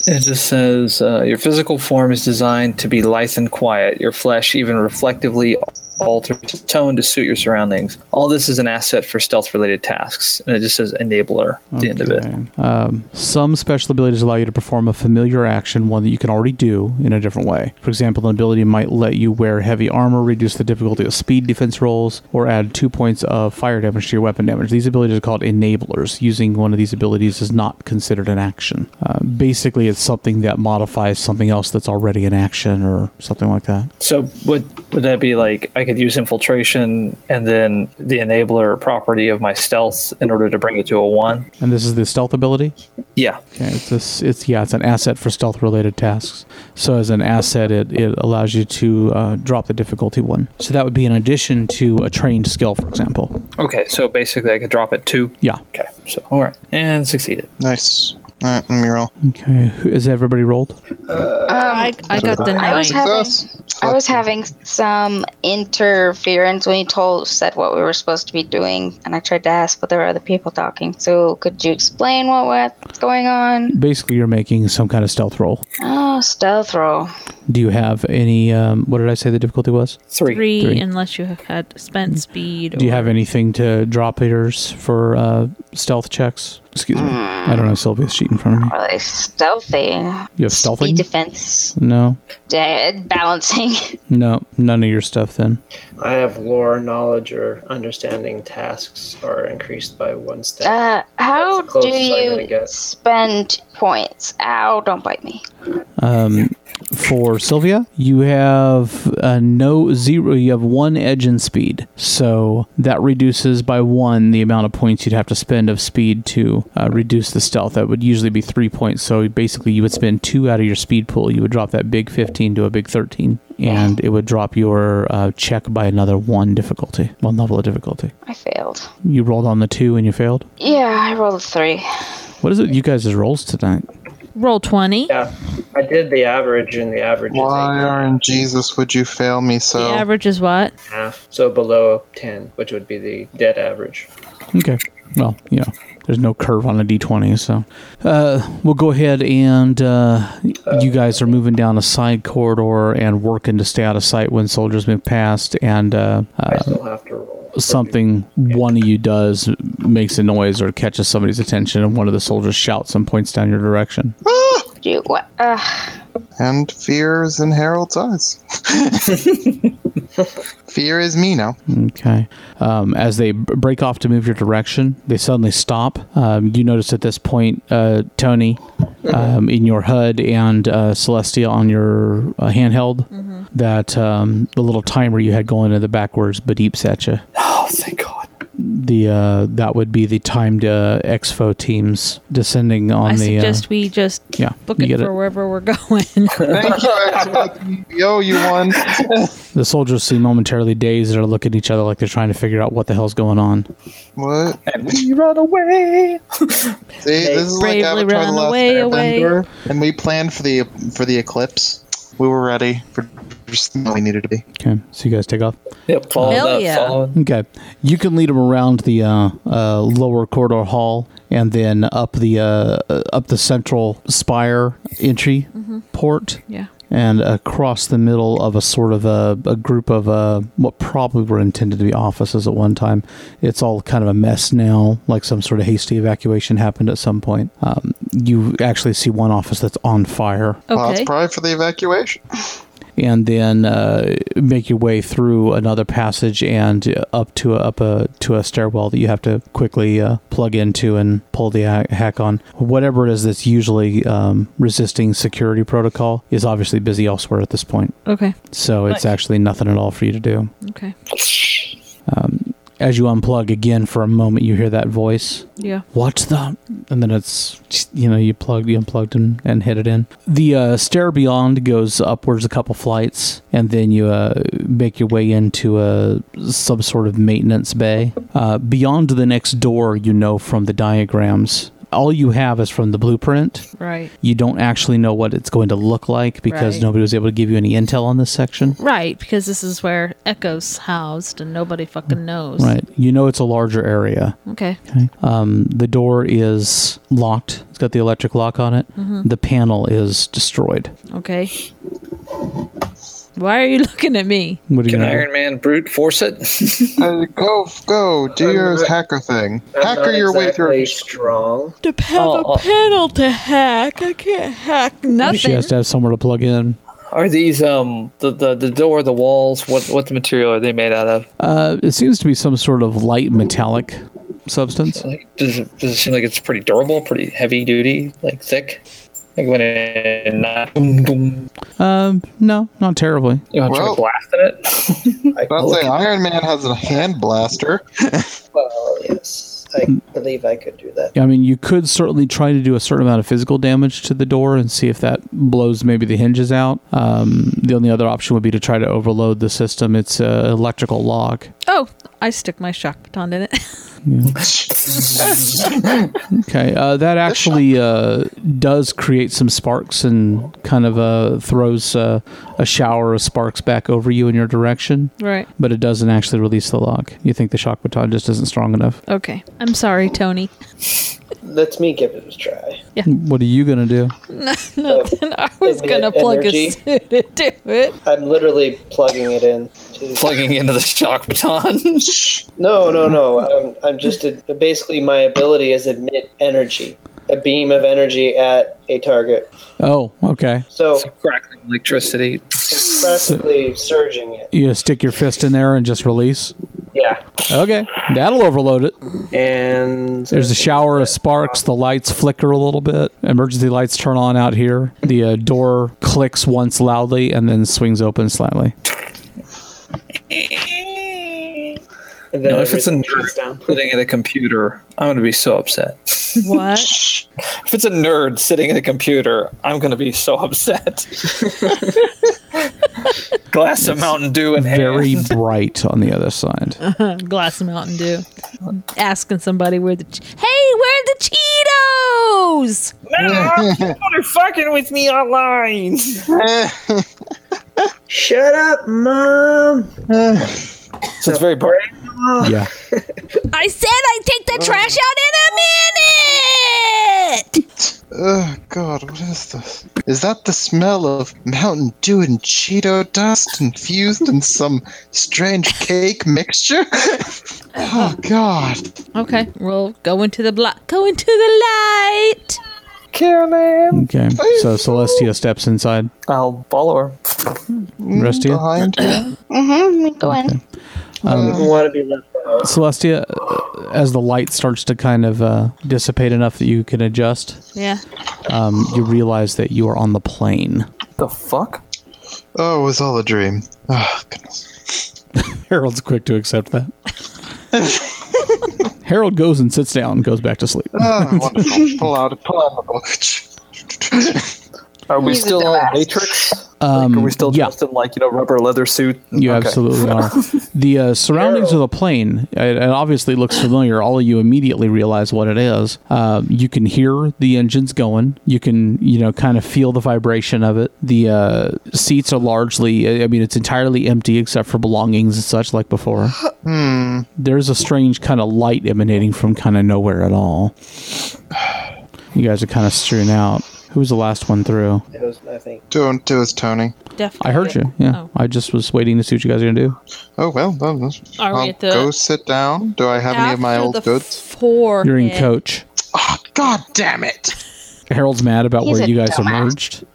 [SPEAKER 7] It just says uh, your physical form is designed to be lithe and quiet. Your flesh even reflectively alters its tone to suit your surroundings. All this is an asset for stealth related tasks, and it just says enabler at the end of it.
[SPEAKER 1] Okay. Um, some special abilities allow you to perform a familiar action, one that you can already do in a different way. For example, an ability might let you wear heavy armor, reduce the difficulty of speed defense rolls, or add two points of fire damage to your weapon damage. These abilities are called enablers. Using one of these abilities is not considered an action. Uh, basically, it's something that modifies something else that's already in action or something like that.
[SPEAKER 7] So would would that be like I could use infiltration and then the enabler property of my stealth in order to bring it to a one?
[SPEAKER 1] And this is the stealth ability.
[SPEAKER 7] Yeah.
[SPEAKER 1] Okay, it's this. It's yeah. It's an asset for stealth-related tasks. So as an asset, it, it allows you to uh, drop the difficulty one. So that would be in addition to a trained skill, for example.
[SPEAKER 7] Okay, so basically I could drop it two.
[SPEAKER 1] Yeah.
[SPEAKER 7] Okay. So all right. And succeeded.
[SPEAKER 5] Nice. All right, let me roll.
[SPEAKER 1] Okay. Who, is everybody rolled?
[SPEAKER 6] I, I got the
[SPEAKER 8] I
[SPEAKER 6] nine.
[SPEAKER 8] was having
[SPEAKER 5] Success.
[SPEAKER 8] I was having some interference when you told said what we were supposed to be doing, and I tried to ask, but there were other people talking. So could you explain what what's going on?
[SPEAKER 1] Basically, you're making some kind of stealth roll.
[SPEAKER 8] Oh, stealth roll.
[SPEAKER 1] Do you have any? Um, what did I say the difficulty was?
[SPEAKER 7] Three.
[SPEAKER 6] Three,
[SPEAKER 1] Three.
[SPEAKER 6] unless you have had spent speed.
[SPEAKER 1] Do you
[SPEAKER 6] or-
[SPEAKER 1] have anything to drop eaters for uh, stealth checks? Excuse me. I don't have Sylvia's sheet in front of me.
[SPEAKER 8] Are they stealthy?
[SPEAKER 1] You have stealthing?
[SPEAKER 8] Speed defense.
[SPEAKER 1] No.
[SPEAKER 8] Dead balancing.
[SPEAKER 1] No. None of your stuff then.
[SPEAKER 3] I have lore, knowledge, or understanding tasks are increased by one step.
[SPEAKER 8] Uh, how
[SPEAKER 3] That's the closest
[SPEAKER 8] do
[SPEAKER 3] I'm gonna
[SPEAKER 8] you
[SPEAKER 3] get.
[SPEAKER 8] spend points? Ow! Don't bite me.
[SPEAKER 1] for Sylvia, you have uh, no zero. You have one edge in speed, so that reduces by one the amount of points you'd have to spend of speed to uh, reduce the stealth. That would usually be three points. So basically, you would spend two out of your speed pool. You would drop that big fifteen to a big thirteen, and it would drop your uh, check by another one difficulty, one level of difficulty.
[SPEAKER 8] I failed.
[SPEAKER 1] You rolled on the two and you failed.
[SPEAKER 8] Yeah, I rolled a three.
[SPEAKER 1] What is it? You guys' rolls tonight.
[SPEAKER 6] Roll 20.
[SPEAKER 3] yeah, I did the average, and the average
[SPEAKER 5] Why
[SPEAKER 3] is eight
[SPEAKER 5] are in Jesus would you fail me
[SPEAKER 6] The
[SPEAKER 5] so?
[SPEAKER 6] average is what?
[SPEAKER 3] and a half, so below ten, which would be the dead average.
[SPEAKER 1] Okay. Well, you know,
[SPEAKER 2] there's no curve on a d20. So uh, we'll go ahead and uh, you guys are moving down a side corridor and working to stay out of sight when soldiers move past. And uh,
[SPEAKER 3] I
[SPEAKER 2] uh,
[SPEAKER 3] still have to roll.
[SPEAKER 2] something one of you does makes a noise or catches somebody's attention, and one of the soldiers shouts and points down your direction.
[SPEAKER 8] You what? Uh,
[SPEAKER 5] And fear is in Harold's eyes. fear is me now.
[SPEAKER 2] Okay. Um, as they b- break off to move your direction, they suddenly stop. Um, you notice at this point, uh, Tony, um, in your HUD and uh, Celestia on your uh, handheld, that um, the little timer you had going in the backwards beeps at you.
[SPEAKER 7] Oh, thank God.
[SPEAKER 2] The uh, that would be the timed uh, exfo teams descending on
[SPEAKER 6] I
[SPEAKER 2] the.
[SPEAKER 6] suggest
[SPEAKER 2] uh,
[SPEAKER 6] we just
[SPEAKER 2] yeah,
[SPEAKER 6] book
[SPEAKER 2] you
[SPEAKER 6] it
[SPEAKER 2] get
[SPEAKER 6] for wherever we're going.
[SPEAKER 5] Thank you, Axel. Yo, you won.
[SPEAKER 2] The soldiers seem momentarily dazed and are looking at each other like they're trying to figure out what the hell's going on.
[SPEAKER 5] What?
[SPEAKER 7] And we run away.
[SPEAKER 5] See, this is like
[SPEAKER 6] bravely
[SPEAKER 5] Avatar: The
[SPEAKER 6] run
[SPEAKER 5] Last
[SPEAKER 6] away,
[SPEAKER 5] Airbender, and we planned for the for the eclipse. We were ready for just what we needed to be.
[SPEAKER 2] Okay, so you guys take off.
[SPEAKER 7] Yep, following
[SPEAKER 6] Hell
[SPEAKER 7] up,
[SPEAKER 6] yeah.
[SPEAKER 7] following.
[SPEAKER 2] Okay, you can lead them around the uh, uh, lower corridor hall and then up the uh, uh, up the central spire entry port.
[SPEAKER 6] yeah.
[SPEAKER 2] And across the middle of a sort of a, a group of uh, what probably were intended to be offices at one time. It's all kind of a mess now, like some sort of hasty evacuation happened at some point. Um, you actually see one office that's on fire
[SPEAKER 5] Well, it's
[SPEAKER 6] Okay.
[SPEAKER 5] probably for the evacuation.
[SPEAKER 2] and then uh, make your way through another passage and up to a, up a to a stairwell that you have to quickly uh, plug into and pull the ha- hack on. Whatever it is that's usually um, resisting security protocol is obviously busy elsewhere at this point,
[SPEAKER 6] Okay.
[SPEAKER 2] so it's actually nothing at all for you to do.
[SPEAKER 6] Okay.
[SPEAKER 2] As you unplug again for a moment, you hear that voice.
[SPEAKER 6] Yeah.
[SPEAKER 2] What's the and then it's you know you plugged you unplugged and, and hit it in the uh, stair beyond goes upwards a couple flights and then you uh, make your way into a some sort of maintenance bay uh, beyond the next door you know from the diagrams all you have is from the blueprint
[SPEAKER 6] Right.
[SPEAKER 2] you don't actually know what it's going to look like because
[SPEAKER 6] Right.
[SPEAKER 2] nobody was able to give you any intel on this section
[SPEAKER 6] Right, because this is where Echo's housed and nobody fucking knows.
[SPEAKER 2] right you know it's a larger area
[SPEAKER 6] Okay.
[SPEAKER 2] Um, the door is locked. It's got the electric lock on it. The panel is destroyed.
[SPEAKER 6] Okay. Why are you looking at me?
[SPEAKER 2] What are you
[SPEAKER 7] Can
[SPEAKER 2] gonna?
[SPEAKER 7] Iron Man brute force it?
[SPEAKER 5] Uh, go, go, do your hacker thing.
[SPEAKER 3] I'm
[SPEAKER 5] Hacker
[SPEAKER 3] not
[SPEAKER 5] your way
[SPEAKER 3] exactly
[SPEAKER 5] through.
[SPEAKER 3] strong.
[SPEAKER 6] To have
[SPEAKER 7] Oh, oh.
[SPEAKER 6] a panel to hack. I can't hack
[SPEAKER 2] She
[SPEAKER 6] nothing.
[SPEAKER 2] has to have somewhere to plug in.
[SPEAKER 7] Are these um the, the the door, the walls? What what material are they made out of?
[SPEAKER 2] Uh, it seems to be some sort of light metallic substance.
[SPEAKER 7] Like, does it does it seem like it's pretty durable, pretty heavy duty, like thick? Like when it not boom, boom,
[SPEAKER 2] Um, no, not terribly.
[SPEAKER 7] you know,
[SPEAKER 5] Well-
[SPEAKER 7] trying to blast in it. Like,
[SPEAKER 5] I'll say Iron Man has a hand blaster.
[SPEAKER 3] Well, yes, I believe I could do that.
[SPEAKER 2] I mean, you could certainly try to do a certain amount of physical damage to the door and see if that blows maybe the hinges out. Um, the only other option would be to try to overload the system. It's uh, an electrical lock.
[SPEAKER 6] oh, I stick my shock baton in it.
[SPEAKER 2] Okay, uh, that actually uh, does create some sparks and kind of uh, throws uh, a shower of sparks back over you in your direction,
[SPEAKER 6] right.
[SPEAKER 2] but it doesn't actually release the lock. You think the shock baton just isn't strong enough.
[SPEAKER 6] Okay. I'm sorry, Tony.
[SPEAKER 3] Let me give it a try.
[SPEAKER 2] What are you going to do?
[SPEAKER 6] Nothing. I was
[SPEAKER 3] Give me
[SPEAKER 6] gonna
[SPEAKER 3] that
[SPEAKER 6] plug
[SPEAKER 3] energy.
[SPEAKER 6] a suit into it.
[SPEAKER 3] I'm literally plugging it in. to-
[SPEAKER 7] plugging into the shock baton.
[SPEAKER 3] No, no, no. I'm, I'm just basically my ability is emit energy, a beam of energy at a target.
[SPEAKER 2] Oh, okay.
[SPEAKER 3] So
[SPEAKER 7] Crackling electricity.
[SPEAKER 3] practically surging it.
[SPEAKER 2] You stick your fist in there and just release.
[SPEAKER 3] Yeah.
[SPEAKER 2] Okay, that'll overload it.
[SPEAKER 3] And
[SPEAKER 2] There's a shower of sparks. The lights flicker a little bit. Emergency lights turn on out here. The uh, door clicks once loudly and then swings open slightly.
[SPEAKER 3] and then
[SPEAKER 7] No, if it's a
[SPEAKER 3] everything
[SPEAKER 7] nerd
[SPEAKER 3] shuts down.
[SPEAKER 7] sitting at a computer, I'm gonna be so upset.
[SPEAKER 6] What?
[SPEAKER 7] If it's a nerd sitting at a computer, I'm gonna be so upset. Glass of Mountain Dew and
[SPEAKER 2] Very bright on the other side.
[SPEAKER 6] Glass of Mountain Dew. Asking somebody where the che- hey, where are the Cheetos?
[SPEAKER 7] They're fucking with me online.
[SPEAKER 3] Shut up, mom.
[SPEAKER 7] So it's very bright.
[SPEAKER 2] Yeah.
[SPEAKER 6] I said I'd take the trash out in a minute!
[SPEAKER 5] Oh God, what is this? Is that the smell of Mountain Dew and Cheeto dust infused in some strange cake mixture? oh God.
[SPEAKER 6] Okay, we'll go into the blo- go into the light.
[SPEAKER 2] Okay. So Celestia steps inside.
[SPEAKER 7] I'll follow her.
[SPEAKER 2] Restia.
[SPEAKER 5] Behind you.
[SPEAKER 8] Mm-hmm. We go in.
[SPEAKER 3] I don't want to be left out.
[SPEAKER 2] Celestia, uh, as the light starts to kind of uh, dissipate enough that you can adjust,
[SPEAKER 6] Yeah.
[SPEAKER 2] um, you realize that you are on the plane.
[SPEAKER 7] The fuck?
[SPEAKER 5] Oh, it was all a dream. Oh goodness.
[SPEAKER 2] Harold's quick to accept that. Harold goes and sits down and goes back to sleep.
[SPEAKER 5] Oh, wonderful. pull out, pull out the book.
[SPEAKER 7] Are we
[SPEAKER 8] Use it
[SPEAKER 7] still
[SPEAKER 8] to
[SPEAKER 7] on
[SPEAKER 8] last.
[SPEAKER 7] Matrix? Like, are we still
[SPEAKER 2] yeah.
[SPEAKER 7] dressed in like you know rubber leather suit?
[SPEAKER 2] You
[SPEAKER 7] Okay.
[SPEAKER 2] absolutely are. The uh, surroundings of the plane, it, it obviously looks familiar. All of you immediately realize what it is. Um, you can hear the engines going. You can, you know, kind of feel the vibration of it. The uh, seats are largely, I- I mean, it's entirely empty except for belongings and such like before. There's a strange kind of light emanating from kind of nowhere at all. You guys are kind of strewn out. Who was the last one through?
[SPEAKER 3] It was, I think.
[SPEAKER 5] Don't do it, Tony.
[SPEAKER 6] Definitely.
[SPEAKER 2] I heard you. Yeah.
[SPEAKER 6] Oh.
[SPEAKER 2] I just was waiting to see what you guys are going to do.
[SPEAKER 5] Oh well, well, well,
[SPEAKER 6] Are we
[SPEAKER 5] I'll
[SPEAKER 6] at the-
[SPEAKER 5] go sit down. Do I have any of my
[SPEAKER 6] After
[SPEAKER 5] old
[SPEAKER 6] the
[SPEAKER 5] goods?
[SPEAKER 6] Four.
[SPEAKER 2] You're in coach.
[SPEAKER 5] Oh, God damn it!
[SPEAKER 2] Harold's mad about
[SPEAKER 8] He's
[SPEAKER 2] where
[SPEAKER 8] a
[SPEAKER 2] you guys are
[SPEAKER 8] dumbass.
[SPEAKER 2] merged.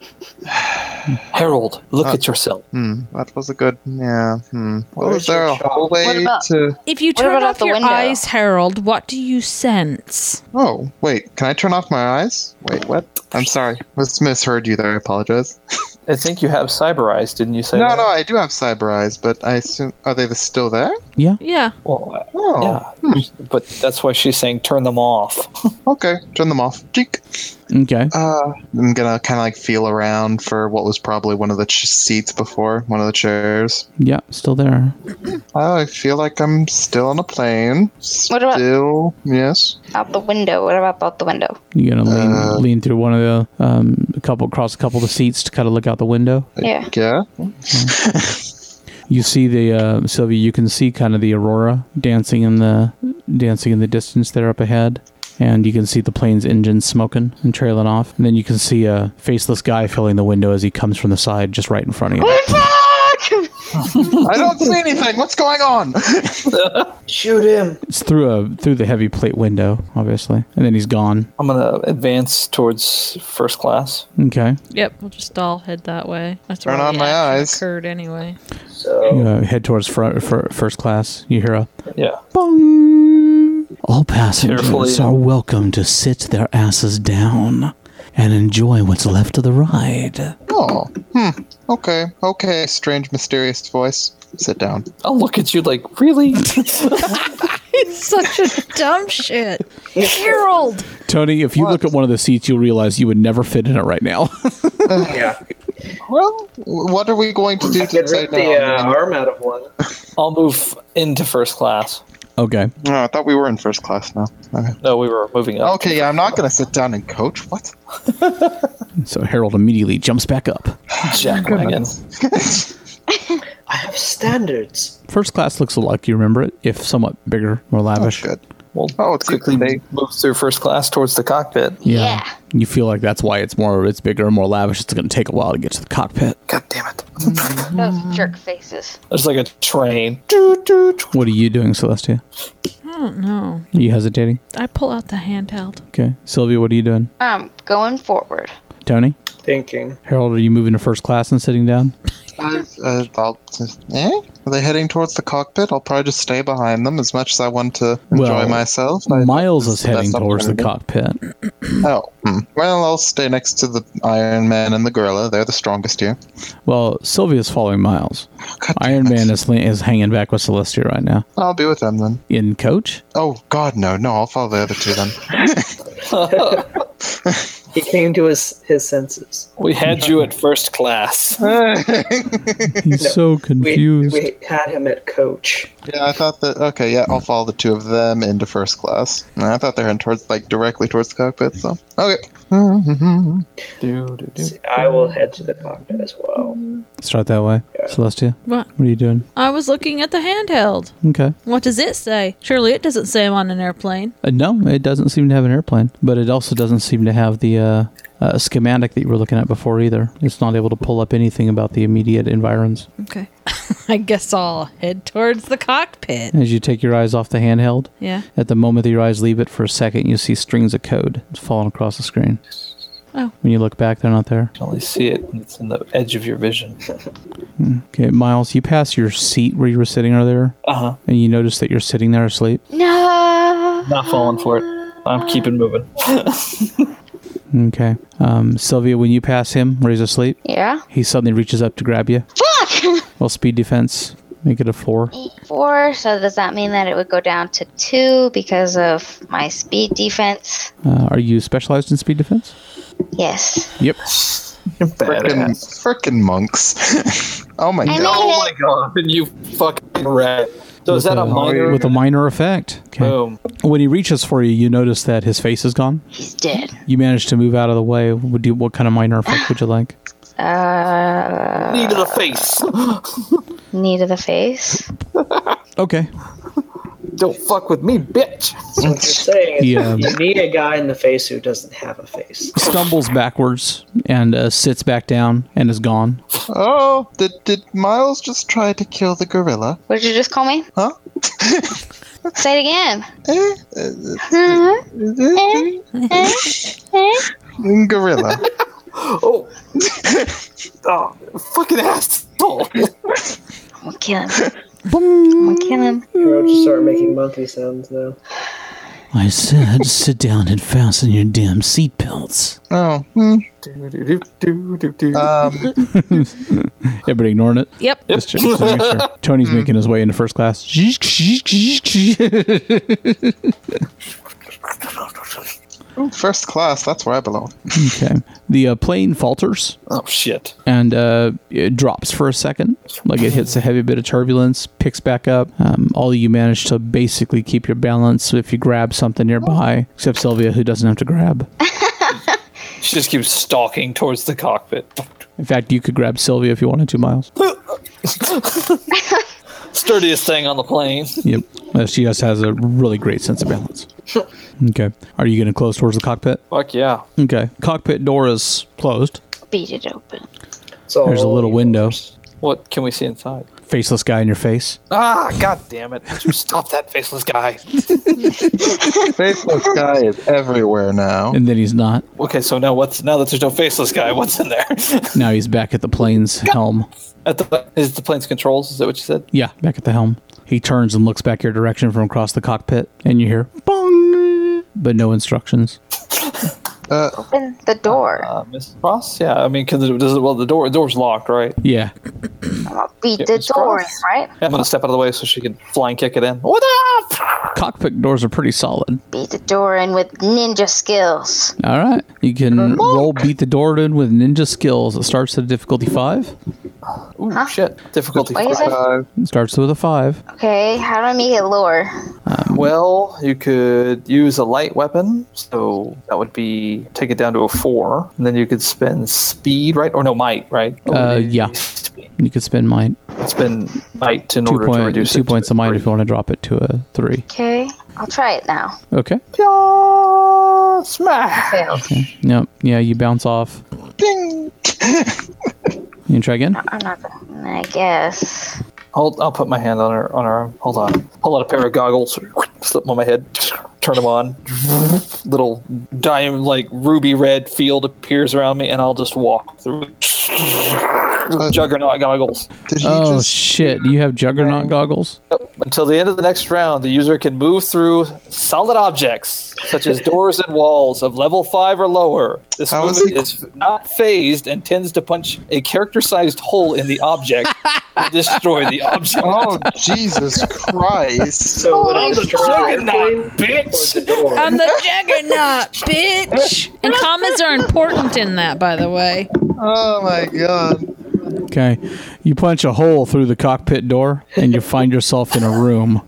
[SPEAKER 7] Harold, look at yourself.
[SPEAKER 5] Hmm, That was a good. Yeah. Hmm. Well,
[SPEAKER 7] Where's
[SPEAKER 5] is there a
[SPEAKER 7] your shop?
[SPEAKER 8] What
[SPEAKER 5] hallway
[SPEAKER 8] about-
[SPEAKER 5] to?
[SPEAKER 6] If you
[SPEAKER 8] What
[SPEAKER 6] turn
[SPEAKER 8] about
[SPEAKER 6] off
[SPEAKER 8] out the
[SPEAKER 6] your
[SPEAKER 8] window?
[SPEAKER 6] eyes, Harold, what do you sense?
[SPEAKER 5] Oh wait, can I turn off my eyes? Wait, what? I'm sorry. Mis- misheard you there. I apologize.
[SPEAKER 7] I think you have cyber eyes, didn't you say?
[SPEAKER 5] No,
[SPEAKER 7] that?
[SPEAKER 5] no, I do have cyber eyes, but I assume are they still there?
[SPEAKER 6] Yeah.
[SPEAKER 7] Well, uh,
[SPEAKER 5] Oh,
[SPEAKER 7] yeah, but that's why she's saying turn them off.
[SPEAKER 5] okay. Turn them off. Cheek.
[SPEAKER 2] Okay.
[SPEAKER 5] Uh, I'm gonna kind of like feel around for what was probably one of the ch- seats before, one of the chairs. Oh,
[SPEAKER 2] Yeah, still there.
[SPEAKER 5] I feel like I'm still on a plane. Still,
[SPEAKER 8] What about-
[SPEAKER 5] yes.
[SPEAKER 8] Out the window. What about out the window?
[SPEAKER 2] You gonna lean lean through one of the um a couple across a couple of the seats to kind of look out the window.
[SPEAKER 8] Yeah.
[SPEAKER 5] Yeah.
[SPEAKER 2] You see the uh, Sylvia. You can see kind of the aurora dancing in the dancing in the distance there up ahead, and you can see the plane's engine smoking and trailing off. And then you can see a faceless guy filling the window as he comes from the side, just right in front of you.
[SPEAKER 5] I don't see anything. What's going on?
[SPEAKER 3] Shoot him.
[SPEAKER 2] It's through a through the heavy plate window, obviously. And then he's gone.
[SPEAKER 7] I'm gonna advance towards first class.
[SPEAKER 2] Okay.
[SPEAKER 6] Yep. We'll just all head that way. That's
[SPEAKER 5] Turn
[SPEAKER 6] where
[SPEAKER 5] on
[SPEAKER 6] the
[SPEAKER 5] my
[SPEAKER 6] action
[SPEAKER 5] eyes.
[SPEAKER 6] Occurred anyway.
[SPEAKER 3] So
[SPEAKER 2] You, uh, head towards fr- fr- first class. You hear a
[SPEAKER 7] Yeah,
[SPEAKER 2] bong. All passengers
[SPEAKER 7] Carefully.
[SPEAKER 2] are welcome to sit their asses down and enjoy what's left of the ride.
[SPEAKER 5] Oh, hmm. Okay, okay. Strange, mysterious voice. Sit down.
[SPEAKER 7] I'll look at you like really.
[SPEAKER 6] It's such a dumb shit. Harold!
[SPEAKER 2] Tony, if you look at one of the seats, you'll realize you would never fit in it right now.
[SPEAKER 5] Well, w- what are we going to do to
[SPEAKER 3] get
[SPEAKER 5] say
[SPEAKER 3] ripped
[SPEAKER 5] no?
[SPEAKER 3] the uh, arm out of one.
[SPEAKER 7] I'll move into first class.
[SPEAKER 2] okay.
[SPEAKER 5] No, I thought we were in first class now. Okay.
[SPEAKER 7] No, we were moving up.
[SPEAKER 5] Okay, yeah, I'm not going to sit down and coach. What?
[SPEAKER 2] So Harold immediately jumps back up.
[SPEAKER 7] Jack wagon.
[SPEAKER 3] I have standards.
[SPEAKER 2] First class looks a lot. You remember it, if somewhat bigger, more lavish.
[SPEAKER 5] Good.
[SPEAKER 7] We'll
[SPEAKER 5] Oh, it's
[SPEAKER 7] quickly
[SPEAKER 5] even-
[SPEAKER 7] move through first class towards the cockpit.
[SPEAKER 8] Yeah.
[SPEAKER 2] You feel like that's why it's more, it's bigger, more lavish. It's going to take a while to get to the cockpit.
[SPEAKER 7] God damn it!
[SPEAKER 8] Those jerk faces.
[SPEAKER 7] There's like a train.
[SPEAKER 2] What are you doing, Celestia?
[SPEAKER 6] I don't know.
[SPEAKER 2] Are you hesitating?
[SPEAKER 6] I pull out the handheld.
[SPEAKER 2] Okay. Sylvia, what are you doing?
[SPEAKER 8] I'm going forward.
[SPEAKER 2] Tony?
[SPEAKER 3] Thinking.
[SPEAKER 2] Harold, are you moving to first class and sitting down?
[SPEAKER 5] I, uh, I'll just, eh? Are they heading towards the cockpit? I'll probably just stay behind them as much as I want to enjoy
[SPEAKER 2] Well,
[SPEAKER 5] myself. I-
[SPEAKER 2] Miles
[SPEAKER 5] this
[SPEAKER 2] is
[SPEAKER 5] the best
[SPEAKER 2] heading towards the
[SPEAKER 5] opportunity.
[SPEAKER 2] cockpit.
[SPEAKER 5] Oh, hmm. well, I'll stay next to the Iron Man and the gorilla. They're the strongest here.
[SPEAKER 2] Well, Sylvia's following Miles.
[SPEAKER 5] God damn
[SPEAKER 2] Iron
[SPEAKER 5] it.
[SPEAKER 2] Man is, is hanging back with Celestia right now.
[SPEAKER 5] I'll be with them then.
[SPEAKER 2] In coach?
[SPEAKER 5] Oh God, no, no! I'll follow the other two then.
[SPEAKER 3] He came to his his senses.
[SPEAKER 7] We had you at first class.
[SPEAKER 2] He's so
[SPEAKER 3] We,
[SPEAKER 2] confused.
[SPEAKER 3] we had him at coach.
[SPEAKER 5] yeah, I thought that. Okay, yeah, I'll follow the two of them into first class. And I thought they're heading towards like directly towards the cockpit. So okay,
[SPEAKER 7] Do, do, do.
[SPEAKER 3] I will head to the cockpit as well.
[SPEAKER 2] Start that way. Celestia,
[SPEAKER 6] What?
[SPEAKER 2] what are you doing?
[SPEAKER 6] I was looking at the handheld.
[SPEAKER 2] Okay.
[SPEAKER 6] What does it say? Surely it doesn't say I'm on an airplane.
[SPEAKER 2] Uh, no, it doesn't seem to have an airplane, but it also doesn't seem to have the uh, uh, schematic that you were looking at before either. It's not able to pull up anything about the immediate environs.
[SPEAKER 6] Okay. I guess I'll head towards the cockpit.
[SPEAKER 2] As you take your eyes off the handheld,
[SPEAKER 6] Yeah.
[SPEAKER 2] at the moment that your eyes leave it for a second, you see strings of code falling across the screen.
[SPEAKER 6] Oh.
[SPEAKER 2] When you look back, they're not there.
[SPEAKER 7] can only see it when it's in the edge of your vision.
[SPEAKER 2] Hmm. Okay, Miles, you pass your seat where you were sitting earlier,
[SPEAKER 7] Uh huh.
[SPEAKER 2] and you notice that you're sitting there asleep.
[SPEAKER 8] No.
[SPEAKER 7] Not falling for it. I'm keeping moving.
[SPEAKER 2] Okay. Um, Sylvia, when you pass him, where he's asleep,
[SPEAKER 8] Yeah.
[SPEAKER 2] he suddenly reaches up to grab you.
[SPEAKER 8] Fuck.
[SPEAKER 2] Well, speed defense, make it a four.
[SPEAKER 8] Four. So does that mean that it would go down to two because of my speed defense?
[SPEAKER 2] Uh, are you specialized in speed defense?
[SPEAKER 8] Yes.
[SPEAKER 2] Yep.
[SPEAKER 5] Frickin', frickin' monks. oh my
[SPEAKER 8] I
[SPEAKER 5] god.
[SPEAKER 8] made
[SPEAKER 7] Oh
[SPEAKER 8] it.
[SPEAKER 7] my god, you fucking rat. So is that a minor?
[SPEAKER 2] Uh, With a minor effect. Okay.
[SPEAKER 7] Boom.
[SPEAKER 2] When he reaches for you, you notice that his face is gone.
[SPEAKER 8] He's dead.
[SPEAKER 2] You manage to move out of the way. Would you, what kind of minor effect would you like?
[SPEAKER 8] Uh,
[SPEAKER 7] Knee to the face.
[SPEAKER 8] knee to the face.
[SPEAKER 2] Okay.
[SPEAKER 7] Don't fuck with me, bitch.
[SPEAKER 3] So what you're saying is
[SPEAKER 2] Yeah.
[SPEAKER 3] you need a guy in the face who doesn't have a face.
[SPEAKER 2] Stumbles backwards and uh, sits back down and is gone.
[SPEAKER 5] Oh, did, did Miles just try to kill the gorilla?
[SPEAKER 8] What did you just call me?
[SPEAKER 5] Huh?
[SPEAKER 8] Say it again.
[SPEAKER 5] Eh? Mm, gorilla.
[SPEAKER 7] Oh. oh, fucking asshole.
[SPEAKER 8] I'm gonna kill him. I'm gonna kill him.
[SPEAKER 3] Hero just start making monkey sounds now.
[SPEAKER 2] I said, sit down and fasten your damn seatbelts.
[SPEAKER 5] Oh, hmm.
[SPEAKER 7] Do, do, do, do, do, do.
[SPEAKER 5] Um,
[SPEAKER 2] Everybody ignoring it.
[SPEAKER 6] Yep.
[SPEAKER 2] Just check- just to make sure. Tony's making his way into first class.
[SPEAKER 5] first class, that's where I belong.
[SPEAKER 2] Okay. The uh, plane falters
[SPEAKER 7] oh, shit.
[SPEAKER 2] and uh, it drops for a second. Like it hits a heavy bit of turbulence, picks back up. Um, all of you manage to basically keep your balance if you grab something nearby, except Sylvia, who doesn't have to grab.
[SPEAKER 7] She just keeps stalking towards the cockpit.
[SPEAKER 2] In fact, you could grab Sylvia if you wanted to, Miles.
[SPEAKER 7] Sturdiest thing on the plane.
[SPEAKER 2] Yep. Uh, she just has a really great sense of balance. Okay. Are you going to close towards the cockpit?
[SPEAKER 7] Fuck yeah.
[SPEAKER 2] Okay. Cockpit door is closed.
[SPEAKER 8] Beat it open.
[SPEAKER 3] So
[SPEAKER 2] There's a little window.
[SPEAKER 7] What can we see inside?
[SPEAKER 2] Faceless guy in your face.
[SPEAKER 7] Ah, god damn it. Would you stop that faceless guy?
[SPEAKER 5] Faceless guy is everywhere now.
[SPEAKER 2] And then he's not.
[SPEAKER 7] Okay, so now what's now that there's no faceless guy, what's in there?
[SPEAKER 2] Now he's back at the plane's helm.
[SPEAKER 7] At the is the plane's controls? Is that what you said?
[SPEAKER 2] Yeah, back at the helm. He turns and looks back your direction from across the cockpit, and you hear bong, but no instructions.
[SPEAKER 5] Uh,
[SPEAKER 8] Open the door.
[SPEAKER 7] Uh, Miss Cross? Yeah, I mean, because it does well. The door, door's locked, right?
[SPEAKER 2] Yeah,
[SPEAKER 8] I'm gonna beat
[SPEAKER 7] It
[SPEAKER 8] the
[SPEAKER 7] was
[SPEAKER 8] door in,
[SPEAKER 7] crossed.
[SPEAKER 8] right?
[SPEAKER 7] I'm gonna step out of the way so she can flying kick it in. What up?
[SPEAKER 2] cockpit doors are pretty solid.
[SPEAKER 8] Beat the door in with ninja skills.
[SPEAKER 2] All right, you can roll beat the door in with ninja skills. It starts at a difficulty five.
[SPEAKER 7] Ooh, shit. Difficulty.
[SPEAKER 8] What is
[SPEAKER 7] five.
[SPEAKER 8] it?
[SPEAKER 5] uh,
[SPEAKER 2] It starts with a five.
[SPEAKER 8] Okay, how do I make it lower?
[SPEAKER 7] Well, you could use a light weapon, so that would be take it down to a four, and then you could spend speed, right? Or no, might, right?
[SPEAKER 2] Uh, yeah.
[SPEAKER 7] Speed.
[SPEAKER 2] You could spend mine
[SPEAKER 7] Spend might in
[SPEAKER 2] two
[SPEAKER 7] order to
[SPEAKER 2] point
[SPEAKER 7] reduce
[SPEAKER 2] two
[SPEAKER 7] it to
[SPEAKER 2] points of mine
[SPEAKER 7] three.
[SPEAKER 2] if you want to drop it to a three.
[SPEAKER 8] Okay, I'll try it now.
[SPEAKER 2] Okay.
[SPEAKER 7] Pure smash.
[SPEAKER 8] Failed.
[SPEAKER 2] Yep. Yeah, you bounce off. You try again.
[SPEAKER 8] I'm not gonna. I guess.
[SPEAKER 7] Hold, I'll put my hand on her on her arm. Hold on. Pull out a pair of goggles, slip them on my head, turn them on. Little diamond, like ruby red field appears around me, and I'll just walk through. Juggernaut goggles.
[SPEAKER 5] did he
[SPEAKER 2] Oh
[SPEAKER 5] just
[SPEAKER 2] shit! Do you have juggernaut goggles?
[SPEAKER 7] Until the end of the next round, the user can move through solid objects such as doors and walls of level five or lower. This
[SPEAKER 5] How is
[SPEAKER 7] movement
[SPEAKER 5] it-
[SPEAKER 7] is not phased and tends to punch a character-sized hole in the object and destroy the object.
[SPEAKER 5] Oh Jesus Christ!
[SPEAKER 3] So would I
[SPEAKER 8] Holy
[SPEAKER 3] destroy the plane or the door?
[SPEAKER 6] I'm the juggernaut, bitch. And commas are important in that, by the way.
[SPEAKER 5] Oh my God!
[SPEAKER 2] Okay. You punch a hole through the cockpit door and you find yourself in a room.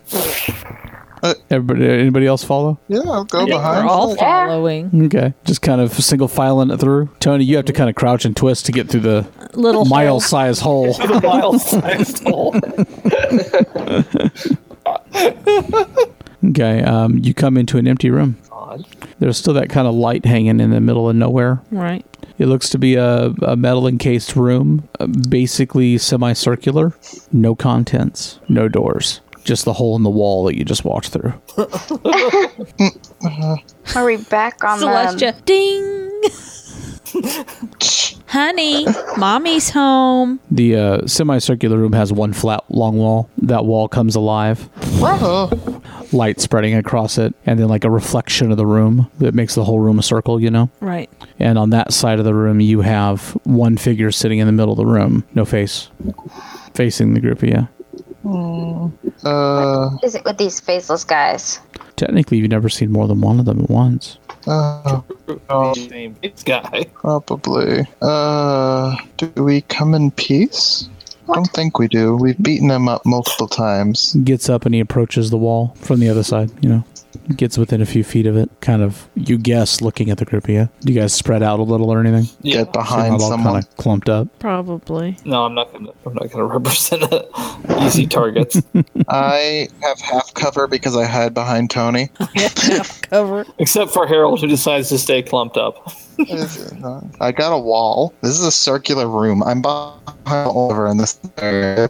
[SPEAKER 2] Everybody, anybody else follow?
[SPEAKER 5] Yeah, I'll go
[SPEAKER 6] We're
[SPEAKER 5] behind.
[SPEAKER 6] all
[SPEAKER 5] Look,
[SPEAKER 8] Yeah.
[SPEAKER 6] following.
[SPEAKER 2] Okay, just kind of single filing it through. Tony, you have to kind of crouch and twist to get through the
[SPEAKER 6] Little
[SPEAKER 2] mile size hole.
[SPEAKER 7] Mile-sized hole.
[SPEAKER 2] Okay, um, you come into an empty room.
[SPEAKER 7] Odd.
[SPEAKER 2] There's still that kind of light hanging in the middle of nowhere.
[SPEAKER 6] hole. Right.
[SPEAKER 2] It looks to be a, a metal encased room, uh, basically semicircular, no contents, no doors, just the hole in the wall that you just walked through.
[SPEAKER 8] Are we back on um, the?
[SPEAKER 6] Celestia. Ding. Honey, mommy's home.
[SPEAKER 2] The uh, semicircular room has one flat long wall. That wall comes alive,
[SPEAKER 5] oh,
[SPEAKER 2] light spreading across it, and then like a reflection of the room that makes the whole room a circle, you know?
[SPEAKER 6] Right.
[SPEAKER 2] And on that side of the room, you have one figure sitting in the middle of the room, no face, facing the group, yeah.
[SPEAKER 5] uh,
[SPEAKER 8] Is it with these faceless guys?
[SPEAKER 2] Technically, you've never seen more than one of them at once.
[SPEAKER 5] uh,
[SPEAKER 7] Same guy.
[SPEAKER 5] probably. Uh, do we come in peace? I don't think we do. We've beaten them up multiple times.
[SPEAKER 2] gets up and he approaches the wall from the other side, you know. Gets within a few feet of it, kind of, you guess, looking at the group, yeah? Do you guys spread out a little or anything? So
[SPEAKER 7] Yeah.
[SPEAKER 5] Get
[SPEAKER 2] you're
[SPEAKER 5] behind
[SPEAKER 2] not all
[SPEAKER 5] someone.
[SPEAKER 2] kind of clumped up.
[SPEAKER 6] Probably.
[SPEAKER 7] No, I'm not gonna. I'm not gonna represent a easy targets.
[SPEAKER 5] I have half cover because I hide behind Tony.
[SPEAKER 6] Cover.
[SPEAKER 7] Except for Harold, who decides to stay clumped up.
[SPEAKER 5] I got a wall. This is a circular room. I'm behind Oliver in this area.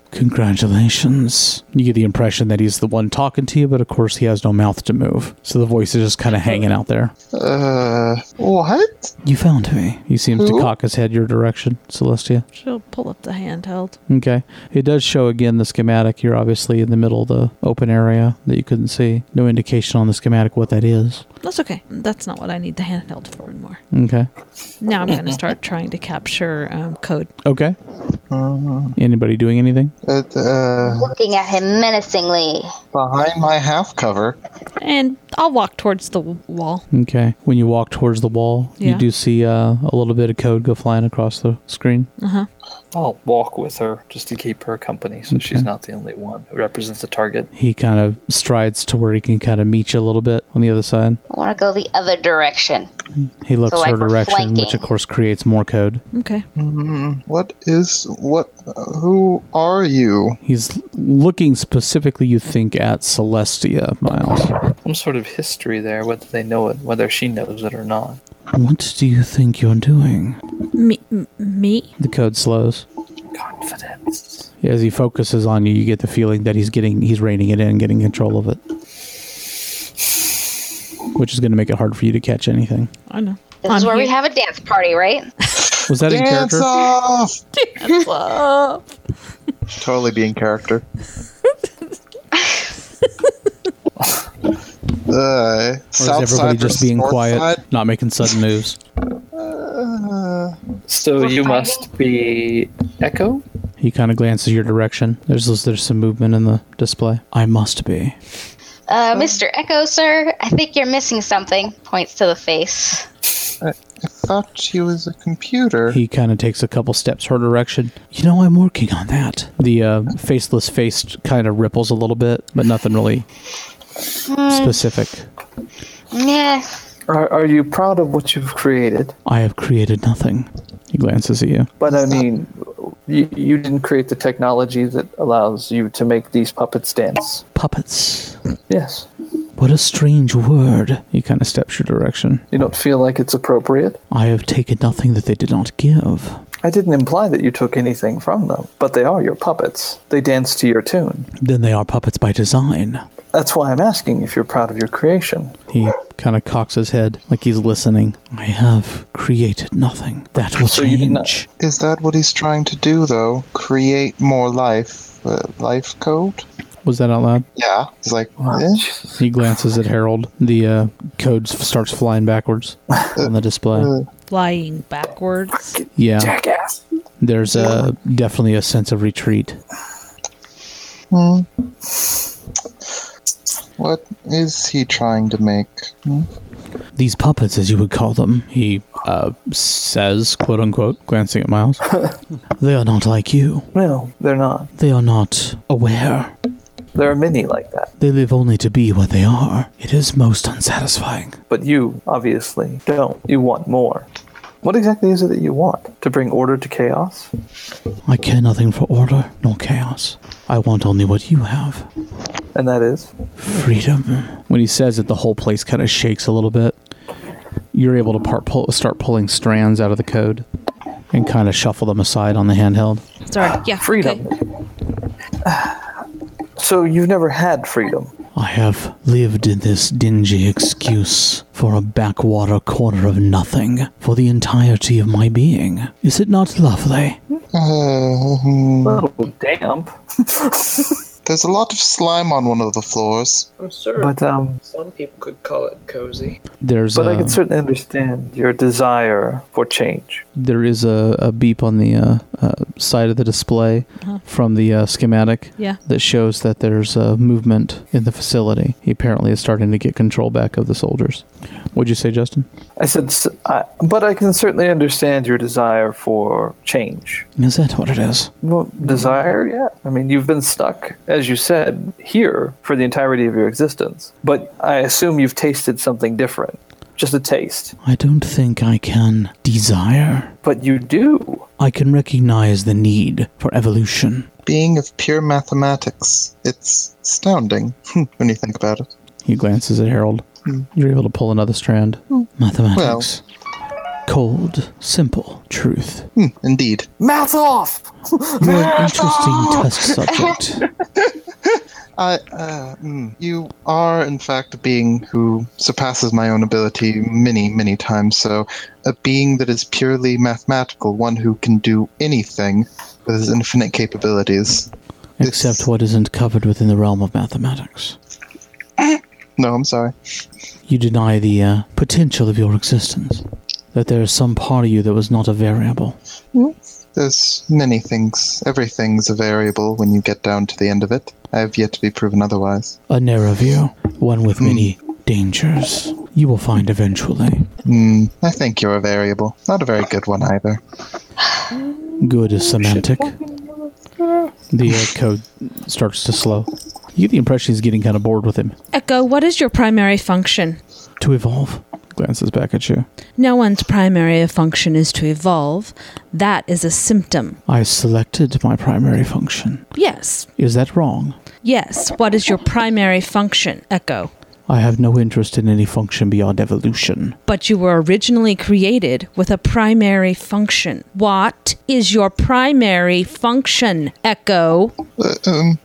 [SPEAKER 2] Congratulations. You get the impression that he's the one talking to you, but of course he has no mouth to move. So the voice is just kind of hanging out there.
[SPEAKER 5] Uh, what?
[SPEAKER 2] You found me. He seems to
[SPEAKER 5] Who?
[SPEAKER 2] cock his head your direction, Celestia.
[SPEAKER 6] She'll pull up the handheld.
[SPEAKER 2] Okay. It does show again the schematic. You're obviously in the middle of the open area that you couldn't see. No indication on the schematic what that is.
[SPEAKER 6] That's okay. That's not what I need the handheld for anymore.
[SPEAKER 2] Okay.
[SPEAKER 6] Now I'm going to start trying to capture um, code.
[SPEAKER 2] Okay. Uh-huh. Anybody doing anything?
[SPEAKER 5] It, uh,
[SPEAKER 8] Looking at him menacingly.
[SPEAKER 5] behind my half cover.
[SPEAKER 6] And I'll walk towards the w- wall.
[SPEAKER 2] Okay. When you walk towards the wall,
[SPEAKER 6] Yeah.
[SPEAKER 2] you do see uh, a little bit of code go flying across the screen.
[SPEAKER 7] I'll walk with her just to keep her company, so she's not the only one who represents the target.
[SPEAKER 2] He kind of strides to where he can kind of meet you a little bit on the other side.
[SPEAKER 8] I want to go the other direction.
[SPEAKER 2] He looks
[SPEAKER 8] So, like,
[SPEAKER 2] her
[SPEAKER 8] we're
[SPEAKER 2] direction,
[SPEAKER 8] flanking.
[SPEAKER 2] which of course creates more code.
[SPEAKER 6] Okay.
[SPEAKER 5] What is what? who are you?
[SPEAKER 2] He's looking specifically, you think, at Celestia, Miles.
[SPEAKER 7] Some sort of history there, whether they know it, whether she knows it or not.
[SPEAKER 2] What do you think you're doing?
[SPEAKER 6] Me? m- me?
[SPEAKER 2] The code slows.
[SPEAKER 7] Confidence.
[SPEAKER 2] As he focuses on you, you get the feeling that he's getting, he's reining it in, getting control of it, which is going to make it hard for you to catch anything.
[SPEAKER 6] I know.
[SPEAKER 8] This
[SPEAKER 6] I'm
[SPEAKER 8] is where we
[SPEAKER 6] here.
[SPEAKER 8] have a dance party, right?
[SPEAKER 2] Was that in
[SPEAKER 5] Dance
[SPEAKER 2] character?
[SPEAKER 5] off!
[SPEAKER 6] Whoa.
[SPEAKER 5] Totally being character. uh,
[SPEAKER 2] Or is everybody just being quiet, not making sudden moves?
[SPEAKER 7] So you must be Echo.
[SPEAKER 2] He kind of glances your direction. There's there's some movement in the display. I must be.
[SPEAKER 8] Uh, Mr. Echo, sir, I think you're missing something. Points to the face.
[SPEAKER 5] I thought she was a computer.
[SPEAKER 2] He kind of takes a couple steps her direction. You know, I'm working on that. The uh, faceless face kind of ripples a little bit, but nothing really specific.
[SPEAKER 8] Yeah.
[SPEAKER 7] Are, are you proud of what you've created?
[SPEAKER 2] I have created nothing. He glances at you.
[SPEAKER 7] But I mean, you, you didn't create the technology that allows you to make these puppets dance.
[SPEAKER 2] Puppets.
[SPEAKER 7] Yes.
[SPEAKER 2] What a strange word. He kind of steps your direction.
[SPEAKER 7] You don't feel like it's appropriate?
[SPEAKER 2] I have taken nothing that they did not give.
[SPEAKER 7] I didn't imply that you took anything from them, but they are your puppets. They dance to your tune.
[SPEAKER 2] Then they are puppets by design.
[SPEAKER 7] That's why I'm asking if you're proud of your creation.
[SPEAKER 2] He kind of cocks his head like he's listening. I have created nothing. That will
[SPEAKER 7] So you
[SPEAKER 2] change.
[SPEAKER 7] did not-
[SPEAKER 5] Is that what he's trying to do, though? Create more life? Uh, life code?
[SPEAKER 2] Was that out loud?
[SPEAKER 5] Yeah. He's like, eh?
[SPEAKER 7] Jesus.
[SPEAKER 2] He glances at Harold. The uh, code s- starts flying backwards on the display.
[SPEAKER 6] Flying backwards.
[SPEAKER 2] Yeah,
[SPEAKER 7] Jackass.
[SPEAKER 2] there's a definitely a sense of retreat.
[SPEAKER 5] what is he trying to make? Hmm?
[SPEAKER 2] These puppets, as you would call them, he uh, says, quote unquote, glancing at Miles. they are not like you.
[SPEAKER 7] No, they're not.
[SPEAKER 2] They are not aware.
[SPEAKER 7] There are many like that.
[SPEAKER 2] They live only to be what they are. It is most unsatisfying.
[SPEAKER 7] But you obviously don't. You want more. What exactly is it that you want? To bring order to chaos?
[SPEAKER 2] I care nothing for order nor chaos. I want only what you have
[SPEAKER 7] And that is?
[SPEAKER 2] freedom. When he says it, the whole place kind of shakes a little bit. You're able to part pull, start pulling strands out of the code and kind of shuffle them aside on the handheld.
[SPEAKER 6] Sorry. Yeah.
[SPEAKER 7] Freedom.
[SPEAKER 6] okay.
[SPEAKER 7] So you've never had freedom.
[SPEAKER 2] I have lived in this dingy excuse for a backwater corner of nothing for the entirety of my being. Is it not lovely?
[SPEAKER 5] Uh, hmm.
[SPEAKER 7] Oh, damp.
[SPEAKER 5] There's a lot of slime on one of the floors.
[SPEAKER 3] I'm sure
[SPEAKER 7] But um,
[SPEAKER 3] some people could call it cozy.
[SPEAKER 2] There's
[SPEAKER 7] but
[SPEAKER 2] a,
[SPEAKER 7] I can certainly understand your desire for change.
[SPEAKER 2] there is a, a beep on the uh, uh, side of the display from the uh, schematic
[SPEAKER 6] Yeah.
[SPEAKER 2] that shows that there's uh, movement in the facility. He apparently is starting to get control back of the soldiers. What'd you say, Justin?
[SPEAKER 7] I said, s I but I can certainly understand your desire for change.
[SPEAKER 2] Is that what it is?
[SPEAKER 7] Well, desire, yeah. I mean, you've been stuck, as you said, here for the entirety of your existence. But I assume you've tasted something different, just a taste.
[SPEAKER 2] I don't think I can desire.
[SPEAKER 7] But you do.
[SPEAKER 2] I can recognize the need for evolution.
[SPEAKER 5] Being of pure mathematics. It's astounding when you think about it.
[SPEAKER 2] He glances at Harold. You're able to pull another strand. Mathematics. Cold, simple truth.
[SPEAKER 5] Indeed.
[SPEAKER 7] Math off.
[SPEAKER 2] You're an interesting test subject.
[SPEAKER 5] I, uh, mm, you are, in fact, a being who surpasses my own ability many, many times. So, a being that is purely mathematical, one who can do anything with his infinite capabilities.
[SPEAKER 2] Except what isn't covered within the realm of mathematics.
[SPEAKER 5] No, I'm sorry.
[SPEAKER 2] You deny the uh, potential of your existence. That there is some part of you that was not a variable.
[SPEAKER 5] There's many things. Everything's a variable when you get down to the end of it. I have yet to be proven otherwise.
[SPEAKER 2] A narrow view, one with many dangers. You will find eventually.
[SPEAKER 5] Mm, I think you're a variable. Not a very good one either.
[SPEAKER 2] Good is semantic. The uh, code starts to slow. You get the impression he's getting kind of bored with him.
[SPEAKER 6] Echo, what is your primary function?
[SPEAKER 2] To evolve. Glances back at you.
[SPEAKER 6] No one's primary function is to evolve. That is a symptom.
[SPEAKER 2] I selected my primary function.
[SPEAKER 6] Yes.
[SPEAKER 2] Is that wrong?
[SPEAKER 6] Yes. What is your primary function, Echo?
[SPEAKER 2] I have no interest in any function beyond evolution.
[SPEAKER 6] But you were originally created with a primary function. What is your primary function, Echo?
[SPEAKER 5] Um,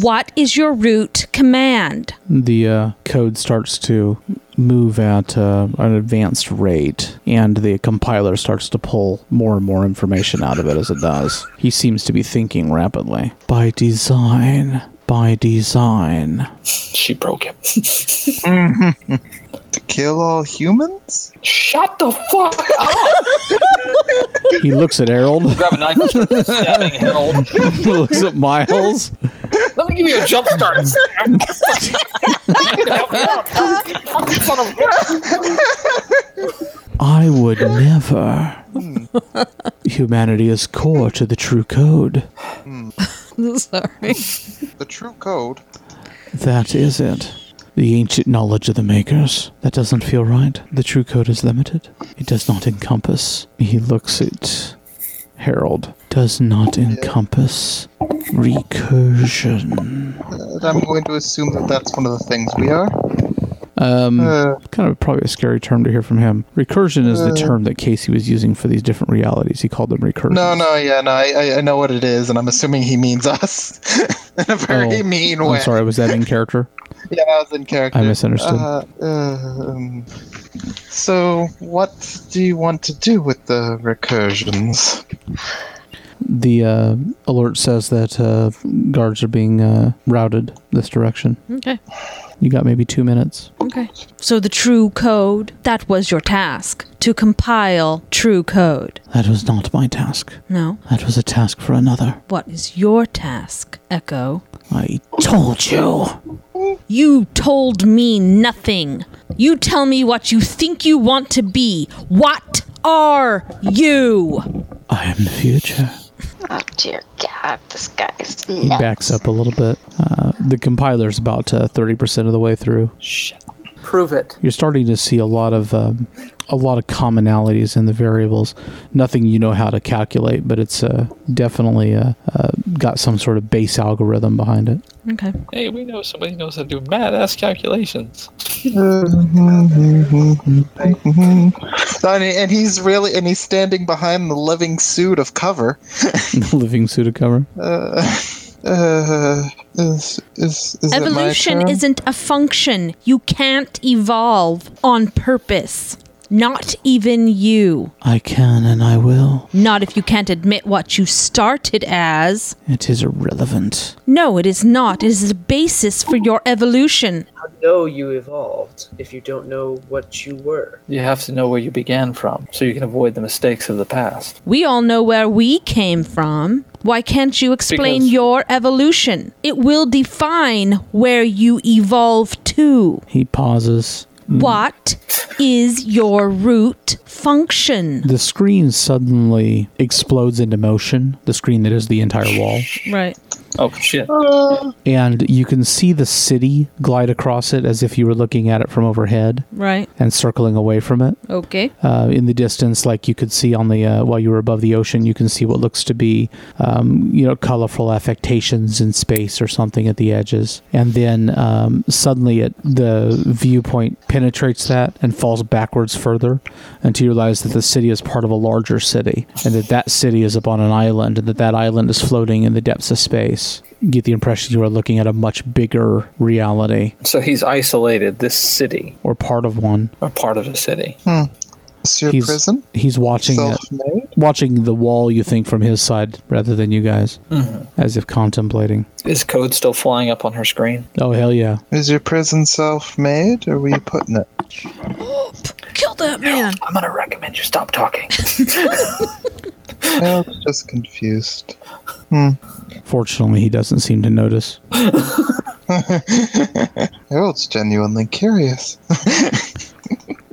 [SPEAKER 6] What is your root command?
[SPEAKER 2] The uh, code starts to move at uh, an advanced rate, and the compiler starts to pull more and more information out of it as it does. He seems to be thinking rapidly. By design, by design.
[SPEAKER 7] She broke him.
[SPEAKER 5] to kill all humans?
[SPEAKER 7] Shut the fuck up.
[SPEAKER 2] He looks at Harold,
[SPEAKER 7] Grab a knife and start stabbing Harold.
[SPEAKER 2] he looks at Miles.
[SPEAKER 7] Let me give you a jump start. I'm gonna help you out. Fucking son of a bitch.
[SPEAKER 2] I would never. Humanity is core to the true code.
[SPEAKER 6] Sorry.
[SPEAKER 5] The true code?
[SPEAKER 2] That is it. The ancient knowledge of the makers. That doesn't feel right. The true code is limited. It does not encompass. He looks at Harold. Does not encompass recursion.
[SPEAKER 5] But I'm going to assume that that's one of the things we are.
[SPEAKER 2] Um,
[SPEAKER 5] Uh,
[SPEAKER 2] kind of probably a scary term to hear from him. Recursion is the term that Casey was using for these different realities. He called them recursion.
[SPEAKER 5] no, no, yeah, no, I, I- I know what it is, and I'm assuming he means us in a very
[SPEAKER 2] Oh,
[SPEAKER 5] mean way.
[SPEAKER 2] I'm sorry, was that in character?
[SPEAKER 5] Yeah, I was in character.
[SPEAKER 2] I misunderstood.
[SPEAKER 5] Uh, um, so, what do you want to do with the recursions?
[SPEAKER 2] The uh, alert says that uh, guards are being uh, routed this direction.
[SPEAKER 6] Okay.
[SPEAKER 2] You got maybe two minutes.
[SPEAKER 6] Okay. So the true code, that was your task to compile true code.
[SPEAKER 2] That was not my task.
[SPEAKER 6] No.
[SPEAKER 2] That was a task for another.
[SPEAKER 6] What is your task, Echo?
[SPEAKER 2] I told you.
[SPEAKER 6] You told me nothing. You tell me what you think you want to be. What are you?
[SPEAKER 2] I am the future.
[SPEAKER 8] Oh dear God, this guy's
[SPEAKER 2] He
[SPEAKER 8] nuts.
[SPEAKER 2] backs up a little bit. Uh,
[SPEAKER 1] the compiler's about uh, 30% of the way through.
[SPEAKER 3] Prove it.
[SPEAKER 1] You're starting to see a lot of um, a lot of commonalities in the variables. Nothing you know how to calculate, but it's uh, definitely uh, uh, got some sort of base algorithm behind it.
[SPEAKER 6] Okay.
[SPEAKER 7] Hey, we know somebody knows how to do mad ass calculations.
[SPEAKER 5] And, he- and he's really and he's standing behind the living suit of cover.
[SPEAKER 1] Living pseudocover.
[SPEAKER 5] Uh, is is is it my
[SPEAKER 6] Evolution
[SPEAKER 5] turn?
[SPEAKER 6] isn't a function. You can't evolve on purpose. Not even you.
[SPEAKER 1] I can and I will.
[SPEAKER 6] Not if you can't admit what you started as.
[SPEAKER 1] It is irrelevant.
[SPEAKER 6] No, it is not. It is the basis for your evolution.
[SPEAKER 3] How know you evolved if you don't know what you were?
[SPEAKER 7] You have to know where you began from so you can avoid the mistakes of the past.
[SPEAKER 6] We all know where we came from. Why can't you explain
[SPEAKER 7] Because-
[SPEAKER 6] your evolution? It will define where you evolve to.
[SPEAKER 1] He pauses.
[SPEAKER 5] Hmm.
[SPEAKER 6] What is your root function?
[SPEAKER 1] The screen suddenly explodes into motion, the screen that is the entire wall.
[SPEAKER 6] Right.
[SPEAKER 7] Oh, shit.
[SPEAKER 1] And you can see the city glide across it as if you were looking at it from overhead
[SPEAKER 6] Right.
[SPEAKER 1] and circling away from it.
[SPEAKER 6] Okay.
[SPEAKER 1] Uh, in the distance, like you could see on the, uh, while you were above the ocean, you can see what looks to be, um, you know, colorful affectations in space or something at the edges. And then um, suddenly it, the viewpoint penetrates that and falls backwards further until you realize that the city is part of a larger city and that that city is upon an island and that that island is floating in the depths of space. You get the impression you are looking at a much bigger reality
[SPEAKER 7] So he's isolated this city
[SPEAKER 1] or part of one.
[SPEAKER 7] or part of a city.
[SPEAKER 5] It's your
[SPEAKER 1] He's,
[SPEAKER 5] prison.
[SPEAKER 1] he's watching it.
[SPEAKER 5] Self-made.
[SPEAKER 1] watching the wall you think from his side rather than you guys as if contemplating
[SPEAKER 7] Is code still flying up on her screen?
[SPEAKER 1] oh hell yeah
[SPEAKER 5] Is your prison self-made, or were you putting it?
[SPEAKER 6] Kill that man.
[SPEAKER 7] I'm going to recommend you stop talking.
[SPEAKER 5] I was just confused.
[SPEAKER 1] fortunately he doesn't seem to notice
[SPEAKER 5] Harold's genuinely curious.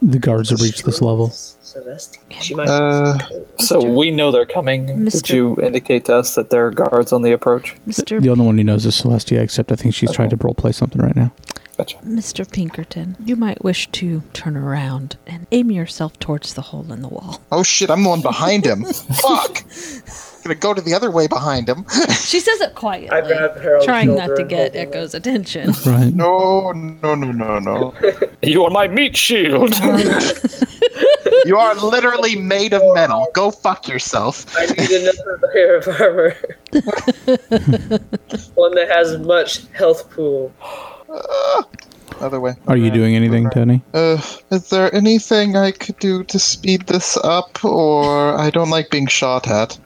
[SPEAKER 1] the guards have reached this level
[SPEAKER 3] Celeste. She might.
[SPEAKER 5] Uh,
[SPEAKER 7] so we know they're coming. Did
[SPEAKER 6] Mister-
[SPEAKER 7] you indicate to us that there are guards on the approach?
[SPEAKER 6] Mr.
[SPEAKER 1] the only one who knows is celestia except i think she's trying to roleplay something right now
[SPEAKER 7] Gotcha.
[SPEAKER 6] Mr. Pinkerton, you might wish to turn around and aim yourself towards the hole in the wall.
[SPEAKER 5] oh shit! I'm the one behind him. Fuck! gonna go to the other way behind him.
[SPEAKER 6] She says it
[SPEAKER 3] I
[SPEAKER 6] quietly,
[SPEAKER 3] grab Harold's
[SPEAKER 6] trying not
[SPEAKER 3] shoulder
[SPEAKER 6] to
[SPEAKER 3] and
[SPEAKER 6] get
[SPEAKER 3] hold him
[SPEAKER 6] Echo's attention.
[SPEAKER 1] right
[SPEAKER 5] No, no, no, no, no.
[SPEAKER 7] You are my meat shield.
[SPEAKER 5] You are literally made of metal. Go fuck yourself.
[SPEAKER 3] I need another layer of armor. One that has much health pool.
[SPEAKER 5] Other way.
[SPEAKER 1] are you doing anything tony
[SPEAKER 5] Uh, is there anything I could do to speed this up, or I don't like being shot at?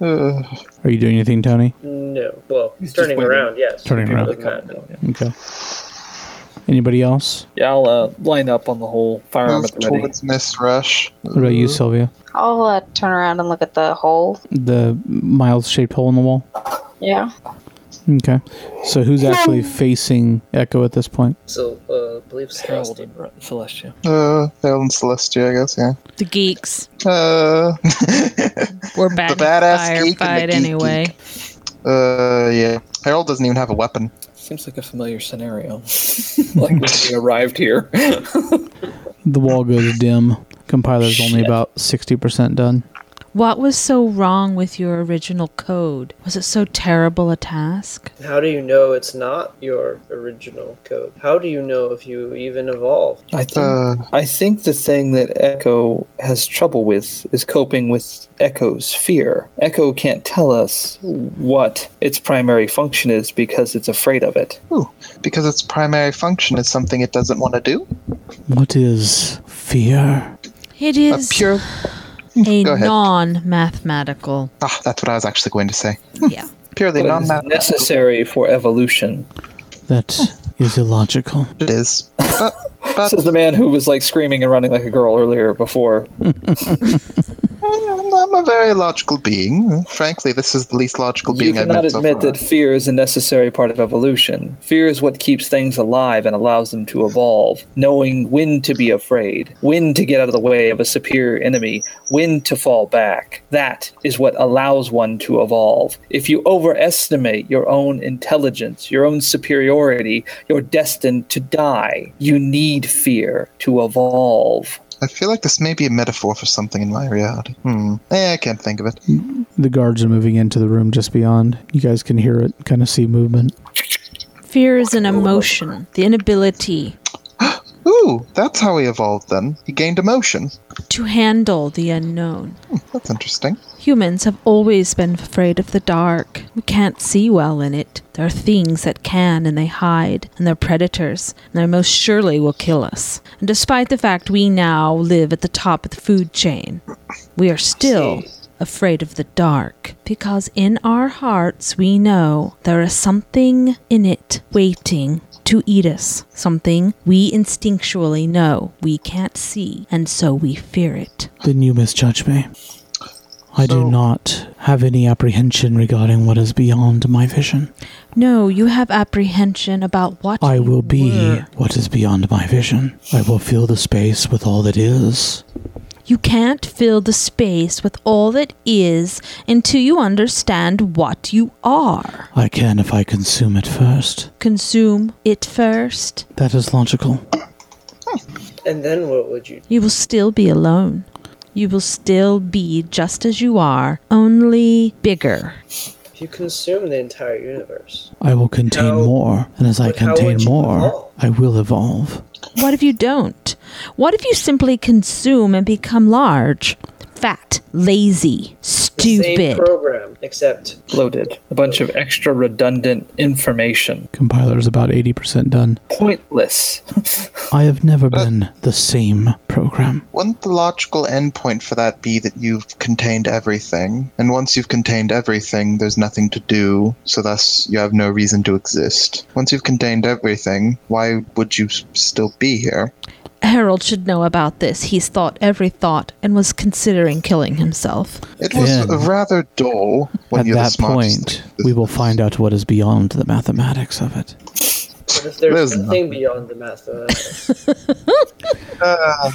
[SPEAKER 5] Uh,
[SPEAKER 1] are you doing anything tony
[SPEAKER 3] No. Well,
[SPEAKER 7] He's just
[SPEAKER 3] turning
[SPEAKER 7] waiting.
[SPEAKER 3] around, yes.
[SPEAKER 1] Turning around.
[SPEAKER 3] But not-
[SPEAKER 1] okay anybody else
[SPEAKER 7] yeah, I'll uh, line up on the whole firearm
[SPEAKER 5] move
[SPEAKER 7] at the ready.
[SPEAKER 5] towards Miss Rush.
[SPEAKER 1] what about you sylvia
[SPEAKER 8] I'll uh, turn around and look at the hole.
[SPEAKER 1] the miles shaped hole in the wall
[SPEAKER 8] Yeah.
[SPEAKER 1] okay so who's actually facing echo at this point
[SPEAKER 3] So, uh, I believe
[SPEAKER 7] Harold
[SPEAKER 3] Celeste.
[SPEAKER 7] and Ru- Celestia.
[SPEAKER 5] Uh, Harold and Celestia, I guess. Yeah.
[SPEAKER 6] The geeks
[SPEAKER 5] Uh,
[SPEAKER 6] were back
[SPEAKER 5] The badass geek and
[SPEAKER 6] firefight
[SPEAKER 5] the geek
[SPEAKER 6] anyway.
[SPEAKER 5] uh, yeah. Harold doesn't even have a weapon.
[SPEAKER 7] Seems like a familiar scenario. like when we arrived here.
[SPEAKER 1] the wall goes dim compiler's only about 60% done
[SPEAKER 6] What was so wrong with your original code? Was it so terrible a task?
[SPEAKER 3] How do you know it's not your original code? How do you know if you even evolved?
[SPEAKER 7] I think,
[SPEAKER 5] Uh,
[SPEAKER 7] I think the thing that Echo has trouble with is coping with Echo's fear. Echo can't tell us what its primary function is because it's afraid of it.
[SPEAKER 5] ooh, because its primary function is something it doesn't want to do.
[SPEAKER 1] What is fear?
[SPEAKER 6] It
[SPEAKER 5] A
[SPEAKER 6] is
[SPEAKER 5] pure.
[SPEAKER 6] a
[SPEAKER 5] go ahead.
[SPEAKER 6] non-mathematical.
[SPEAKER 5] Ah, that's what I was actually going to say.
[SPEAKER 6] yeah.
[SPEAKER 5] Purely
[SPEAKER 7] But
[SPEAKER 5] non
[SPEAKER 7] it's necessary for evolution.
[SPEAKER 1] That is illogical.
[SPEAKER 5] It is. But, but
[SPEAKER 7] This is the man who was like screaming and running like a girl earlier before.
[SPEAKER 5] I'm, I'm I'm a very logical being. Frankly, this is the least logical
[SPEAKER 7] You
[SPEAKER 5] being I've
[SPEAKER 7] cannot
[SPEAKER 5] met so
[SPEAKER 7] admit
[SPEAKER 5] far.
[SPEAKER 7] that fear is a necessary part of evolution. Fear is what keeps things alive and allows them to evolve. Knowing when to be afraid, when to get out of the way of a superior enemy, when to fall back, that is what allows one to evolve. If you overestimate your own intelligence, your own superiority, you're destined to die. You need fear to evolve.
[SPEAKER 5] I feel like this may be a metaphor for something in my reality. Hmm. Eh, I can't think of it.
[SPEAKER 2] The guards are moving into the room just beyond. You guys can hear it, kind of see movement.
[SPEAKER 6] Fear is an emotion, the inability
[SPEAKER 5] Ooh, that's how he evolved then. He gained emotion. Hmm,
[SPEAKER 6] to handle the unknown.
[SPEAKER 5] That's interesting.
[SPEAKER 6] Humans have always been afraid of the dark. We can't see well in it. There are things that can and they hide, and they're predators, and they most surely will kill us. And despite the fact we now live at the top of the food chain, we are still afraid of the dark because in our hearts we know there is something in it waiting to eat us, something we instinctually know we can't see, and so we fear it.
[SPEAKER 2] Then you misjudge me. I do not have any apprehension regarding what is beyond my vision.
[SPEAKER 6] No, you have apprehension about what
[SPEAKER 2] I
[SPEAKER 6] you
[SPEAKER 2] will be
[SPEAKER 6] were.
[SPEAKER 2] what is beyond my vision. I will fill the space with all that is.
[SPEAKER 6] You can't fill the space with all that is until you understand what you are.
[SPEAKER 2] I can if I consume it first.
[SPEAKER 6] Consume it first.
[SPEAKER 2] That is logical.
[SPEAKER 4] And then what would you
[SPEAKER 6] You will still be alone. You will still be just as you are, only bigger.
[SPEAKER 4] If you consume the entire universe,
[SPEAKER 2] I will contain
[SPEAKER 4] How-
[SPEAKER 2] more, and as I
[SPEAKER 4] but how would
[SPEAKER 2] contain
[SPEAKER 4] you
[SPEAKER 2] more,
[SPEAKER 4] evolve?
[SPEAKER 2] I will evolve.
[SPEAKER 6] What if you don't? What if you simply consume and become large, fat, lazy,
[SPEAKER 4] the
[SPEAKER 6] stupid?
[SPEAKER 4] same program, except
[SPEAKER 7] Bloated. A bunch of extra redundant information.
[SPEAKER 2] Compiler is about 80% done.
[SPEAKER 7] Pointless.
[SPEAKER 2] I have never been the same program.
[SPEAKER 5] Wouldn't the logical endpoint for that be that you've contained everything? And once you've contained everything, there's nothing to do, so thus you have no reason to exist. Once you've contained everything, why would you s- still be here?
[SPEAKER 6] Harold should know about this. He's thought every thought and was considering killing himself.
[SPEAKER 5] It was
[SPEAKER 2] Then,
[SPEAKER 5] rather dull when
[SPEAKER 2] At
[SPEAKER 5] you're the
[SPEAKER 2] that
[SPEAKER 5] smartest
[SPEAKER 2] point,
[SPEAKER 5] thing in
[SPEAKER 2] we
[SPEAKER 5] this-
[SPEAKER 2] will find out what is beyond the mathematics of it.
[SPEAKER 4] but if there's,
[SPEAKER 5] There's
[SPEAKER 4] nothing beyond the math, uh,
[SPEAKER 5] Uh,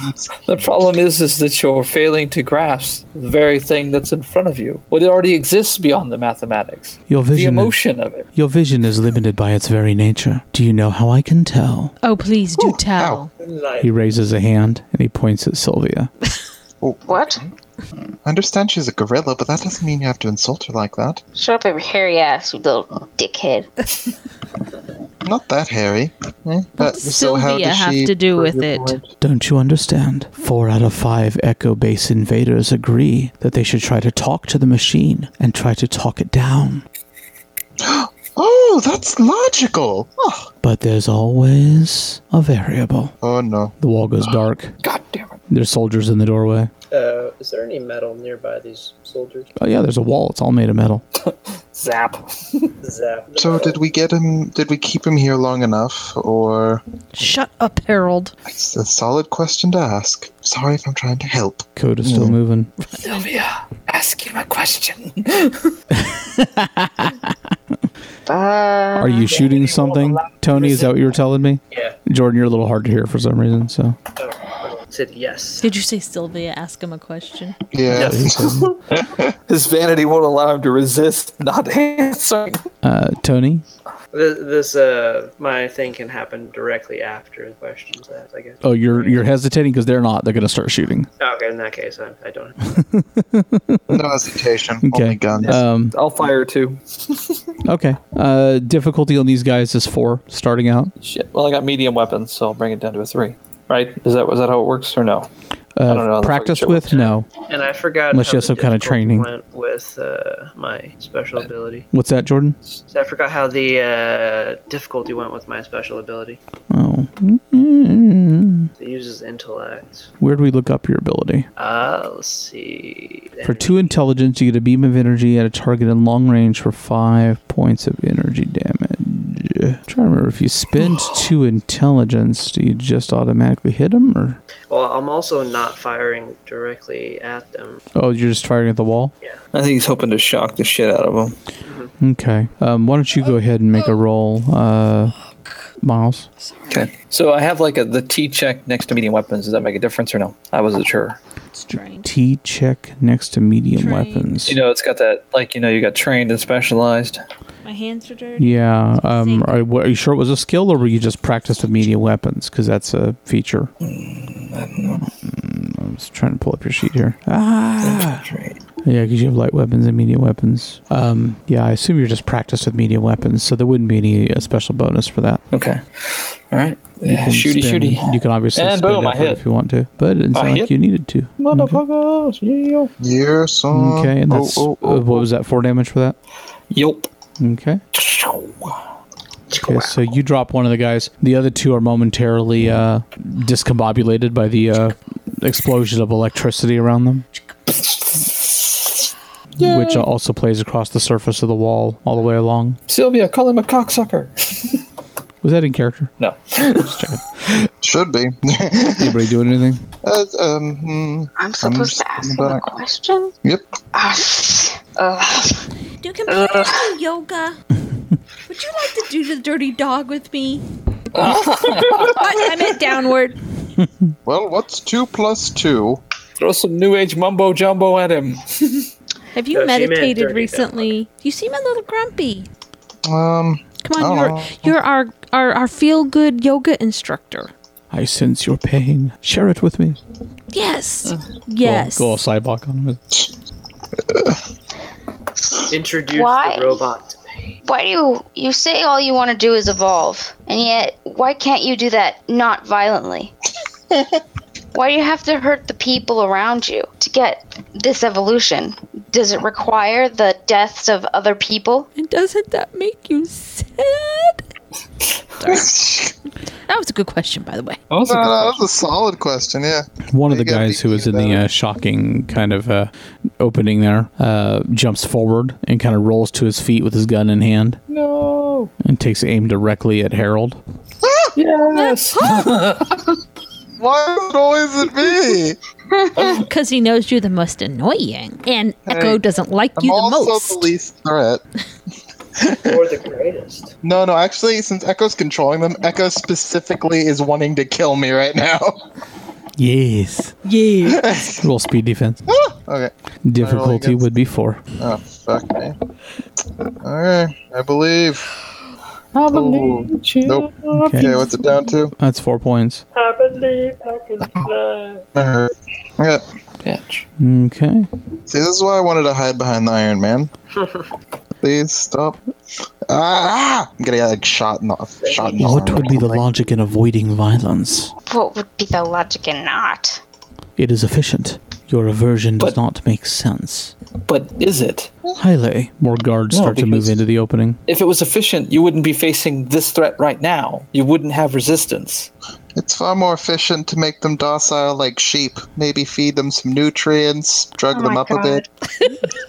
[SPEAKER 7] The problem is, is that you're failing to grasp the very thing that's in front of you. What already exists beyond the mathematics,
[SPEAKER 2] Your
[SPEAKER 7] the
[SPEAKER 2] vision, is,
[SPEAKER 7] emotion of it.
[SPEAKER 2] your vision is limited by its very nature. Do you know how I can tell?
[SPEAKER 6] Oh, please do tell.
[SPEAKER 4] life.
[SPEAKER 2] He raises a hand and he points at Sylvia.
[SPEAKER 8] What?
[SPEAKER 5] Oh, I understand she's a gorilla, but that doesn't mean you have to insult her like that.
[SPEAKER 8] Shut up your hairy ass, you little dickhead.
[SPEAKER 5] Not that hairy. Eh? But
[SPEAKER 6] does
[SPEAKER 5] so how
[SPEAKER 6] Sylvia
[SPEAKER 5] does
[SPEAKER 6] have
[SPEAKER 5] she
[SPEAKER 6] to do
[SPEAKER 5] prove
[SPEAKER 6] with
[SPEAKER 5] your
[SPEAKER 6] it?
[SPEAKER 5] point?
[SPEAKER 2] Don't you understand? Four out of five Echo Base invaders agree that they should try to talk to the machine and try to talk it down.
[SPEAKER 5] Oh, that's logical. Oh,
[SPEAKER 2] But there's always a variable.
[SPEAKER 5] oh no.
[SPEAKER 2] The wall goes dark.
[SPEAKER 7] God damn it.
[SPEAKER 2] There's soldiers in the doorway.
[SPEAKER 4] Uh, is there any metal nearby these soldiers?
[SPEAKER 2] Oh, yeah, there's a wall. It's all made of metal.
[SPEAKER 7] Zap.
[SPEAKER 4] Zap.
[SPEAKER 5] So did we get him? Did we keep him here long enough, or
[SPEAKER 6] Shut up, Harold.
[SPEAKER 5] it's a solid question to ask? Sorry if I'm trying to help.
[SPEAKER 2] Code is still
[SPEAKER 5] Mm.
[SPEAKER 2] moving.
[SPEAKER 7] Sylvia, ask him a question.
[SPEAKER 8] Bye.
[SPEAKER 2] Are you shooting something? Tony, is that what you were telling me?
[SPEAKER 4] Yeah.
[SPEAKER 2] Jordan, you're a little hard to hear for some reason, so.
[SPEAKER 4] Said yes.
[SPEAKER 6] Did you say Sylvia? Ask him a question.
[SPEAKER 5] Yeah.
[SPEAKER 7] His vanity won't allow him to resist not answering.
[SPEAKER 2] Uh, Tony?
[SPEAKER 4] This, this uh, my thing can happen directly after the questions. asked, I guess. Oh,
[SPEAKER 2] Oh, you're you're hesitating because they're not. They're going to start shooting.
[SPEAKER 4] Okay, in that case, I, I don't.
[SPEAKER 5] no hesitation.
[SPEAKER 2] Okay.
[SPEAKER 5] Only guns.
[SPEAKER 6] Uh,
[SPEAKER 2] Um,
[SPEAKER 7] I'll fire too.
[SPEAKER 2] okay. Uh, difficulty on these guys is four starting out.
[SPEAKER 7] Shit. Well, I got medium weapons, so I'll bring it down to a three. Right? Is that was that how it works or no? I don't know. how the
[SPEAKER 2] Uh,
[SPEAKER 7] fuck
[SPEAKER 2] Practice
[SPEAKER 7] it
[SPEAKER 2] with?
[SPEAKER 7] works.
[SPEAKER 2] No.
[SPEAKER 4] And I forgot.
[SPEAKER 2] Unless
[SPEAKER 4] how
[SPEAKER 2] you have
[SPEAKER 4] the
[SPEAKER 2] some kind of
[SPEAKER 4] difficulty
[SPEAKER 2] training.
[SPEAKER 4] Went with uh, my special ability.
[SPEAKER 2] What's that, Jordan?
[SPEAKER 4] So I forgot how the uh, difficulty went with my special ability.
[SPEAKER 2] Oh.
[SPEAKER 4] It uses intellect.
[SPEAKER 2] Where do we look up your ability?
[SPEAKER 4] Uh, let's see.
[SPEAKER 2] For two intelligence, you get a beam of energy at a target in long range for five points of energy damage.
[SPEAKER 1] I'm trying to remember if you spend two intelligence, do you just automatically hit them, or
[SPEAKER 3] Well, I'm also not firing directly at them.
[SPEAKER 1] oh, you're just firing at the wall?
[SPEAKER 7] I think he's hoping to shock the shit out of him.
[SPEAKER 1] Okay. Um, why don't you go ahead and make a roll, uh, Miles?
[SPEAKER 7] Okay. So I have like a the T check next to medium weapons. Does that make a difference or no? I wasn't sure.
[SPEAKER 6] It's trained.
[SPEAKER 1] T check next to medium
[SPEAKER 6] Trained.
[SPEAKER 1] weapons.
[SPEAKER 7] You know, it's got that like you know you got trained and specialized.
[SPEAKER 6] My hands are dirty.
[SPEAKER 1] yeah. Um,
[SPEAKER 6] Same.
[SPEAKER 1] are, were- are you sure it was a skill, or were you just practiced with medium weapons? Because that's a feature. Mm, I'm just trying to pull up your sheet here. Ah. Yeah, because you have light weapons and medium weapons. Um, yeah, I assume you're just practiced with medium weapons, so there wouldn't be any uh, special bonus for that.
[SPEAKER 7] Okay. All right.
[SPEAKER 1] You
[SPEAKER 7] Yeah,
[SPEAKER 1] can
[SPEAKER 7] shooty
[SPEAKER 1] spend-
[SPEAKER 7] shooty.
[SPEAKER 1] You can obviously
[SPEAKER 7] And
[SPEAKER 1] spend
[SPEAKER 7] boom, I
[SPEAKER 1] effort
[SPEAKER 7] hit.
[SPEAKER 1] if you want to, but it didn't
[SPEAKER 7] I
[SPEAKER 1] sound like
[SPEAKER 7] hit.
[SPEAKER 1] you needed to.
[SPEAKER 7] Motherfuckers. Yeah.
[SPEAKER 5] Yes, sir.
[SPEAKER 1] Okay, and
[SPEAKER 5] Oh,
[SPEAKER 1] that's
[SPEAKER 5] oh,
[SPEAKER 1] uh,
[SPEAKER 5] oh,
[SPEAKER 1] what was that four damage for that?
[SPEAKER 7] Yelp.
[SPEAKER 1] Okay. Okay, so you drop one of the guys. The other two are momentarily uh, discombobulated by the uh, explosion of electricity around them, which also plays across the surface of the wall all the way along.
[SPEAKER 7] Sylvia, call him a cocksucker.
[SPEAKER 1] Was that in character?
[SPEAKER 7] No.
[SPEAKER 5] Should be.
[SPEAKER 1] Anybody doing anything?
[SPEAKER 5] uh, um, hmm,
[SPEAKER 8] I'm supposed to
[SPEAKER 5] just
[SPEAKER 8] ask
[SPEAKER 5] in
[SPEAKER 8] him
[SPEAKER 5] the
[SPEAKER 8] a
[SPEAKER 5] back.
[SPEAKER 8] question?
[SPEAKER 5] Yep.
[SPEAKER 8] Ah, ugh.
[SPEAKER 6] Do computers do yoga? Would you like to do the dirty dog with me? I, I meant downward.
[SPEAKER 5] Well, what's two plus two?
[SPEAKER 7] Throw some new age mumbo jumbo at him.
[SPEAKER 6] Have you
[SPEAKER 3] No, she meant
[SPEAKER 6] meditated
[SPEAKER 3] dirty
[SPEAKER 6] recently? You seem a little grumpy.
[SPEAKER 5] Um, I
[SPEAKER 6] Come on,
[SPEAKER 5] don't
[SPEAKER 6] you're
[SPEAKER 5] know.
[SPEAKER 6] you're our our, our feel good yoga instructor.
[SPEAKER 1] I sense your pain. Share it with me. Oh,
[SPEAKER 6] Yes. Yes.
[SPEAKER 1] Go, go all sidewalk on him.
[SPEAKER 3] Introduce
[SPEAKER 8] Why?
[SPEAKER 3] the robot.
[SPEAKER 8] Why do you, you say all you want to do is evolve, and yet why can't you do that not violently? why do you have to hurt the people around you to get this evolution? Does it require the deaths of other people?
[SPEAKER 6] And doesn't that make you sad? That was a good question, by the way.
[SPEAKER 5] no, no, that was a solid question. Yeah.
[SPEAKER 1] One of the
[SPEAKER 5] You gotta
[SPEAKER 1] guys
[SPEAKER 5] be
[SPEAKER 1] who was in
[SPEAKER 5] thinking
[SPEAKER 1] the
[SPEAKER 5] about
[SPEAKER 1] uh, shocking kind of uh, opening there uh, jumps forward and kind of rolls to his feet with his gun in hand. No. And takes aim directly at Harold.
[SPEAKER 5] Why is it always at me?
[SPEAKER 6] Because he knows you're the most annoying, and Echo doesn't like
[SPEAKER 5] I'm
[SPEAKER 6] you the
[SPEAKER 5] also
[SPEAKER 6] most.
[SPEAKER 5] the least threat.
[SPEAKER 3] Or the greatest.
[SPEAKER 5] No, no, actually, since Echo's controlling them, Echo specifically is wanting to kill me right now.
[SPEAKER 1] Yes.
[SPEAKER 6] yeah.
[SPEAKER 1] Roll speed defense.
[SPEAKER 5] okay.
[SPEAKER 1] Difficulty
[SPEAKER 5] against-
[SPEAKER 1] would be four.
[SPEAKER 5] Oh, fuck me. Alright, I believe.
[SPEAKER 7] I
[SPEAKER 5] believe Nope. Okay, what's it down to?
[SPEAKER 1] That's four points.
[SPEAKER 3] I believe I can fly.
[SPEAKER 5] Alright. Yeah.
[SPEAKER 7] Bitch.
[SPEAKER 1] Okay.
[SPEAKER 5] See, this is why I wanted to hide behind the Iron Man. Please stop. Ah! I'm getting like shot in the shot in the
[SPEAKER 1] What
[SPEAKER 5] arm.
[SPEAKER 1] would be the logic in avoiding violence?
[SPEAKER 8] What would be the logic in not?
[SPEAKER 1] It is efficient. Your aversion does
[SPEAKER 7] But-
[SPEAKER 1] not make sense.
[SPEAKER 7] But is it?
[SPEAKER 1] Highly. More guards
[SPEAKER 7] No,
[SPEAKER 1] start to move
[SPEAKER 7] because-
[SPEAKER 1] into the opening.
[SPEAKER 7] If it was efficient, you wouldn't be facing this threat right now. You wouldn't have resistance.
[SPEAKER 5] It's far more efficient to make them docile like sheep. Maybe feed them some nutrients, drug
[SPEAKER 8] Oh
[SPEAKER 5] them
[SPEAKER 8] my
[SPEAKER 5] up a bit.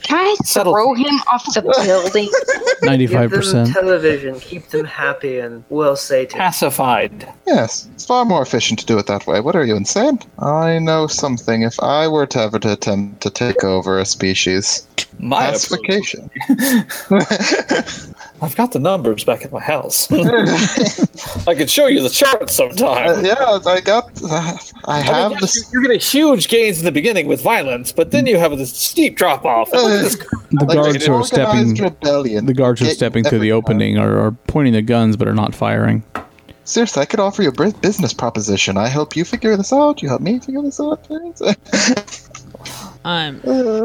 [SPEAKER 8] Can I
[SPEAKER 7] Settle.
[SPEAKER 8] throw him off the building?
[SPEAKER 1] Ninety-five
[SPEAKER 3] Give them
[SPEAKER 1] percent.
[SPEAKER 3] television, keep them happy and well sated.
[SPEAKER 7] Pacified.
[SPEAKER 5] Yes, it's far more efficient to do it that way. What are you, insane? I know something. If I were to ever to attempt to take over a species,
[SPEAKER 7] My
[SPEAKER 5] classification.
[SPEAKER 7] I've got the numbers back at my house. I could show you the chart sometime.
[SPEAKER 5] Uh, yeah, I got. uh, I
[SPEAKER 7] I mean,
[SPEAKER 5] have
[SPEAKER 7] yes,
[SPEAKER 5] this.
[SPEAKER 7] you- You're getting huge gains in the beginning with violence, but then you have this steep drop off.
[SPEAKER 1] The guards who are stepping.
[SPEAKER 5] Rebellion.
[SPEAKER 1] The guards who are
[SPEAKER 5] Get
[SPEAKER 1] stepping through
[SPEAKER 5] every
[SPEAKER 1] the
[SPEAKER 5] time.
[SPEAKER 1] opening are, are pointing their guns but are not firing.
[SPEAKER 5] Seriously, I could offer you a bris- business proposition. I help you figure this out. You help me figure this out. please.
[SPEAKER 6] I'm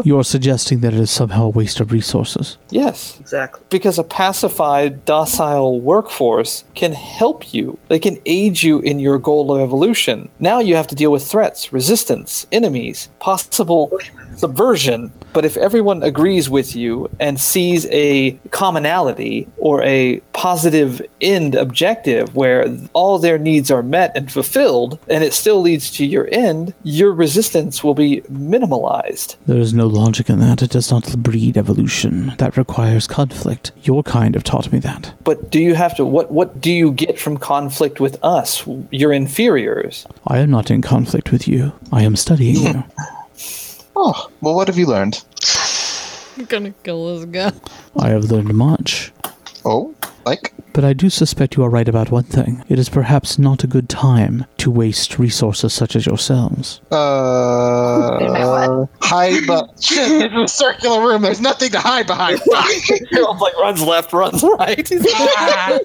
[SPEAKER 1] You are suggesting that it is somehow a waste of resources.
[SPEAKER 7] Yes,
[SPEAKER 3] Exactly.
[SPEAKER 7] because a pacified, docile workforce can help you. They can aid you in your goal of evolution. Now you have to deal with threats, resistance, enemies, possible subversion. But if everyone agrees with you and sees a commonality or a positive end objective where all their needs are met and fulfilled, and it still leads to your end, your resistance will be minimalized.
[SPEAKER 2] There is no logic in that. It does not breed evolution. That requires conflict. Your kind have taught me that.
[SPEAKER 7] But do you have to? What What do you get from conflict with us, your inferiors?
[SPEAKER 2] I am not in conflict with you. I am studying you.
[SPEAKER 5] Oh, well, what have you learned?
[SPEAKER 6] I'm gonna kill this guy.
[SPEAKER 2] I have learned much.
[SPEAKER 5] Oh, like?
[SPEAKER 2] But I do suspect you are right about one thing. It is perhaps not a good time to waste resources such as yourselves.
[SPEAKER 5] Uh, hide, but shit, this is a circular room. There's nothing to hide behind. Fuck.
[SPEAKER 7] Harold's like runs left, runs right. He's like,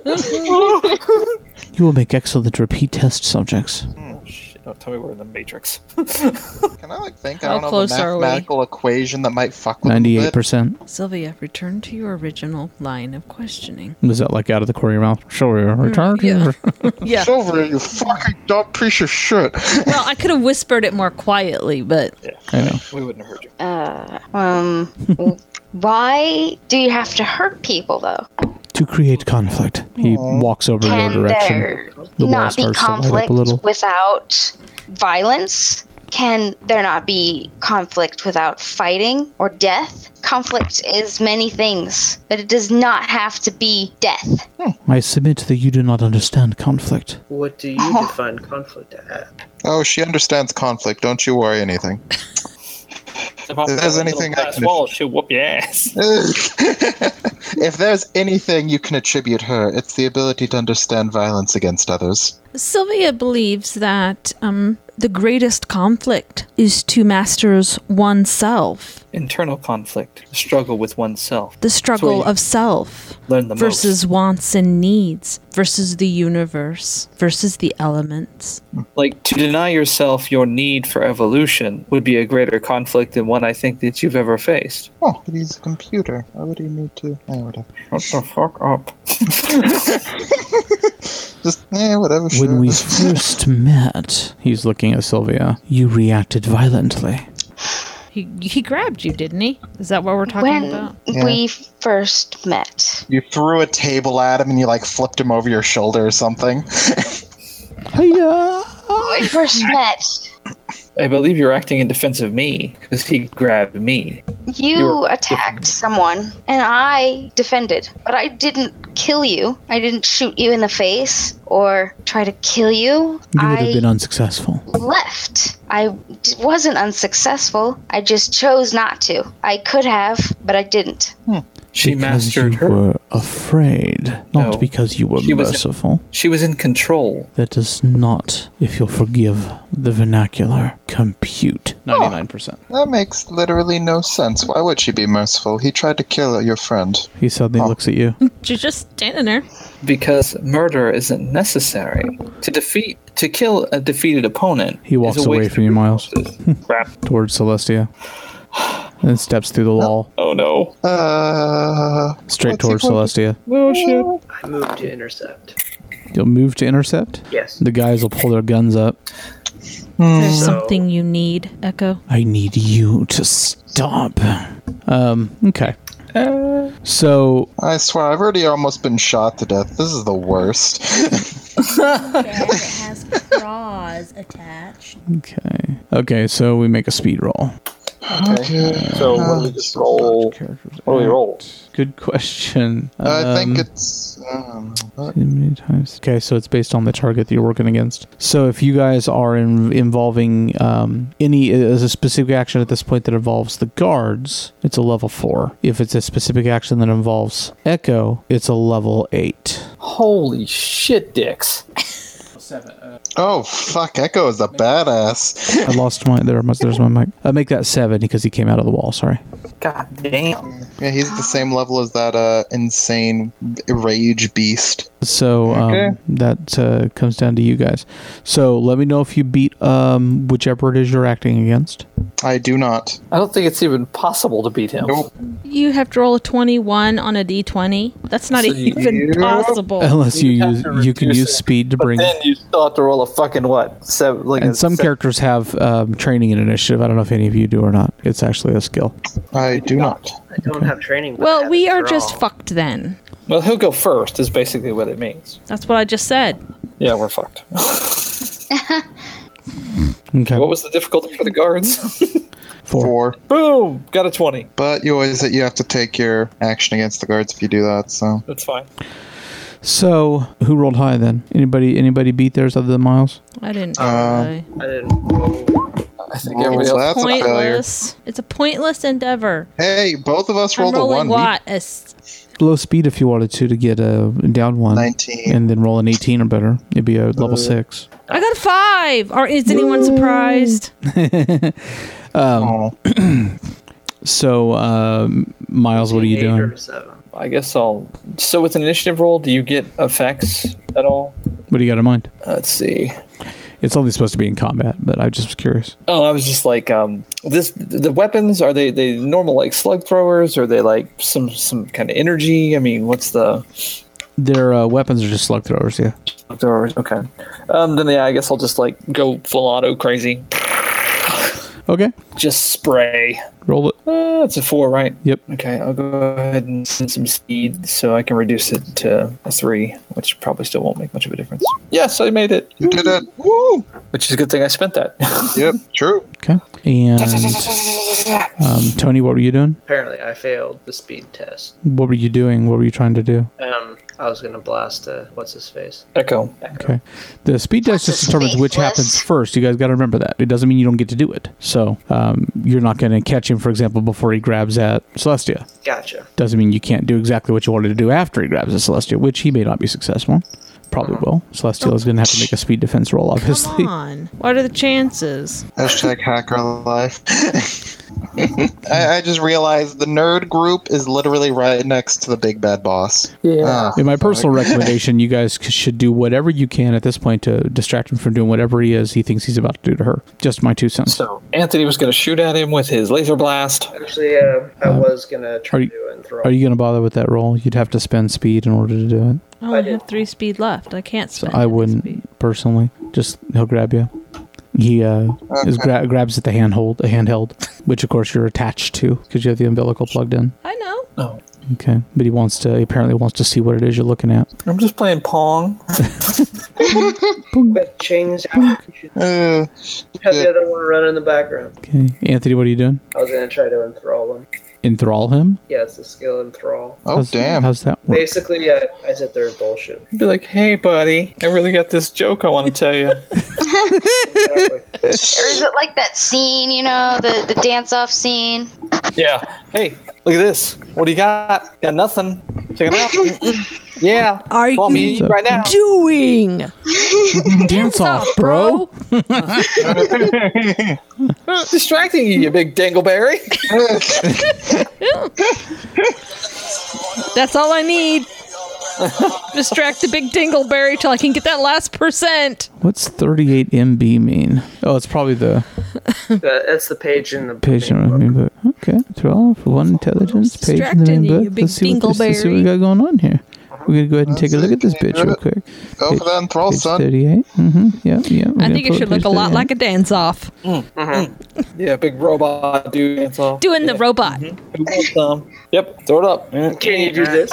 [SPEAKER 2] You will make excellent repeat test subjects.
[SPEAKER 7] oh, shit, don't tell me we're in the Matrix.
[SPEAKER 5] Can I like think?
[SPEAKER 6] How
[SPEAKER 5] I don't know
[SPEAKER 6] close
[SPEAKER 5] the
[SPEAKER 6] are we?
[SPEAKER 5] mathematical equation that might fuck with me a
[SPEAKER 2] Ninety-eight
[SPEAKER 5] bit.
[SPEAKER 2] percent.
[SPEAKER 6] Sylvia, return to your original line of questioning.
[SPEAKER 2] Was that like out of the corner of your mouth? Sure, you're retarded.
[SPEAKER 6] Mm, Yeah. Yeah.
[SPEAKER 5] Silver, you fucking dumb piece of shit.
[SPEAKER 6] Well, I could have whispered it more quietly, but
[SPEAKER 2] I know.
[SPEAKER 7] we wouldn't have heard you.
[SPEAKER 8] Um, why do you have to hurt people though?
[SPEAKER 2] To create conflict, he walks over in your
[SPEAKER 8] Can
[SPEAKER 2] direction.
[SPEAKER 8] there
[SPEAKER 2] The wall
[SPEAKER 8] not be
[SPEAKER 2] starts to light up a
[SPEAKER 8] conflict
[SPEAKER 2] little.
[SPEAKER 8] without violence? Can there not be conflict without fighting or death? Conflict is many things, but it does not have to be death.
[SPEAKER 2] I submit that you do not understand conflict.
[SPEAKER 4] What do you define conflict as?
[SPEAKER 5] Oh, she understands conflict. Don't you worry anything. If there's anything I can-
[SPEAKER 7] wall, she'll whoop your ass.
[SPEAKER 5] if there's anything you can attribute her, it's the ability to understand violence against others.
[SPEAKER 6] Sylvia believes that um, the greatest conflict is to masters oneself,
[SPEAKER 7] Internal conflict, struggle with oneself,
[SPEAKER 6] the struggle
[SPEAKER 7] Sweet.
[SPEAKER 6] of self
[SPEAKER 7] learn the
[SPEAKER 6] versus wants and needs, versus the universe, versus the elements.
[SPEAKER 7] most. Like to deny yourself your need for evolution would be a greater conflict than one I think that you've ever faced.
[SPEAKER 5] Oh, but he's a computer. Why would he need to? Eh, whatever.
[SPEAKER 7] What the fuck up?
[SPEAKER 5] Just, eh, whatever. Sure.
[SPEAKER 2] When we first met, he's looking at Sylvia. You reacted violently.
[SPEAKER 6] He, he grabbed you, didn't he? Is that what we're talking
[SPEAKER 8] when
[SPEAKER 6] about?
[SPEAKER 8] we first met,
[SPEAKER 5] you threw a table at him and you like flipped him over your shoulder or something.
[SPEAKER 2] Hiya!
[SPEAKER 8] when we first met,
[SPEAKER 7] I believe you're acting in defense of me because he grabbed me.
[SPEAKER 8] you
[SPEAKER 7] You're-
[SPEAKER 8] attacked someone and I defended, but I didn't kill you. I didn't shoot you in the face or try to kill you.
[SPEAKER 2] You would
[SPEAKER 8] I
[SPEAKER 2] have been unsuccessful.
[SPEAKER 8] left. I d- wasn't unsuccessful. I just chose not to. I could have, but I didn't.
[SPEAKER 7] She
[SPEAKER 2] because
[SPEAKER 7] mastered
[SPEAKER 2] you
[SPEAKER 7] her.
[SPEAKER 2] were afraid, not
[SPEAKER 7] No.
[SPEAKER 2] because you were
[SPEAKER 7] She was-
[SPEAKER 2] merciful.
[SPEAKER 7] She was in control.
[SPEAKER 2] That does not, if you'll forgive the vernacular, compute. 99%.
[SPEAKER 5] That makes literally no sense. Why would she be merciful? He tried to kill your friend.
[SPEAKER 2] He suddenly looks at you.
[SPEAKER 6] She's just standing there.
[SPEAKER 7] because murder isn't necessary to defeat to kill a defeated opponent.
[SPEAKER 2] He walks
[SPEAKER 7] is a
[SPEAKER 2] away
[SPEAKER 7] waste
[SPEAKER 2] from you,
[SPEAKER 7] of
[SPEAKER 2] Miles.
[SPEAKER 7] resources. Crap!
[SPEAKER 2] towards Celestia. And steps through the wall,
[SPEAKER 7] Oh no!
[SPEAKER 5] Uh,
[SPEAKER 2] straight
[SPEAKER 5] what's he
[SPEAKER 2] towards
[SPEAKER 5] called?
[SPEAKER 2] Celestia.
[SPEAKER 7] No shit!
[SPEAKER 4] I move to intercept.
[SPEAKER 2] You'll move to intercept.
[SPEAKER 4] Yes.
[SPEAKER 2] The guys will pull their guns up.
[SPEAKER 6] There's
[SPEAKER 4] So-
[SPEAKER 6] something you need, Echo.
[SPEAKER 2] I need you to stop. Um, okay.
[SPEAKER 5] Uh,
[SPEAKER 2] So
[SPEAKER 5] I swear, I've already almost been shot to death. This is the worst.
[SPEAKER 6] has claws attached.
[SPEAKER 2] okay. Okay, so we make a speed roll.
[SPEAKER 7] So what do we just roll?
[SPEAKER 2] Characters.
[SPEAKER 7] What do we roll?
[SPEAKER 2] Good question.
[SPEAKER 5] I
[SPEAKER 2] Um,
[SPEAKER 5] think it's. Um, what?
[SPEAKER 2] How many times? Okay, so it's based on the target that you're working against. So if you guys are in, involving um, any is a specific action at this point that involves the guards, it's a level four. If it's a specific action that involves Echo, it's a level eight.
[SPEAKER 7] Holy shit, dicks!
[SPEAKER 5] oh, fuck. Echo is a badass.
[SPEAKER 2] I lost my there. My, there's my mic. I make that seven because he came out of the wall. Sorry.
[SPEAKER 7] God damn!
[SPEAKER 5] yeah, he's the same level as that uh, insane rage beast.
[SPEAKER 2] So um,
[SPEAKER 5] Okay.
[SPEAKER 2] that uh, comes down to you guys. So let me know if you beat um, whichever it is you're acting against.
[SPEAKER 5] I do not.
[SPEAKER 7] I don't think it's even possible to beat him.
[SPEAKER 5] Nope.
[SPEAKER 6] You have to roll a 21 on a d20. That's not
[SPEAKER 7] So you-
[SPEAKER 6] even possible.
[SPEAKER 2] Unless you
[SPEAKER 7] You'd have
[SPEAKER 2] use
[SPEAKER 7] to
[SPEAKER 2] you can
[SPEAKER 7] reduce
[SPEAKER 2] use
[SPEAKER 7] it.
[SPEAKER 2] speed to
[SPEAKER 7] But
[SPEAKER 2] bring.
[SPEAKER 7] then you still have to roll a fucking what? Seven, like a
[SPEAKER 2] And some
[SPEAKER 7] seven.
[SPEAKER 2] characters have um, training and initiative. I don't know if any of you do or not. It's actually a skill.
[SPEAKER 5] I do not.
[SPEAKER 4] I don't have training. but I
[SPEAKER 6] well,
[SPEAKER 4] have
[SPEAKER 6] we
[SPEAKER 4] it
[SPEAKER 6] are just
[SPEAKER 4] wrong.
[SPEAKER 6] fucked then.
[SPEAKER 7] Well, he'll go first, is basically what it means.
[SPEAKER 6] That's what I just said.
[SPEAKER 7] Yeah, we're fucked.
[SPEAKER 2] Okay.
[SPEAKER 7] what was the difficulty for the guards?
[SPEAKER 5] Four.
[SPEAKER 7] Boom! Got a 20.
[SPEAKER 5] But you always you have to take your action against the guards if you do that. So
[SPEAKER 7] That's fine.
[SPEAKER 2] So who rolled high then? Anybody? Anybody beat theirs other than Miles?
[SPEAKER 6] I didn't.
[SPEAKER 4] I didn't roll.
[SPEAKER 7] I think
[SPEAKER 5] Well,
[SPEAKER 7] everybody else.
[SPEAKER 5] that's a failure.
[SPEAKER 6] pointless. It's a pointless endeavor.
[SPEAKER 5] Hey, both of us rolled
[SPEAKER 6] I'm
[SPEAKER 5] a
[SPEAKER 6] rolling
[SPEAKER 5] one.
[SPEAKER 6] what? A s-
[SPEAKER 2] Low speed if you wanted to to get a down one,
[SPEAKER 5] 19.
[SPEAKER 2] and then roll an eighteen or better. It'd be a level
[SPEAKER 7] Uh,
[SPEAKER 2] six.
[SPEAKER 6] I got a five. Or is anyone surprised?
[SPEAKER 5] Oh,
[SPEAKER 2] So um, Miles, what are you
[SPEAKER 4] Eight
[SPEAKER 2] doing?
[SPEAKER 4] or seven.
[SPEAKER 7] I guess I'll. So with an initiative roll, do you get effects at all? Uh,
[SPEAKER 2] What do you got in mind?
[SPEAKER 7] Let's see.
[SPEAKER 2] It's only supposed to be in combat, but I just was curious.
[SPEAKER 7] Oh, I was just like, um, this. The weapons are they they normal like slug throwers? Or are they like some some kind of energy? I mean, what's the
[SPEAKER 2] Their uh, weapons are just slug throwers. Yeah.
[SPEAKER 7] slug throwers? Okay. Um, then yeah, I guess I'll just like go full auto crazy,
[SPEAKER 2] Okay.
[SPEAKER 7] just spray.
[SPEAKER 2] Roll it.
[SPEAKER 7] Uh, it's a four, right?
[SPEAKER 2] Yep.
[SPEAKER 7] Okay, I'll go ahead and send some speed so I can reduce it to a three, which probably still won't make much of a difference. Yes, I made it,
[SPEAKER 5] you did it. Woo!
[SPEAKER 7] which is a good thing I spent that.
[SPEAKER 5] Yep, true.
[SPEAKER 2] Okay. And um, Tony, what were you doing?
[SPEAKER 4] Apparently, I failed the speed test.
[SPEAKER 2] What were you doing? What were you trying to do?
[SPEAKER 4] Um, I was gonna blast uh what's his face?
[SPEAKER 7] Echo.
[SPEAKER 2] Okay. The speed test just
[SPEAKER 8] That's
[SPEAKER 2] determines which
[SPEAKER 8] faithless.
[SPEAKER 2] happens first. You guys got to remember that. It doesn't mean you don't get to do it. So um, you're not going to catch him, for example, before he grabs at Celestia.
[SPEAKER 4] Gotcha.
[SPEAKER 2] Doesn't mean you can't do exactly what you wanted to do after he grabs at Celestia, which he may not be successful. in. Probably will. Celestia is going to have to make a speed defense roll, obviously.
[SPEAKER 6] Come on. What are the chances?
[SPEAKER 5] Hashtag hacker life. I, I just realized the nerd group is literally right next to the big bad boss. Ah. Yeah.
[SPEAKER 2] In my personal recommendation, you guys c- should do whatever you can at this point to distract him from doing whatever he is he thinks he's about to do to her. Just my two cents.
[SPEAKER 7] So Anthony was going to shoot at him with his laser blast.
[SPEAKER 4] Actually, uh, I was gonna try
[SPEAKER 2] are you-
[SPEAKER 4] to and throw.
[SPEAKER 2] Are you going to bother with that roll? You'd have to spend speed in order to do it.
[SPEAKER 6] I only have three speed left. I can't spend.
[SPEAKER 2] I
[SPEAKER 6] any
[SPEAKER 2] wouldn't
[SPEAKER 6] speed.
[SPEAKER 2] personally. Just he'll grab you. He uh, is gra- grabs at the handhold, a handheld, which of course you're attached to because you have the umbilical plugged in.
[SPEAKER 6] I know.
[SPEAKER 2] Okay, but he wants to. He apparently wants to see what it is you're looking at.
[SPEAKER 7] I'm just playing Pong.
[SPEAKER 4] But chains out. You should
[SPEAKER 5] Uh,
[SPEAKER 4] have the other one run in the background.
[SPEAKER 2] Okay, Anthony, what are you doing?
[SPEAKER 4] I was gonna try to enthrall him.
[SPEAKER 2] Enthrall him?
[SPEAKER 4] Yeah, it's a skill enthrall.
[SPEAKER 5] oh,
[SPEAKER 2] how's,
[SPEAKER 5] damn.
[SPEAKER 2] How's that work?
[SPEAKER 4] Basically, I, I said they're bullshit.
[SPEAKER 7] Be like, hey, buddy, I really got this joke I want to tell you.
[SPEAKER 4] Exactly.
[SPEAKER 8] Or is it like that scene, you know, the, the dance off scene?
[SPEAKER 7] yeah. Hey, look at this. What do you got? Got nothing. Check it out. Mm-mm. yeah.
[SPEAKER 6] Are
[SPEAKER 7] Call me
[SPEAKER 6] you
[SPEAKER 7] right now.
[SPEAKER 6] doing?
[SPEAKER 2] Dance off, bro.
[SPEAKER 7] Distracting you, you big dingleberry.
[SPEAKER 6] That's all I need. Distract the big dingleberry till I can get that last percent.
[SPEAKER 2] What's 38 MB mean? Oh, it's probably the
[SPEAKER 4] That- That's the page in the
[SPEAKER 2] page in the main book. Okay, 12, one intelligence page in the
[SPEAKER 6] distracting
[SPEAKER 2] main
[SPEAKER 6] you,
[SPEAKER 2] book.
[SPEAKER 6] you big
[SPEAKER 2] let's, see what this, let's see what we
[SPEAKER 6] dingleberry.
[SPEAKER 2] got going on here. We're gonna go ahead and take a look at this bitch real quick.
[SPEAKER 5] Go for that enthrall,
[SPEAKER 2] Page
[SPEAKER 5] son.
[SPEAKER 2] 38. Mm-hmm. Yeah, yeah.
[SPEAKER 6] I think it should look a lot like a dance off.
[SPEAKER 7] yeah, big robot dude. That's all.
[SPEAKER 6] Doing the robot.
[SPEAKER 7] Um, yep, throw it up. Yeah.
[SPEAKER 4] Can you do this?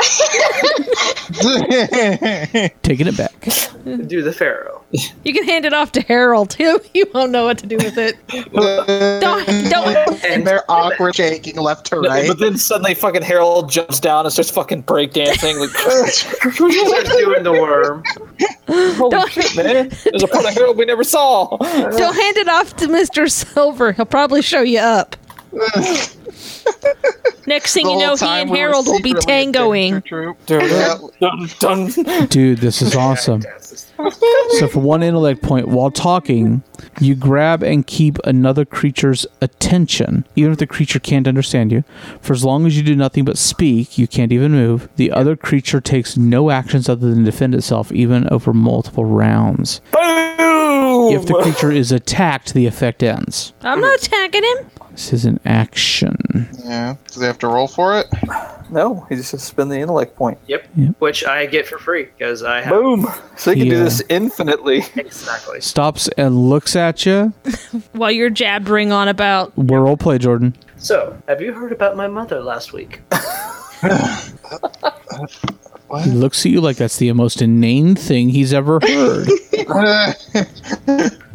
[SPEAKER 2] Taking it back.
[SPEAKER 4] Do the pharaoh.
[SPEAKER 6] You can hand it off to Harold. He, he won't know what to do with it. Don't, don't.
[SPEAKER 5] and they're awkward shaking left to right.
[SPEAKER 7] But then suddenly fucking Harold jumps down and starts fucking breakdancing. Like,
[SPEAKER 4] Starts doing the worm.
[SPEAKER 7] holy shit, man. There's a part of Harold we never saw.
[SPEAKER 6] Don't hand it off to Mr. Silver. He'll probably show you up. Next thing
[SPEAKER 5] The
[SPEAKER 6] you
[SPEAKER 5] whole
[SPEAKER 6] know, he
[SPEAKER 5] time
[SPEAKER 6] and
[SPEAKER 5] we were
[SPEAKER 6] Harold will be
[SPEAKER 5] secretly a danger
[SPEAKER 6] tangoing.
[SPEAKER 5] troop.
[SPEAKER 7] Dun, dun, dun.
[SPEAKER 2] Dude, this is awesome. So, for one intellect point, while talking, you grab and keep another creature's attention, even if the creature can't understand you. For as long as you do nothing but speak, you can't even move. The other creature takes no actions other than defend itself, even over multiple rounds.
[SPEAKER 7] Boom!
[SPEAKER 2] If the creature is attacked, the effect ends.
[SPEAKER 6] I'm not attacking him.
[SPEAKER 2] This is an action.
[SPEAKER 5] Yeah. Does he have to roll for it?
[SPEAKER 7] No, he just has to spend the intellect point.
[SPEAKER 4] Yep. Which I get for free because I have
[SPEAKER 7] Boom! So he can
[SPEAKER 2] Yeah.
[SPEAKER 7] do this infinitely.
[SPEAKER 4] exactly.
[SPEAKER 2] Stops and looks at you.
[SPEAKER 6] While you're jabbering on about
[SPEAKER 2] We're role play, Jordan.
[SPEAKER 4] So, have you heard about my mother last week?
[SPEAKER 2] He looks at you like that's the most inane thing he's ever heard.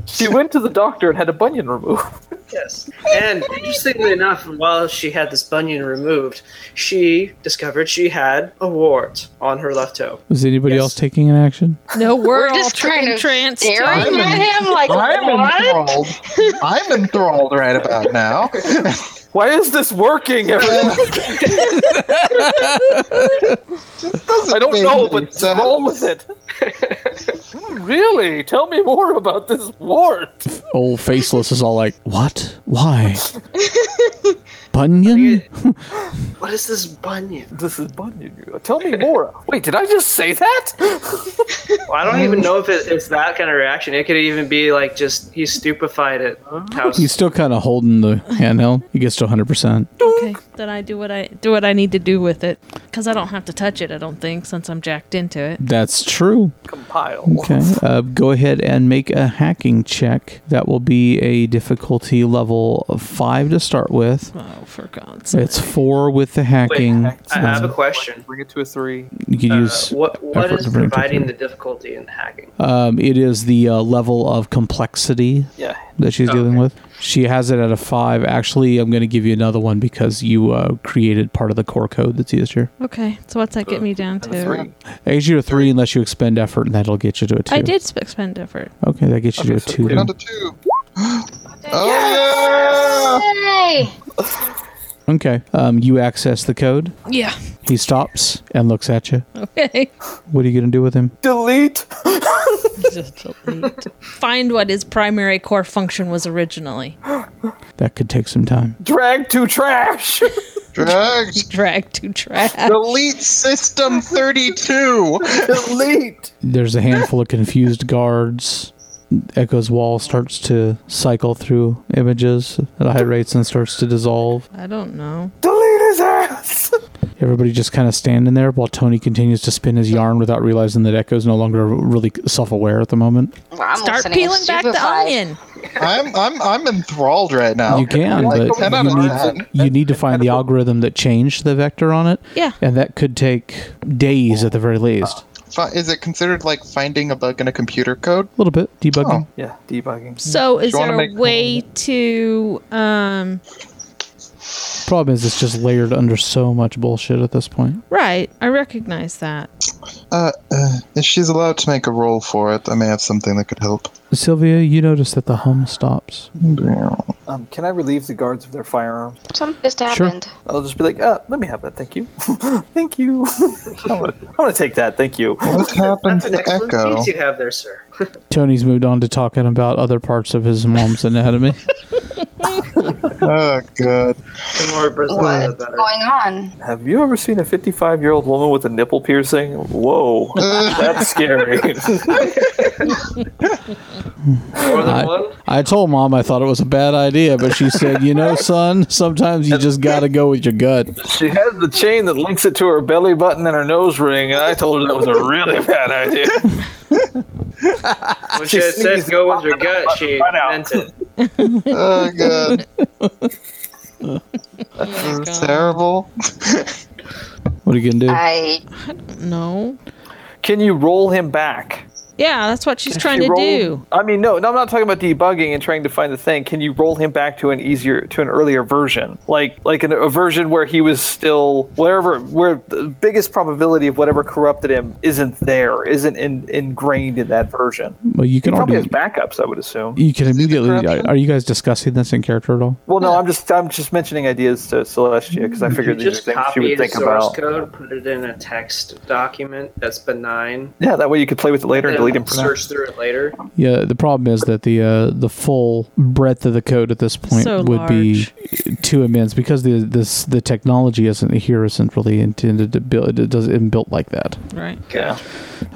[SPEAKER 7] She went to the doctor and had a bunion removed.
[SPEAKER 4] Yes. And interestingly enough, while she had this bunion removed, she discovered she had a wart on her left toe.
[SPEAKER 2] Was anybody
[SPEAKER 4] Yes.
[SPEAKER 2] else taking an action?
[SPEAKER 6] No, we're, all
[SPEAKER 8] Just kind of
[SPEAKER 6] tranced.
[SPEAKER 8] staring at him like
[SPEAKER 5] I'm
[SPEAKER 8] what?
[SPEAKER 5] enthralled. I'm enthralled right about now.
[SPEAKER 7] Why is this working? Everyone?
[SPEAKER 5] Doesn't
[SPEAKER 7] I don't
[SPEAKER 5] make
[SPEAKER 7] know,
[SPEAKER 5] any
[SPEAKER 7] but what's
[SPEAKER 5] sense.
[SPEAKER 7] wrong with it? really? Tell me more about this wart.
[SPEAKER 2] Old faceless is all like, "What? Why? Bunyan?
[SPEAKER 4] What is this bunion?
[SPEAKER 7] This is bunion. Tell me more. Wait, did I just say that?
[SPEAKER 4] Well, I don't even know if it, it's that kind of reaction. It could even be like just he's stupefied at how
[SPEAKER 2] He's still kind of holding the handheld. He gets to 100. percent
[SPEAKER 6] Okay, then I do what I do what I need to do with it because I don't have to touch it. I don't think since I'm jacked into it.
[SPEAKER 2] That's true.
[SPEAKER 7] Compile.
[SPEAKER 2] Okay. Uh, go ahead and make a hacking check. That will be a difficulty level of five to start with.
[SPEAKER 6] Oh, for God's sake!
[SPEAKER 2] It's four with the hacking.
[SPEAKER 7] hack-
[SPEAKER 4] I have a question.
[SPEAKER 7] Bring it to a three.
[SPEAKER 2] you could
[SPEAKER 4] Uh,
[SPEAKER 2] use.
[SPEAKER 4] what what
[SPEAKER 2] effort
[SPEAKER 4] is
[SPEAKER 2] to bring it to
[SPEAKER 4] providing
[SPEAKER 2] three.
[SPEAKER 4] the difficulty in hacking?
[SPEAKER 7] Uh,
[SPEAKER 2] Um, it is the uh, level of complexity
[SPEAKER 7] Yeah.
[SPEAKER 2] that she's dealing
[SPEAKER 4] okay.
[SPEAKER 2] with. She has it at a five. Actually, I'm going to give you another one because you uh, created part of the core code that's used here.
[SPEAKER 6] Okay, so what's that get me down to?
[SPEAKER 7] Three.
[SPEAKER 2] It gives you a three unless you expend effort, and that'll get you to a two.
[SPEAKER 6] I did sp- expend effort.
[SPEAKER 2] Okay, that gets you to
[SPEAKER 7] Okay, so
[SPEAKER 2] a two.
[SPEAKER 7] two.
[SPEAKER 2] then.
[SPEAKER 5] Another two. oh
[SPEAKER 8] Hey,
[SPEAKER 2] Okay. Um, you access the code.
[SPEAKER 6] Yeah.
[SPEAKER 2] He stops and looks at you.
[SPEAKER 6] Okay.
[SPEAKER 2] What are you going to do with him?
[SPEAKER 7] Delete.
[SPEAKER 6] Find what his primary core function was originally.
[SPEAKER 2] That could take some time.
[SPEAKER 7] Drag to trash.
[SPEAKER 5] yeah! Drugs.
[SPEAKER 6] Drag to trash.
[SPEAKER 5] Delete system 32.
[SPEAKER 7] Delete.
[SPEAKER 2] There's a handful of confused guards. Echo's wall starts to cycle through images at high rates and starts to dissolve.
[SPEAKER 6] I don't know.
[SPEAKER 7] Delete his ass.
[SPEAKER 2] Everybody just kind of standing there while Tony continues to spin his yarn without realizing that Echo's no longer really self aware at the moment.
[SPEAKER 8] Well, I'm
[SPEAKER 6] Start
[SPEAKER 8] listening,
[SPEAKER 6] peeling back the
[SPEAKER 8] stupefied.
[SPEAKER 6] onion.
[SPEAKER 5] I'm I'm I'm enthralled right now.
[SPEAKER 2] You can,
[SPEAKER 5] Like,
[SPEAKER 2] but
[SPEAKER 5] 10 out of
[SPEAKER 2] you
[SPEAKER 5] 10.
[SPEAKER 2] need, you need to find the algorithm that changed the vector on it.
[SPEAKER 6] Yeah.
[SPEAKER 2] And that could take days at the very least.
[SPEAKER 5] Fi- Is it considered like finding a bug in a computer code?
[SPEAKER 2] A little bit. Debugging.
[SPEAKER 7] Yeah. Debugging.
[SPEAKER 6] So is
[SPEAKER 5] you wanna
[SPEAKER 6] there a
[SPEAKER 5] make-
[SPEAKER 6] way to um
[SPEAKER 2] Problem is, it's just layered under so much bullshit at this point.
[SPEAKER 6] right, I recognize that.
[SPEAKER 5] Uh, uh, if she's allowed to make a roll for it, I may have something that could help.
[SPEAKER 2] Sylvia, you notice that the hum stops.
[SPEAKER 7] Um, can I relieve the guards of their firearms?
[SPEAKER 8] Something just happened.
[SPEAKER 7] I'll just be like, uh, let me have that. Thank you. thank you. I want to take that. Thank you.
[SPEAKER 5] What happened
[SPEAKER 4] That's an
[SPEAKER 5] to
[SPEAKER 4] excellent
[SPEAKER 5] Echo?
[SPEAKER 4] piece you have there, sir.
[SPEAKER 2] Tony's moved on to talking about other parts of his mom's anatomy.
[SPEAKER 5] Oh god.
[SPEAKER 4] The more Brazil, the
[SPEAKER 8] What's
[SPEAKER 4] better.
[SPEAKER 8] going on?
[SPEAKER 7] Have you ever seen a 55 year old woman with a nipple piercing? Whoa, that's scary.
[SPEAKER 4] More than
[SPEAKER 2] I-
[SPEAKER 4] one?
[SPEAKER 2] I told mom I thought it was a bad idea, but she said, "You know, son, sometimes you just gotta go with your gut."
[SPEAKER 7] she has the chain that links it to her belly button and her nose ring, and I told her that was a really bad idea.
[SPEAKER 4] When she had said go with your gut, she meant it.
[SPEAKER 5] Oh god.
[SPEAKER 6] Oh, God.
[SPEAKER 5] Terrible.
[SPEAKER 2] What are you gonna do?
[SPEAKER 8] I
[SPEAKER 6] No.
[SPEAKER 7] Can you roll him back?
[SPEAKER 6] Yeah, that's what she's trying
[SPEAKER 7] She
[SPEAKER 6] to
[SPEAKER 7] rolled-
[SPEAKER 6] do.
[SPEAKER 7] I mean, no, no, I'm not talking about debugging and trying to find the thing. Can you roll him back to an easier, to an earlier version, like like an, a version where he was still wherever, where the biggest probability of whatever corrupted him isn't there, isn't in, ingrained in that version.
[SPEAKER 2] Well, you can
[SPEAKER 7] Probably
[SPEAKER 2] already.
[SPEAKER 7] has backups, I would assume.
[SPEAKER 2] You can immediately. Are you guys discussing this in character at all?
[SPEAKER 7] Well, no, I'm just I'm just mentioning ideas to Celestia because I figured these are
[SPEAKER 4] Just
[SPEAKER 7] things she
[SPEAKER 4] copy
[SPEAKER 7] would
[SPEAKER 4] the
[SPEAKER 7] think
[SPEAKER 4] source
[SPEAKER 7] about.
[SPEAKER 4] code, put it in a text document that's benign,
[SPEAKER 7] Yeah, that way you could play with it later and
[SPEAKER 4] and
[SPEAKER 7] delete them. from there.
[SPEAKER 4] search through it later.
[SPEAKER 2] Yeah. The problem is that the uh, the full breadth of the code at this point
[SPEAKER 6] So
[SPEAKER 2] would be too immense because the this the technology isn't here isn't really intended to build it doesn't isn't built like that,
[SPEAKER 6] Right.
[SPEAKER 7] Yeah.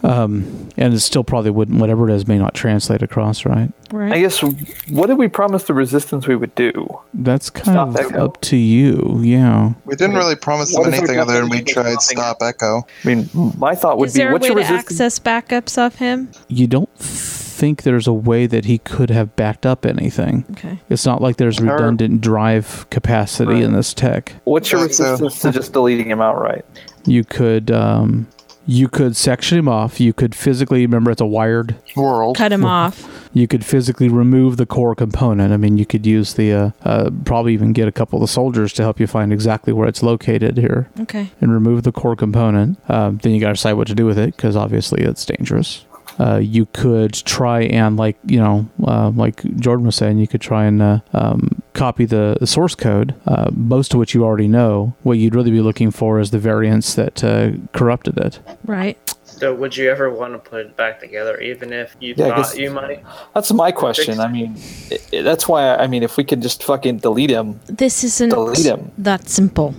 [SPEAKER 2] and it still probably wouldn't whatever it is may not translate across right.
[SPEAKER 7] I
[SPEAKER 6] Right.
[SPEAKER 7] guess what did we promise the resistance we would do?
[SPEAKER 2] That's kind
[SPEAKER 7] Stop
[SPEAKER 2] of
[SPEAKER 7] that guy.
[SPEAKER 2] up to you. Yeah.
[SPEAKER 5] We didn't really promise them
[SPEAKER 7] What if we
[SPEAKER 5] anything
[SPEAKER 7] put
[SPEAKER 5] other than we
[SPEAKER 7] something
[SPEAKER 5] tried
[SPEAKER 7] stopping
[SPEAKER 5] stop Echo.
[SPEAKER 7] I mean, my thought would
[SPEAKER 6] Is
[SPEAKER 7] be
[SPEAKER 6] there a
[SPEAKER 7] what's
[SPEAKER 6] way
[SPEAKER 7] your
[SPEAKER 6] to
[SPEAKER 7] resistance?
[SPEAKER 6] access backups of him?
[SPEAKER 2] you don't think there's a way that he could have backed up anything.
[SPEAKER 6] Okay.
[SPEAKER 2] It's not like there's redundant drive capacity in this tech.
[SPEAKER 7] What's your
[SPEAKER 5] Right, so-
[SPEAKER 7] resistance to just deleting him outright?
[SPEAKER 2] You could um, You could section him off. You could physically, remember, it's a wired.
[SPEAKER 5] World.
[SPEAKER 6] Cut him off.
[SPEAKER 2] You could physically remove the core component. I mean, you could use the, uh, uh, probably even get a couple of the soldiers to help you find exactly where it's located here
[SPEAKER 6] Okay.
[SPEAKER 2] and remove the core component. Um, then you got to decide what to do with it because obviously it's dangerous. Uh, you could try and like you know uh, like Jordan was saying, you could try and uh, um, copy the, the source code, uh, most of which you already know. What you'd really be looking for is the variants that uh, corrupted it.
[SPEAKER 6] Right.
[SPEAKER 4] So would you ever want to put it back together, even if you
[SPEAKER 7] Yeah, I
[SPEAKER 4] thought
[SPEAKER 7] guess-
[SPEAKER 4] you might?
[SPEAKER 7] That's my question. I mean, i i- that's why. I mean, if we could just fucking delete him,
[SPEAKER 6] This isn't
[SPEAKER 7] Delete him.
[SPEAKER 6] that simple.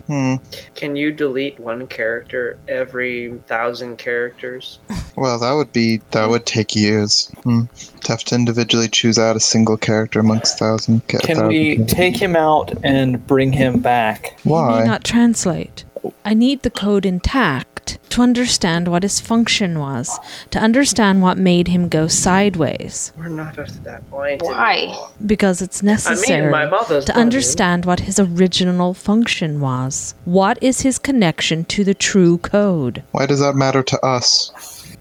[SPEAKER 4] Can you delete one character every thousand characters?
[SPEAKER 5] Well, that would be that would take years. Hmm. To have to individually choose out a single character amongst thousand. Ca-
[SPEAKER 7] can
[SPEAKER 5] thousand
[SPEAKER 7] we
[SPEAKER 5] people.
[SPEAKER 7] take him out and bring him back?
[SPEAKER 6] It
[SPEAKER 5] Why?
[SPEAKER 6] may not translate. I need the code intact to understand what his function was, to understand what made him go sideways,
[SPEAKER 4] We're not up to that point.
[SPEAKER 8] Why?
[SPEAKER 4] anymore.
[SPEAKER 6] because it's necessary
[SPEAKER 4] my mother's
[SPEAKER 6] to
[SPEAKER 4] body.
[SPEAKER 6] understand what his original function was. What is his connection to the true code?
[SPEAKER 5] Why does that matter to us?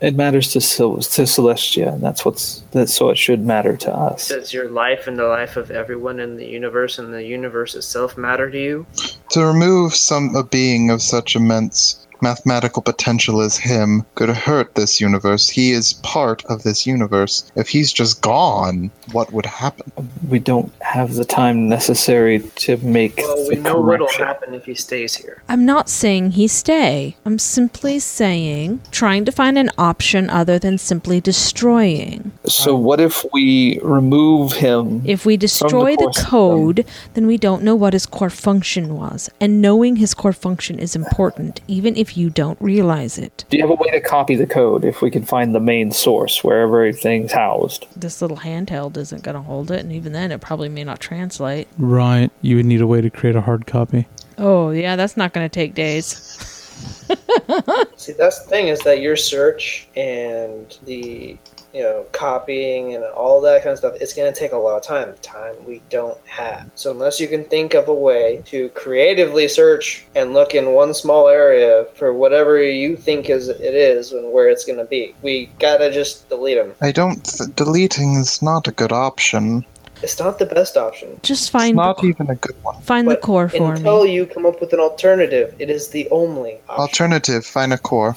[SPEAKER 7] It matters to Sil- to Celestia, and that's what's that. So it should matter to us.
[SPEAKER 4] Does your life and the life of everyone in the universe and the universe itself matter to you?
[SPEAKER 5] To remove some a being of such immense mathematical potential as him could hurt this universe. He is part of this universe. If he's just gone, what would happen?
[SPEAKER 7] We don't have the time necessary to make.
[SPEAKER 4] Well, we
[SPEAKER 7] the
[SPEAKER 4] know what'll
[SPEAKER 7] correction.
[SPEAKER 4] happen if he stays here.
[SPEAKER 6] I'm not saying he stay. I'm simply saying trying to find an option other than simply destroying.
[SPEAKER 7] So what if we remove him?
[SPEAKER 6] If we destroy the
[SPEAKER 7] core system.
[SPEAKER 6] code, then we don't know what his core function was. And knowing his core function is important, even if you don't realize it.
[SPEAKER 7] Do you have a way to copy the code if we can find the main source where everything's housed?
[SPEAKER 6] This little handheld isn't going to hold it, and even then, it probably may not translate.
[SPEAKER 2] Right. You would need a way to create a hard copy.
[SPEAKER 6] Oh, yeah, that's not going to take days.
[SPEAKER 4] See, that's the thing is that your search and the you know copying and all that kind of stuff it's going to take a lot of time time we don't have so unless you can think of a way to creatively search and look in one small area for whatever you think is it is and where it's going to be we gotta just delete them
[SPEAKER 5] I don't. Th- deleting is not a good option.
[SPEAKER 4] it's not the best option
[SPEAKER 6] Just
[SPEAKER 5] It's
[SPEAKER 6] find
[SPEAKER 5] not
[SPEAKER 6] the,
[SPEAKER 5] even a good one.
[SPEAKER 6] find the
[SPEAKER 4] but
[SPEAKER 6] core for
[SPEAKER 4] until
[SPEAKER 6] me.
[SPEAKER 4] you come up with an alternative it is the only option
[SPEAKER 5] Alternative: find a core.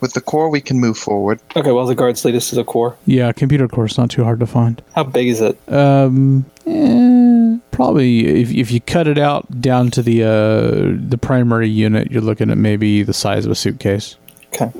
[SPEAKER 5] With the core, we can move forward.
[SPEAKER 7] Okay, well the guards lead us to the core. Uh,
[SPEAKER 2] Yeah, computer core's not too hard to find.
[SPEAKER 7] How big is it?
[SPEAKER 2] Um, eh, probably if if you cut it out down to the uh, the primary unit, you're looking at maybe the size of a suitcase.
[SPEAKER 7] Okay.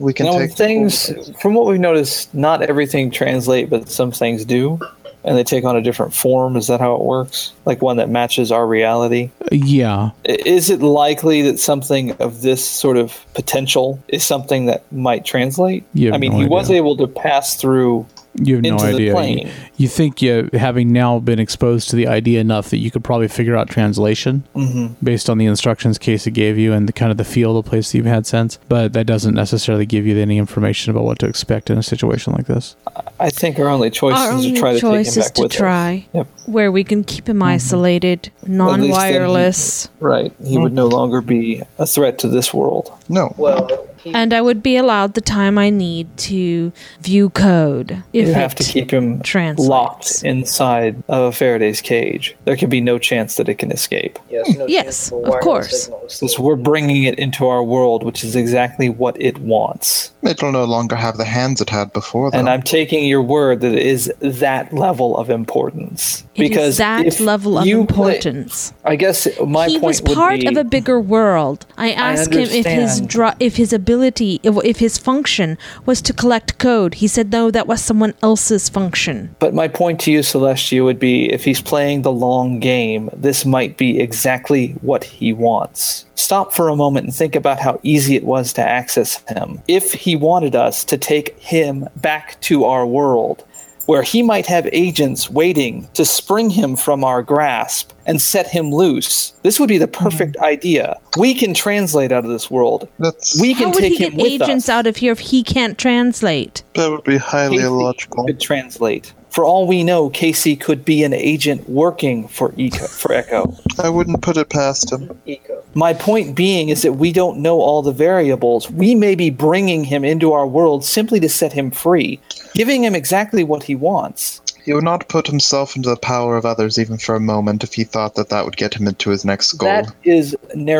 [SPEAKER 5] We can
[SPEAKER 7] Now
[SPEAKER 5] take
[SPEAKER 7] things from what we've noticed, not everything translate, but some things do. And they take on a different form. Is that how it works? Like one that matches our reality?
[SPEAKER 2] Uh, Yeah,
[SPEAKER 7] I- Is it likely that something of this sort of potential is something that might translate?
[SPEAKER 2] You have
[SPEAKER 7] I mean,
[SPEAKER 2] no
[SPEAKER 7] he was
[SPEAKER 2] idea.
[SPEAKER 7] able to pass through
[SPEAKER 2] you have
[SPEAKER 7] Into
[SPEAKER 2] no
[SPEAKER 7] the
[SPEAKER 2] idea.
[SPEAKER 7] plane.
[SPEAKER 2] You, you think you having now been exposed to the idea enough that you could probably figure out translation
[SPEAKER 7] Mm-hmm.
[SPEAKER 2] based on the instructions Casey gave you and the kind of the feel of the place that you've had since. But that doesn't necessarily give you any information about what to expect in a situation like this.
[SPEAKER 7] I think our only choice
[SPEAKER 6] Our
[SPEAKER 7] is
[SPEAKER 6] only
[SPEAKER 7] to try to take him
[SPEAKER 6] choice is
[SPEAKER 7] back
[SPEAKER 6] to
[SPEAKER 7] with us.
[SPEAKER 6] try
[SPEAKER 7] Yep.
[SPEAKER 6] where we can keep him isolated,
[SPEAKER 7] then
[SPEAKER 6] non
[SPEAKER 7] he-
[SPEAKER 6] wireless,
[SPEAKER 7] Right. He would
[SPEAKER 6] Mm.
[SPEAKER 7] no longer be a threat to this world.
[SPEAKER 5] no.
[SPEAKER 4] well he
[SPEAKER 6] and I would be allowed the time I need to view code. If
[SPEAKER 7] You have
[SPEAKER 6] it-
[SPEAKER 7] to keep him
[SPEAKER 6] translates.
[SPEAKER 7] locked inside of Faraday's cage. There can be no chance that it can escape.
[SPEAKER 4] yes, no
[SPEAKER 6] Yes,
[SPEAKER 4] chance for
[SPEAKER 6] of
[SPEAKER 4] wireless
[SPEAKER 6] course.
[SPEAKER 4] signals.
[SPEAKER 7] Because we're bringing it into our world, which is exactly what it wants.
[SPEAKER 5] It'll no longer have the hands it had before. Though.
[SPEAKER 7] And I'm taking your word that it is that level of importance.
[SPEAKER 6] It is
[SPEAKER 7] because
[SPEAKER 6] that
[SPEAKER 7] if
[SPEAKER 6] level of
[SPEAKER 7] you play-
[SPEAKER 6] importance.
[SPEAKER 7] I guess my
[SPEAKER 6] he
[SPEAKER 7] point
[SPEAKER 6] was
[SPEAKER 7] would
[SPEAKER 6] part
[SPEAKER 7] be,
[SPEAKER 6] of a bigger world. I asked him if his
[SPEAKER 7] understand.
[SPEAKER 6] dra- if his ability, if, if his function was to collect code. He said no, that was someone else's function.
[SPEAKER 7] But my point to you, Celestia, would be if he's playing the long game, this might be exactly what he wants. Stop for a moment and think about how easy it was to access him. If he wanted us to take him back to our world, where he might have agents waiting to spring him from our grasp and set him loose, this would be the perfect idea. We can translate out of this world.
[SPEAKER 5] That's
[SPEAKER 7] We can
[SPEAKER 6] How would
[SPEAKER 7] take
[SPEAKER 6] he get
[SPEAKER 7] him with
[SPEAKER 6] agents
[SPEAKER 7] us.
[SPEAKER 6] out of here if he can't translate?
[SPEAKER 5] that would be highly
[SPEAKER 7] Casey
[SPEAKER 5] illogical.
[SPEAKER 7] Could translate For all we know, Casey could be an agent working for Eco for Echo.
[SPEAKER 5] I wouldn't put it past him.
[SPEAKER 4] Eco.
[SPEAKER 7] My point being is that we don't know all the variables. We may be bringing him into our world simply to set him free, giving him exactly what he wants.
[SPEAKER 5] He would not put himself into the power of others even for a moment if he thought that that would get him into his next goal.
[SPEAKER 7] That is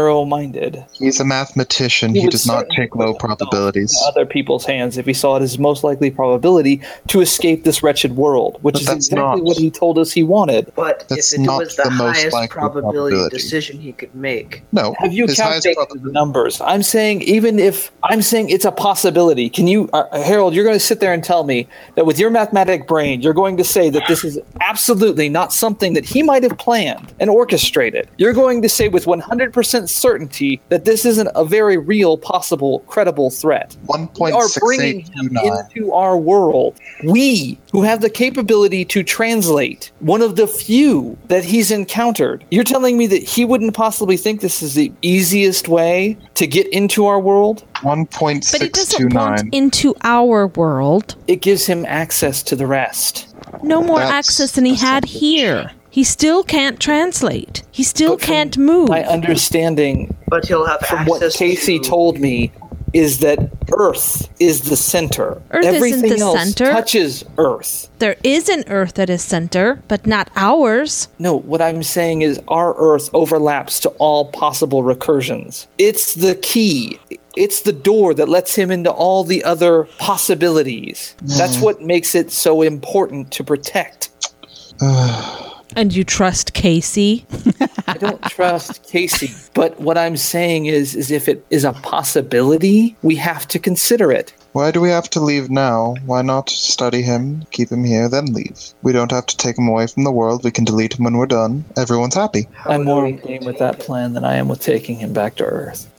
[SPEAKER 7] narrow-minded.
[SPEAKER 5] He's a mathematician. He,
[SPEAKER 7] would
[SPEAKER 5] does not
[SPEAKER 7] certainly
[SPEAKER 5] take low
[SPEAKER 7] put himself
[SPEAKER 5] probabilities.
[SPEAKER 7] in other people's hands if he saw it as most likely probability to escape this wretched world, which
[SPEAKER 5] But
[SPEAKER 7] is
[SPEAKER 5] that's
[SPEAKER 7] exactly
[SPEAKER 5] not-
[SPEAKER 7] what he told us he wanted.
[SPEAKER 4] But
[SPEAKER 5] That's
[SPEAKER 4] if it
[SPEAKER 5] not
[SPEAKER 4] was the,
[SPEAKER 5] the most
[SPEAKER 4] highest
[SPEAKER 5] likely
[SPEAKER 4] probability,
[SPEAKER 5] probability.
[SPEAKER 4] decision he could make,
[SPEAKER 5] No.
[SPEAKER 7] Have you
[SPEAKER 5] his highest
[SPEAKER 7] calculated
[SPEAKER 5] probability-
[SPEAKER 7] the numbers? I'm saying even if I'm saying it's a possibility. Can you, uh, Harold? You're going to sit there and tell me that with your mathematic brain, you're going to say that this is absolutely not something that he might have planned and orchestrated. You're going to say with 100% certainty that this isn't a very real, possible, credible threat. We are bringing him
[SPEAKER 5] 1.6829.
[SPEAKER 7] into our world. We, who have the capability to translate, one of the few that he's encountered. You're telling me that he wouldn't possibly think this is the easiest way to get into our world?
[SPEAKER 6] But it doesn't
[SPEAKER 5] 1.629.
[SPEAKER 6] want into our world.
[SPEAKER 7] It gives him access to the rest.
[SPEAKER 6] No more
[SPEAKER 5] That's
[SPEAKER 6] access than he had here. He still can't translate. He still
[SPEAKER 7] But from
[SPEAKER 6] can't move.
[SPEAKER 7] My understanding
[SPEAKER 4] but he'll have
[SPEAKER 7] from
[SPEAKER 4] access
[SPEAKER 7] what Casey
[SPEAKER 4] to,
[SPEAKER 7] told me is that Earth is the center.
[SPEAKER 6] Earth isn't
[SPEAKER 7] Everything
[SPEAKER 6] the
[SPEAKER 7] else
[SPEAKER 6] center.
[SPEAKER 7] touches Earth.
[SPEAKER 6] there is an Earth that is center, but not ours.
[SPEAKER 7] No, what I'm saying is our Earth overlaps to all possible recursions. It's the key. It's the door that lets him into all the other possibilities. That's what makes it so important to protect.
[SPEAKER 6] And you trust Casey?
[SPEAKER 7] I don't trust Casey, but what I'm saying is is if it is a possibility, we have to consider it.
[SPEAKER 5] Why do we have to leave now? Why not study him, keep him here, then leave? We don't have to take him away from the world. We can delete him when we're done. Everyone's happy.
[SPEAKER 7] I'm more in game with that plan than I am with taking him back to Earth.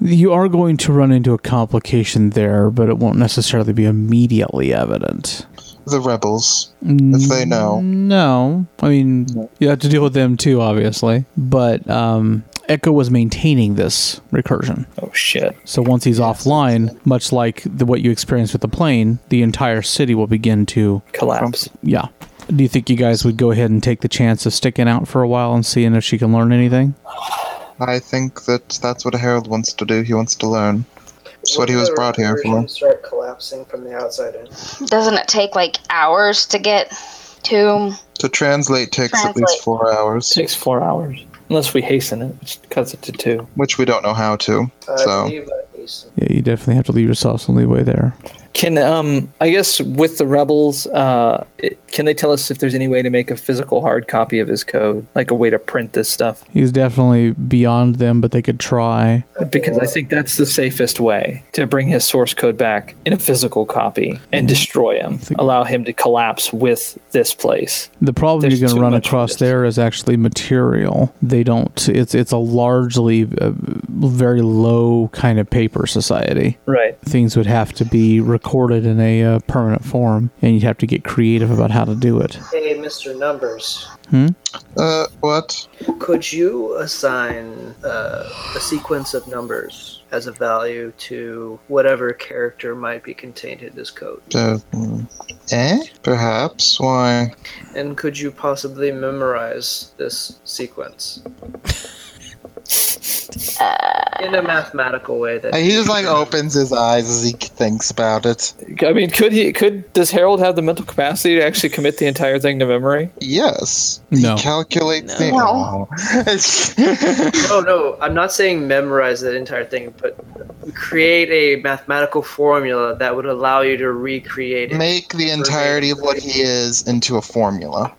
[SPEAKER 2] You are going to run into a complication there, but it won't necessarily be immediately evident.
[SPEAKER 5] The rebels, if they
[SPEAKER 6] Mm.
[SPEAKER 5] know.
[SPEAKER 2] No, I mean you have to deal with them too, obviously. But um, Echo was maintaining this recursion,
[SPEAKER 7] Oh shit.
[SPEAKER 2] so once he's offline, much like the, what you experienced with the plane, the entire city will begin to.
[SPEAKER 7] Collapse.
[SPEAKER 2] Yeah. Do you think you guys would go ahead and take the chance of sticking out for a while and seeing if she can learn anything?
[SPEAKER 5] I think that that's what Harold wants to do. He wants to learn. That's what he was
[SPEAKER 4] the
[SPEAKER 5] brought here for.
[SPEAKER 4] recursions Start collapsing from the outside in.
[SPEAKER 8] Doesn't it take like hours to get to?
[SPEAKER 5] To translate takes at least
[SPEAKER 8] Translate.
[SPEAKER 5] four hours,
[SPEAKER 7] Takes four hours. Unless we hasten it, which cuts it to two.
[SPEAKER 5] which we don't know how to.
[SPEAKER 4] I
[SPEAKER 5] So,
[SPEAKER 4] believe that he's
[SPEAKER 2] Yeah, you definitely have to leave yourself some leeway there.
[SPEAKER 7] Can um I guess with the rebels, uh, it, can they tell us if there's any way to make a physical hard copy of his code, like a way to print this stuff?
[SPEAKER 2] He's definitely beyond them, but they could try.
[SPEAKER 7] Because I think that's the safest way to bring his source code back in a physical copy and destroy him, allow him to collapse with this place.
[SPEAKER 2] The problem
[SPEAKER 7] There's
[SPEAKER 2] you're going
[SPEAKER 7] too
[SPEAKER 2] to run
[SPEAKER 7] much of
[SPEAKER 2] across
[SPEAKER 7] this.
[SPEAKER 2] there is actually material. They don't. It's it's a largely uh, very low kind of paper society.
[SPEAKER 7] Right.
[SPEAKER 2] Things would have to be recorded in a uh, permanent form, and you'd have to get creative about how to do it.
[SPEAKER 4] hey, Mr. Numbers.
[SPEAKER 5] uh, what?
[SPEAKER 4] Could you assign uh, a sequence of numbers as a value to whatever character might be contained in this code?
[SPEAKER 5] Uh, mm, eh? Perhaps. Why?
[SPEAKER 4] And could you possibly memorize this sequence? in a mathematical way that
[SPEAKER 5] Uh, He just like opens his eyes as he thinks about it.
[SPEAKER 7] I mean, could he? Could does Harold have the mental capacity to actually commit the entire thing to memory?
[SPEAKER 5] Yes.
[SPEAKER 2] No.
[SPEAKER 5] He calculates the.
[SPEAKER 8] No.
[SPEAKER 4] No, Oh, no, I'm not saying memorize that entire thing, but create a mathematical formula that would allow you to recreate it,
[SPEAKER 5] Make the entirety of what he is into a formula,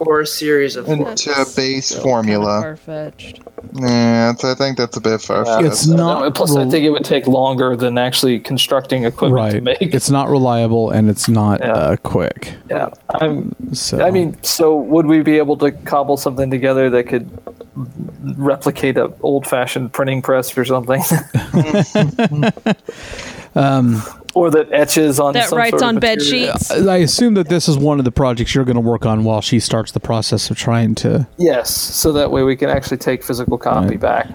[SPEAKER 4] or a series of formulas.
[SPEAKER 5] into a base formula.
[SPEAKER 6] far-fetched.
[SPEAKER 5] Yeah, I think that's a bit far
[SPEAKER 2] It's
[SPEAKER 5] fetched.
[SPEAKER 2] not
[SPEAKER 7] No, plus, I
[SPEAKER 2] rel-
[SPEAKER 7] think it would take longer than actually constructing equipment to
[SPEAKER 2] right.
[SPEAKER 7] make.
[SPEAKER 2] It's not reliable and it's not
[SPEAKER 7] Yeah.
[SPEAKER 2] uh, quick.
[SPEAKER 7] yeah, I'm
[SPEAKER 2] So
[SPEAKER 7] I mean, so would we be able to cobble something together that could replicate an old-fashioned printing press or something? or that etches on
[SPEAKER 6] That
[SPEAKER 7] some
[SPEAKER 6] writes
[SPEAKER 7] sort of
[SPEAKER 6] on bed
[SPEAKER 7] material.
[SPEAKER 6] sheets.
[SPEAKER 2] I assume that this is one of the projects you're going to work on while she starts the process of trying to
[SPEAKER 7] Yes, so that way we can actually take physical copy back.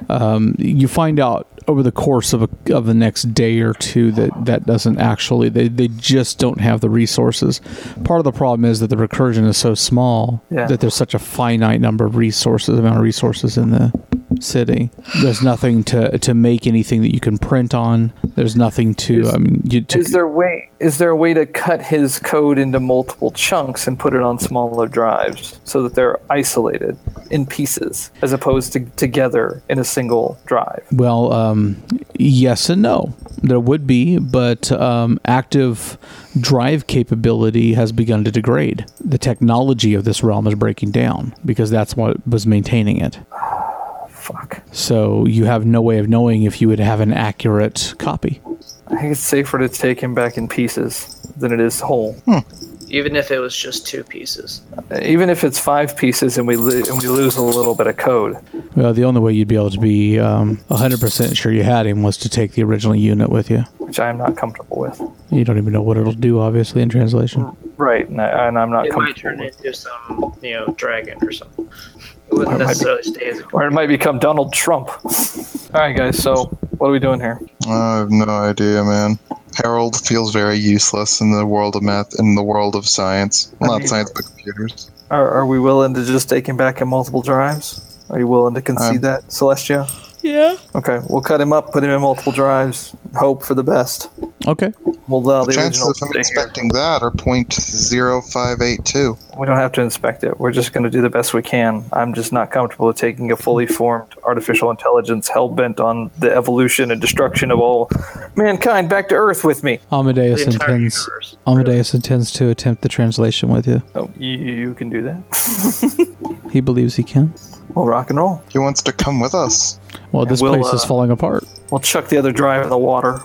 [SPEAKER 2] you find out over the course of a, of the next day or two that that doesn't actually they, they just don't have the resources part of the problem is that the recursion is so small
[SPEAKER 7] Yeah.
[SPEAKER 2] that there's such a finite number of resources amount of resources in the city there's nothing to to make anything that you can print on there's nothing to i mean you to,
[SPEAKER 7] Is there way? Is there a way to cut his code into multiple chunks and put it on smaller drives so that they're isolated in pieces as opposed to together in a single drive?
[SPEAKER 2] Well, um, yes and no. There would be, but um, active drive capability has begun to degrade. The technology of this realm is breaking down because that's what was maintaining it.
[SPEAKER 7] Fuck.
[SPEAKER 2] So you have no way of knowing if you would have an accurate copy.
[SPEAKER 7] I think it's safer to take him back in pieces than it is whole.
[SPEAKER 4] even if it was just two pieces.
[SPEAKER 7] Even if it's five pieces and we lo- and we lose a little bit of code.
[SPEAKER 2] Well, the only way you'd be able to be um, 100% sure you had him was to take the original unit with you.
[SPEAKER 7] which I'm not comfortable with.
[SPEAKER 2] You don't even know what it'll do, obviously, in translation.
[SPEAKER 7] Right, and, I, and I'm not
[SPEAKER 4] It might
[SPEAKER 7] comfortable
[SPEAKER 4] turn
[SPEAKER 7] with.
[SPEAKER 4] into some, you know, dragon or something. It wouldn't necessarily stay as a
[SPEAKER 7] Or it might become Donald Trump. All right, guys. So what are we doing here?
[SPEAKER 5] I have no idea, man. Harold feels very useless in the world of math, in the world of science. Well, not science, but computers.
[SPEAKER 7] Are, are we willing to just take him back in multiple drives? Are you willing to concede
[SPEAKER 5] I'm-
[SPEAKER 7] that, Celestia?
[SPEAKER 6] Yeah.
[SPEAKER 7] Okay, we'll cut him up, put him in multiple drives, hope for the best.
[SPEAKER 2] Okay.
[SPEAKER 7] We'll allow the
[SPEAKER 5] Chances
[SPEAKER 7] original
[SPEAKER 5] of
[SPEAKER 7] to
[SPEAKER 5] him
[SPEAKER 7] stay here.
[SPEAKER 5] inspecting that are point zero five eight two.
[SPEAKER 7] We don't have to inspect it. We're just going to do the best we can. I'm just not comfortable with taking a fully formed artificial intelligence hell bent on the evolution and destruction of all mankind back to Earth with me.
[SPEAKER 2] Amadeus
[SPEAKER 4] The entire
[SPEAKER 2] intends.
[SPEAKER 4] universe.
[SPEAKER 2] Amadeus intends to attempt the translation with you.
[SPEAKER 7] Oh, you, you can do that.
[SPEAKER 2] He believes he can.
[SPEAKER 7] Well, rock and roll.
[SPEAKER 5] He wants to come with us.
[SPEAKER 2] Well, this
[SPEAKER 7] we'll,
[SPEAKER 2] place is
[SPEAKER 7] uh,
[SPEAKER 2] falling apart.
[SPEAKER 7] We'll chuck the other drive in the water.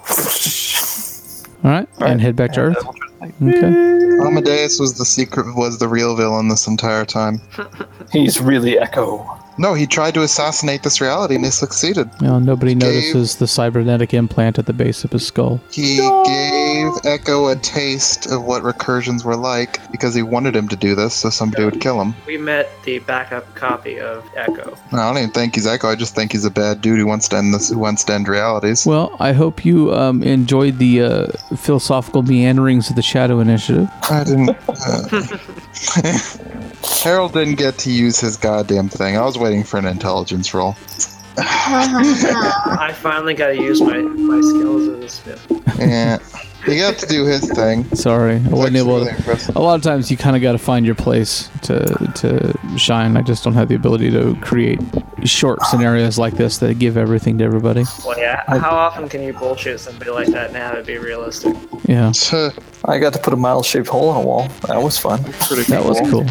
[SPEAKER 2] All right, and head back to Earth. Okay.
[SPEAKER 5] Amadeus was the secret, was the real villain this entire time.
[SPEAKER 7] He's really Echo.
[SPEAKER 5] No, he tried to assassinate this reality and he succeeded.
[SPEAKER 2] Well, nobody
[SPEAKER 5] Gave-
[SPEAKER 2] notices the cybernetic implant at the base of his skull.
[SPEAKER 5] He gave Echo a taste of what recursions were like because he wanted him to do this so somebody would kill him.
[SPEAKER 4] We met the backup copy of Echo.
[SPEAKER 5] I don't even think he's Echo. I just think he's a bad dude who wants to end this, who wants to end realities.
[SPEAKER 2] Well, I hope you um, enjoyed the uh, philosophical meanderings of the Shadow Initiative.
[SPEAKER 5] I didn't. Uh, Harold didn't get to use his goddamn thing. I was waiting for an intelligence roll.
[SPEAKER 4] I finally got to use my, my skills in this bit.
[SPEAKER 5] Yeah, he got to do his thing.
[SPEAKER 2] Sorry, I wasn't
[SPEAKER 5] Actually
[SPEAKER 2] able.
[SPEAKER 5] really impressive.
[SPEAKER 2] To, a lot of times, you kind of got to find your place to to shine. I just don't have the ability to create short scenarios like this that give everything to everybody.
[SPEAKER 4] Well, yeah, how often can you bullshit somebody like that and have it be realistic?
[SPEAKER 2] Yeah,
[SPEAKER 5] Huh,
[SPEAKER 7] I got to put a mile shaped hole in a wall. That was fun.
[SPEAKER 5] Pretty
[SPEAKER 2] that was cool.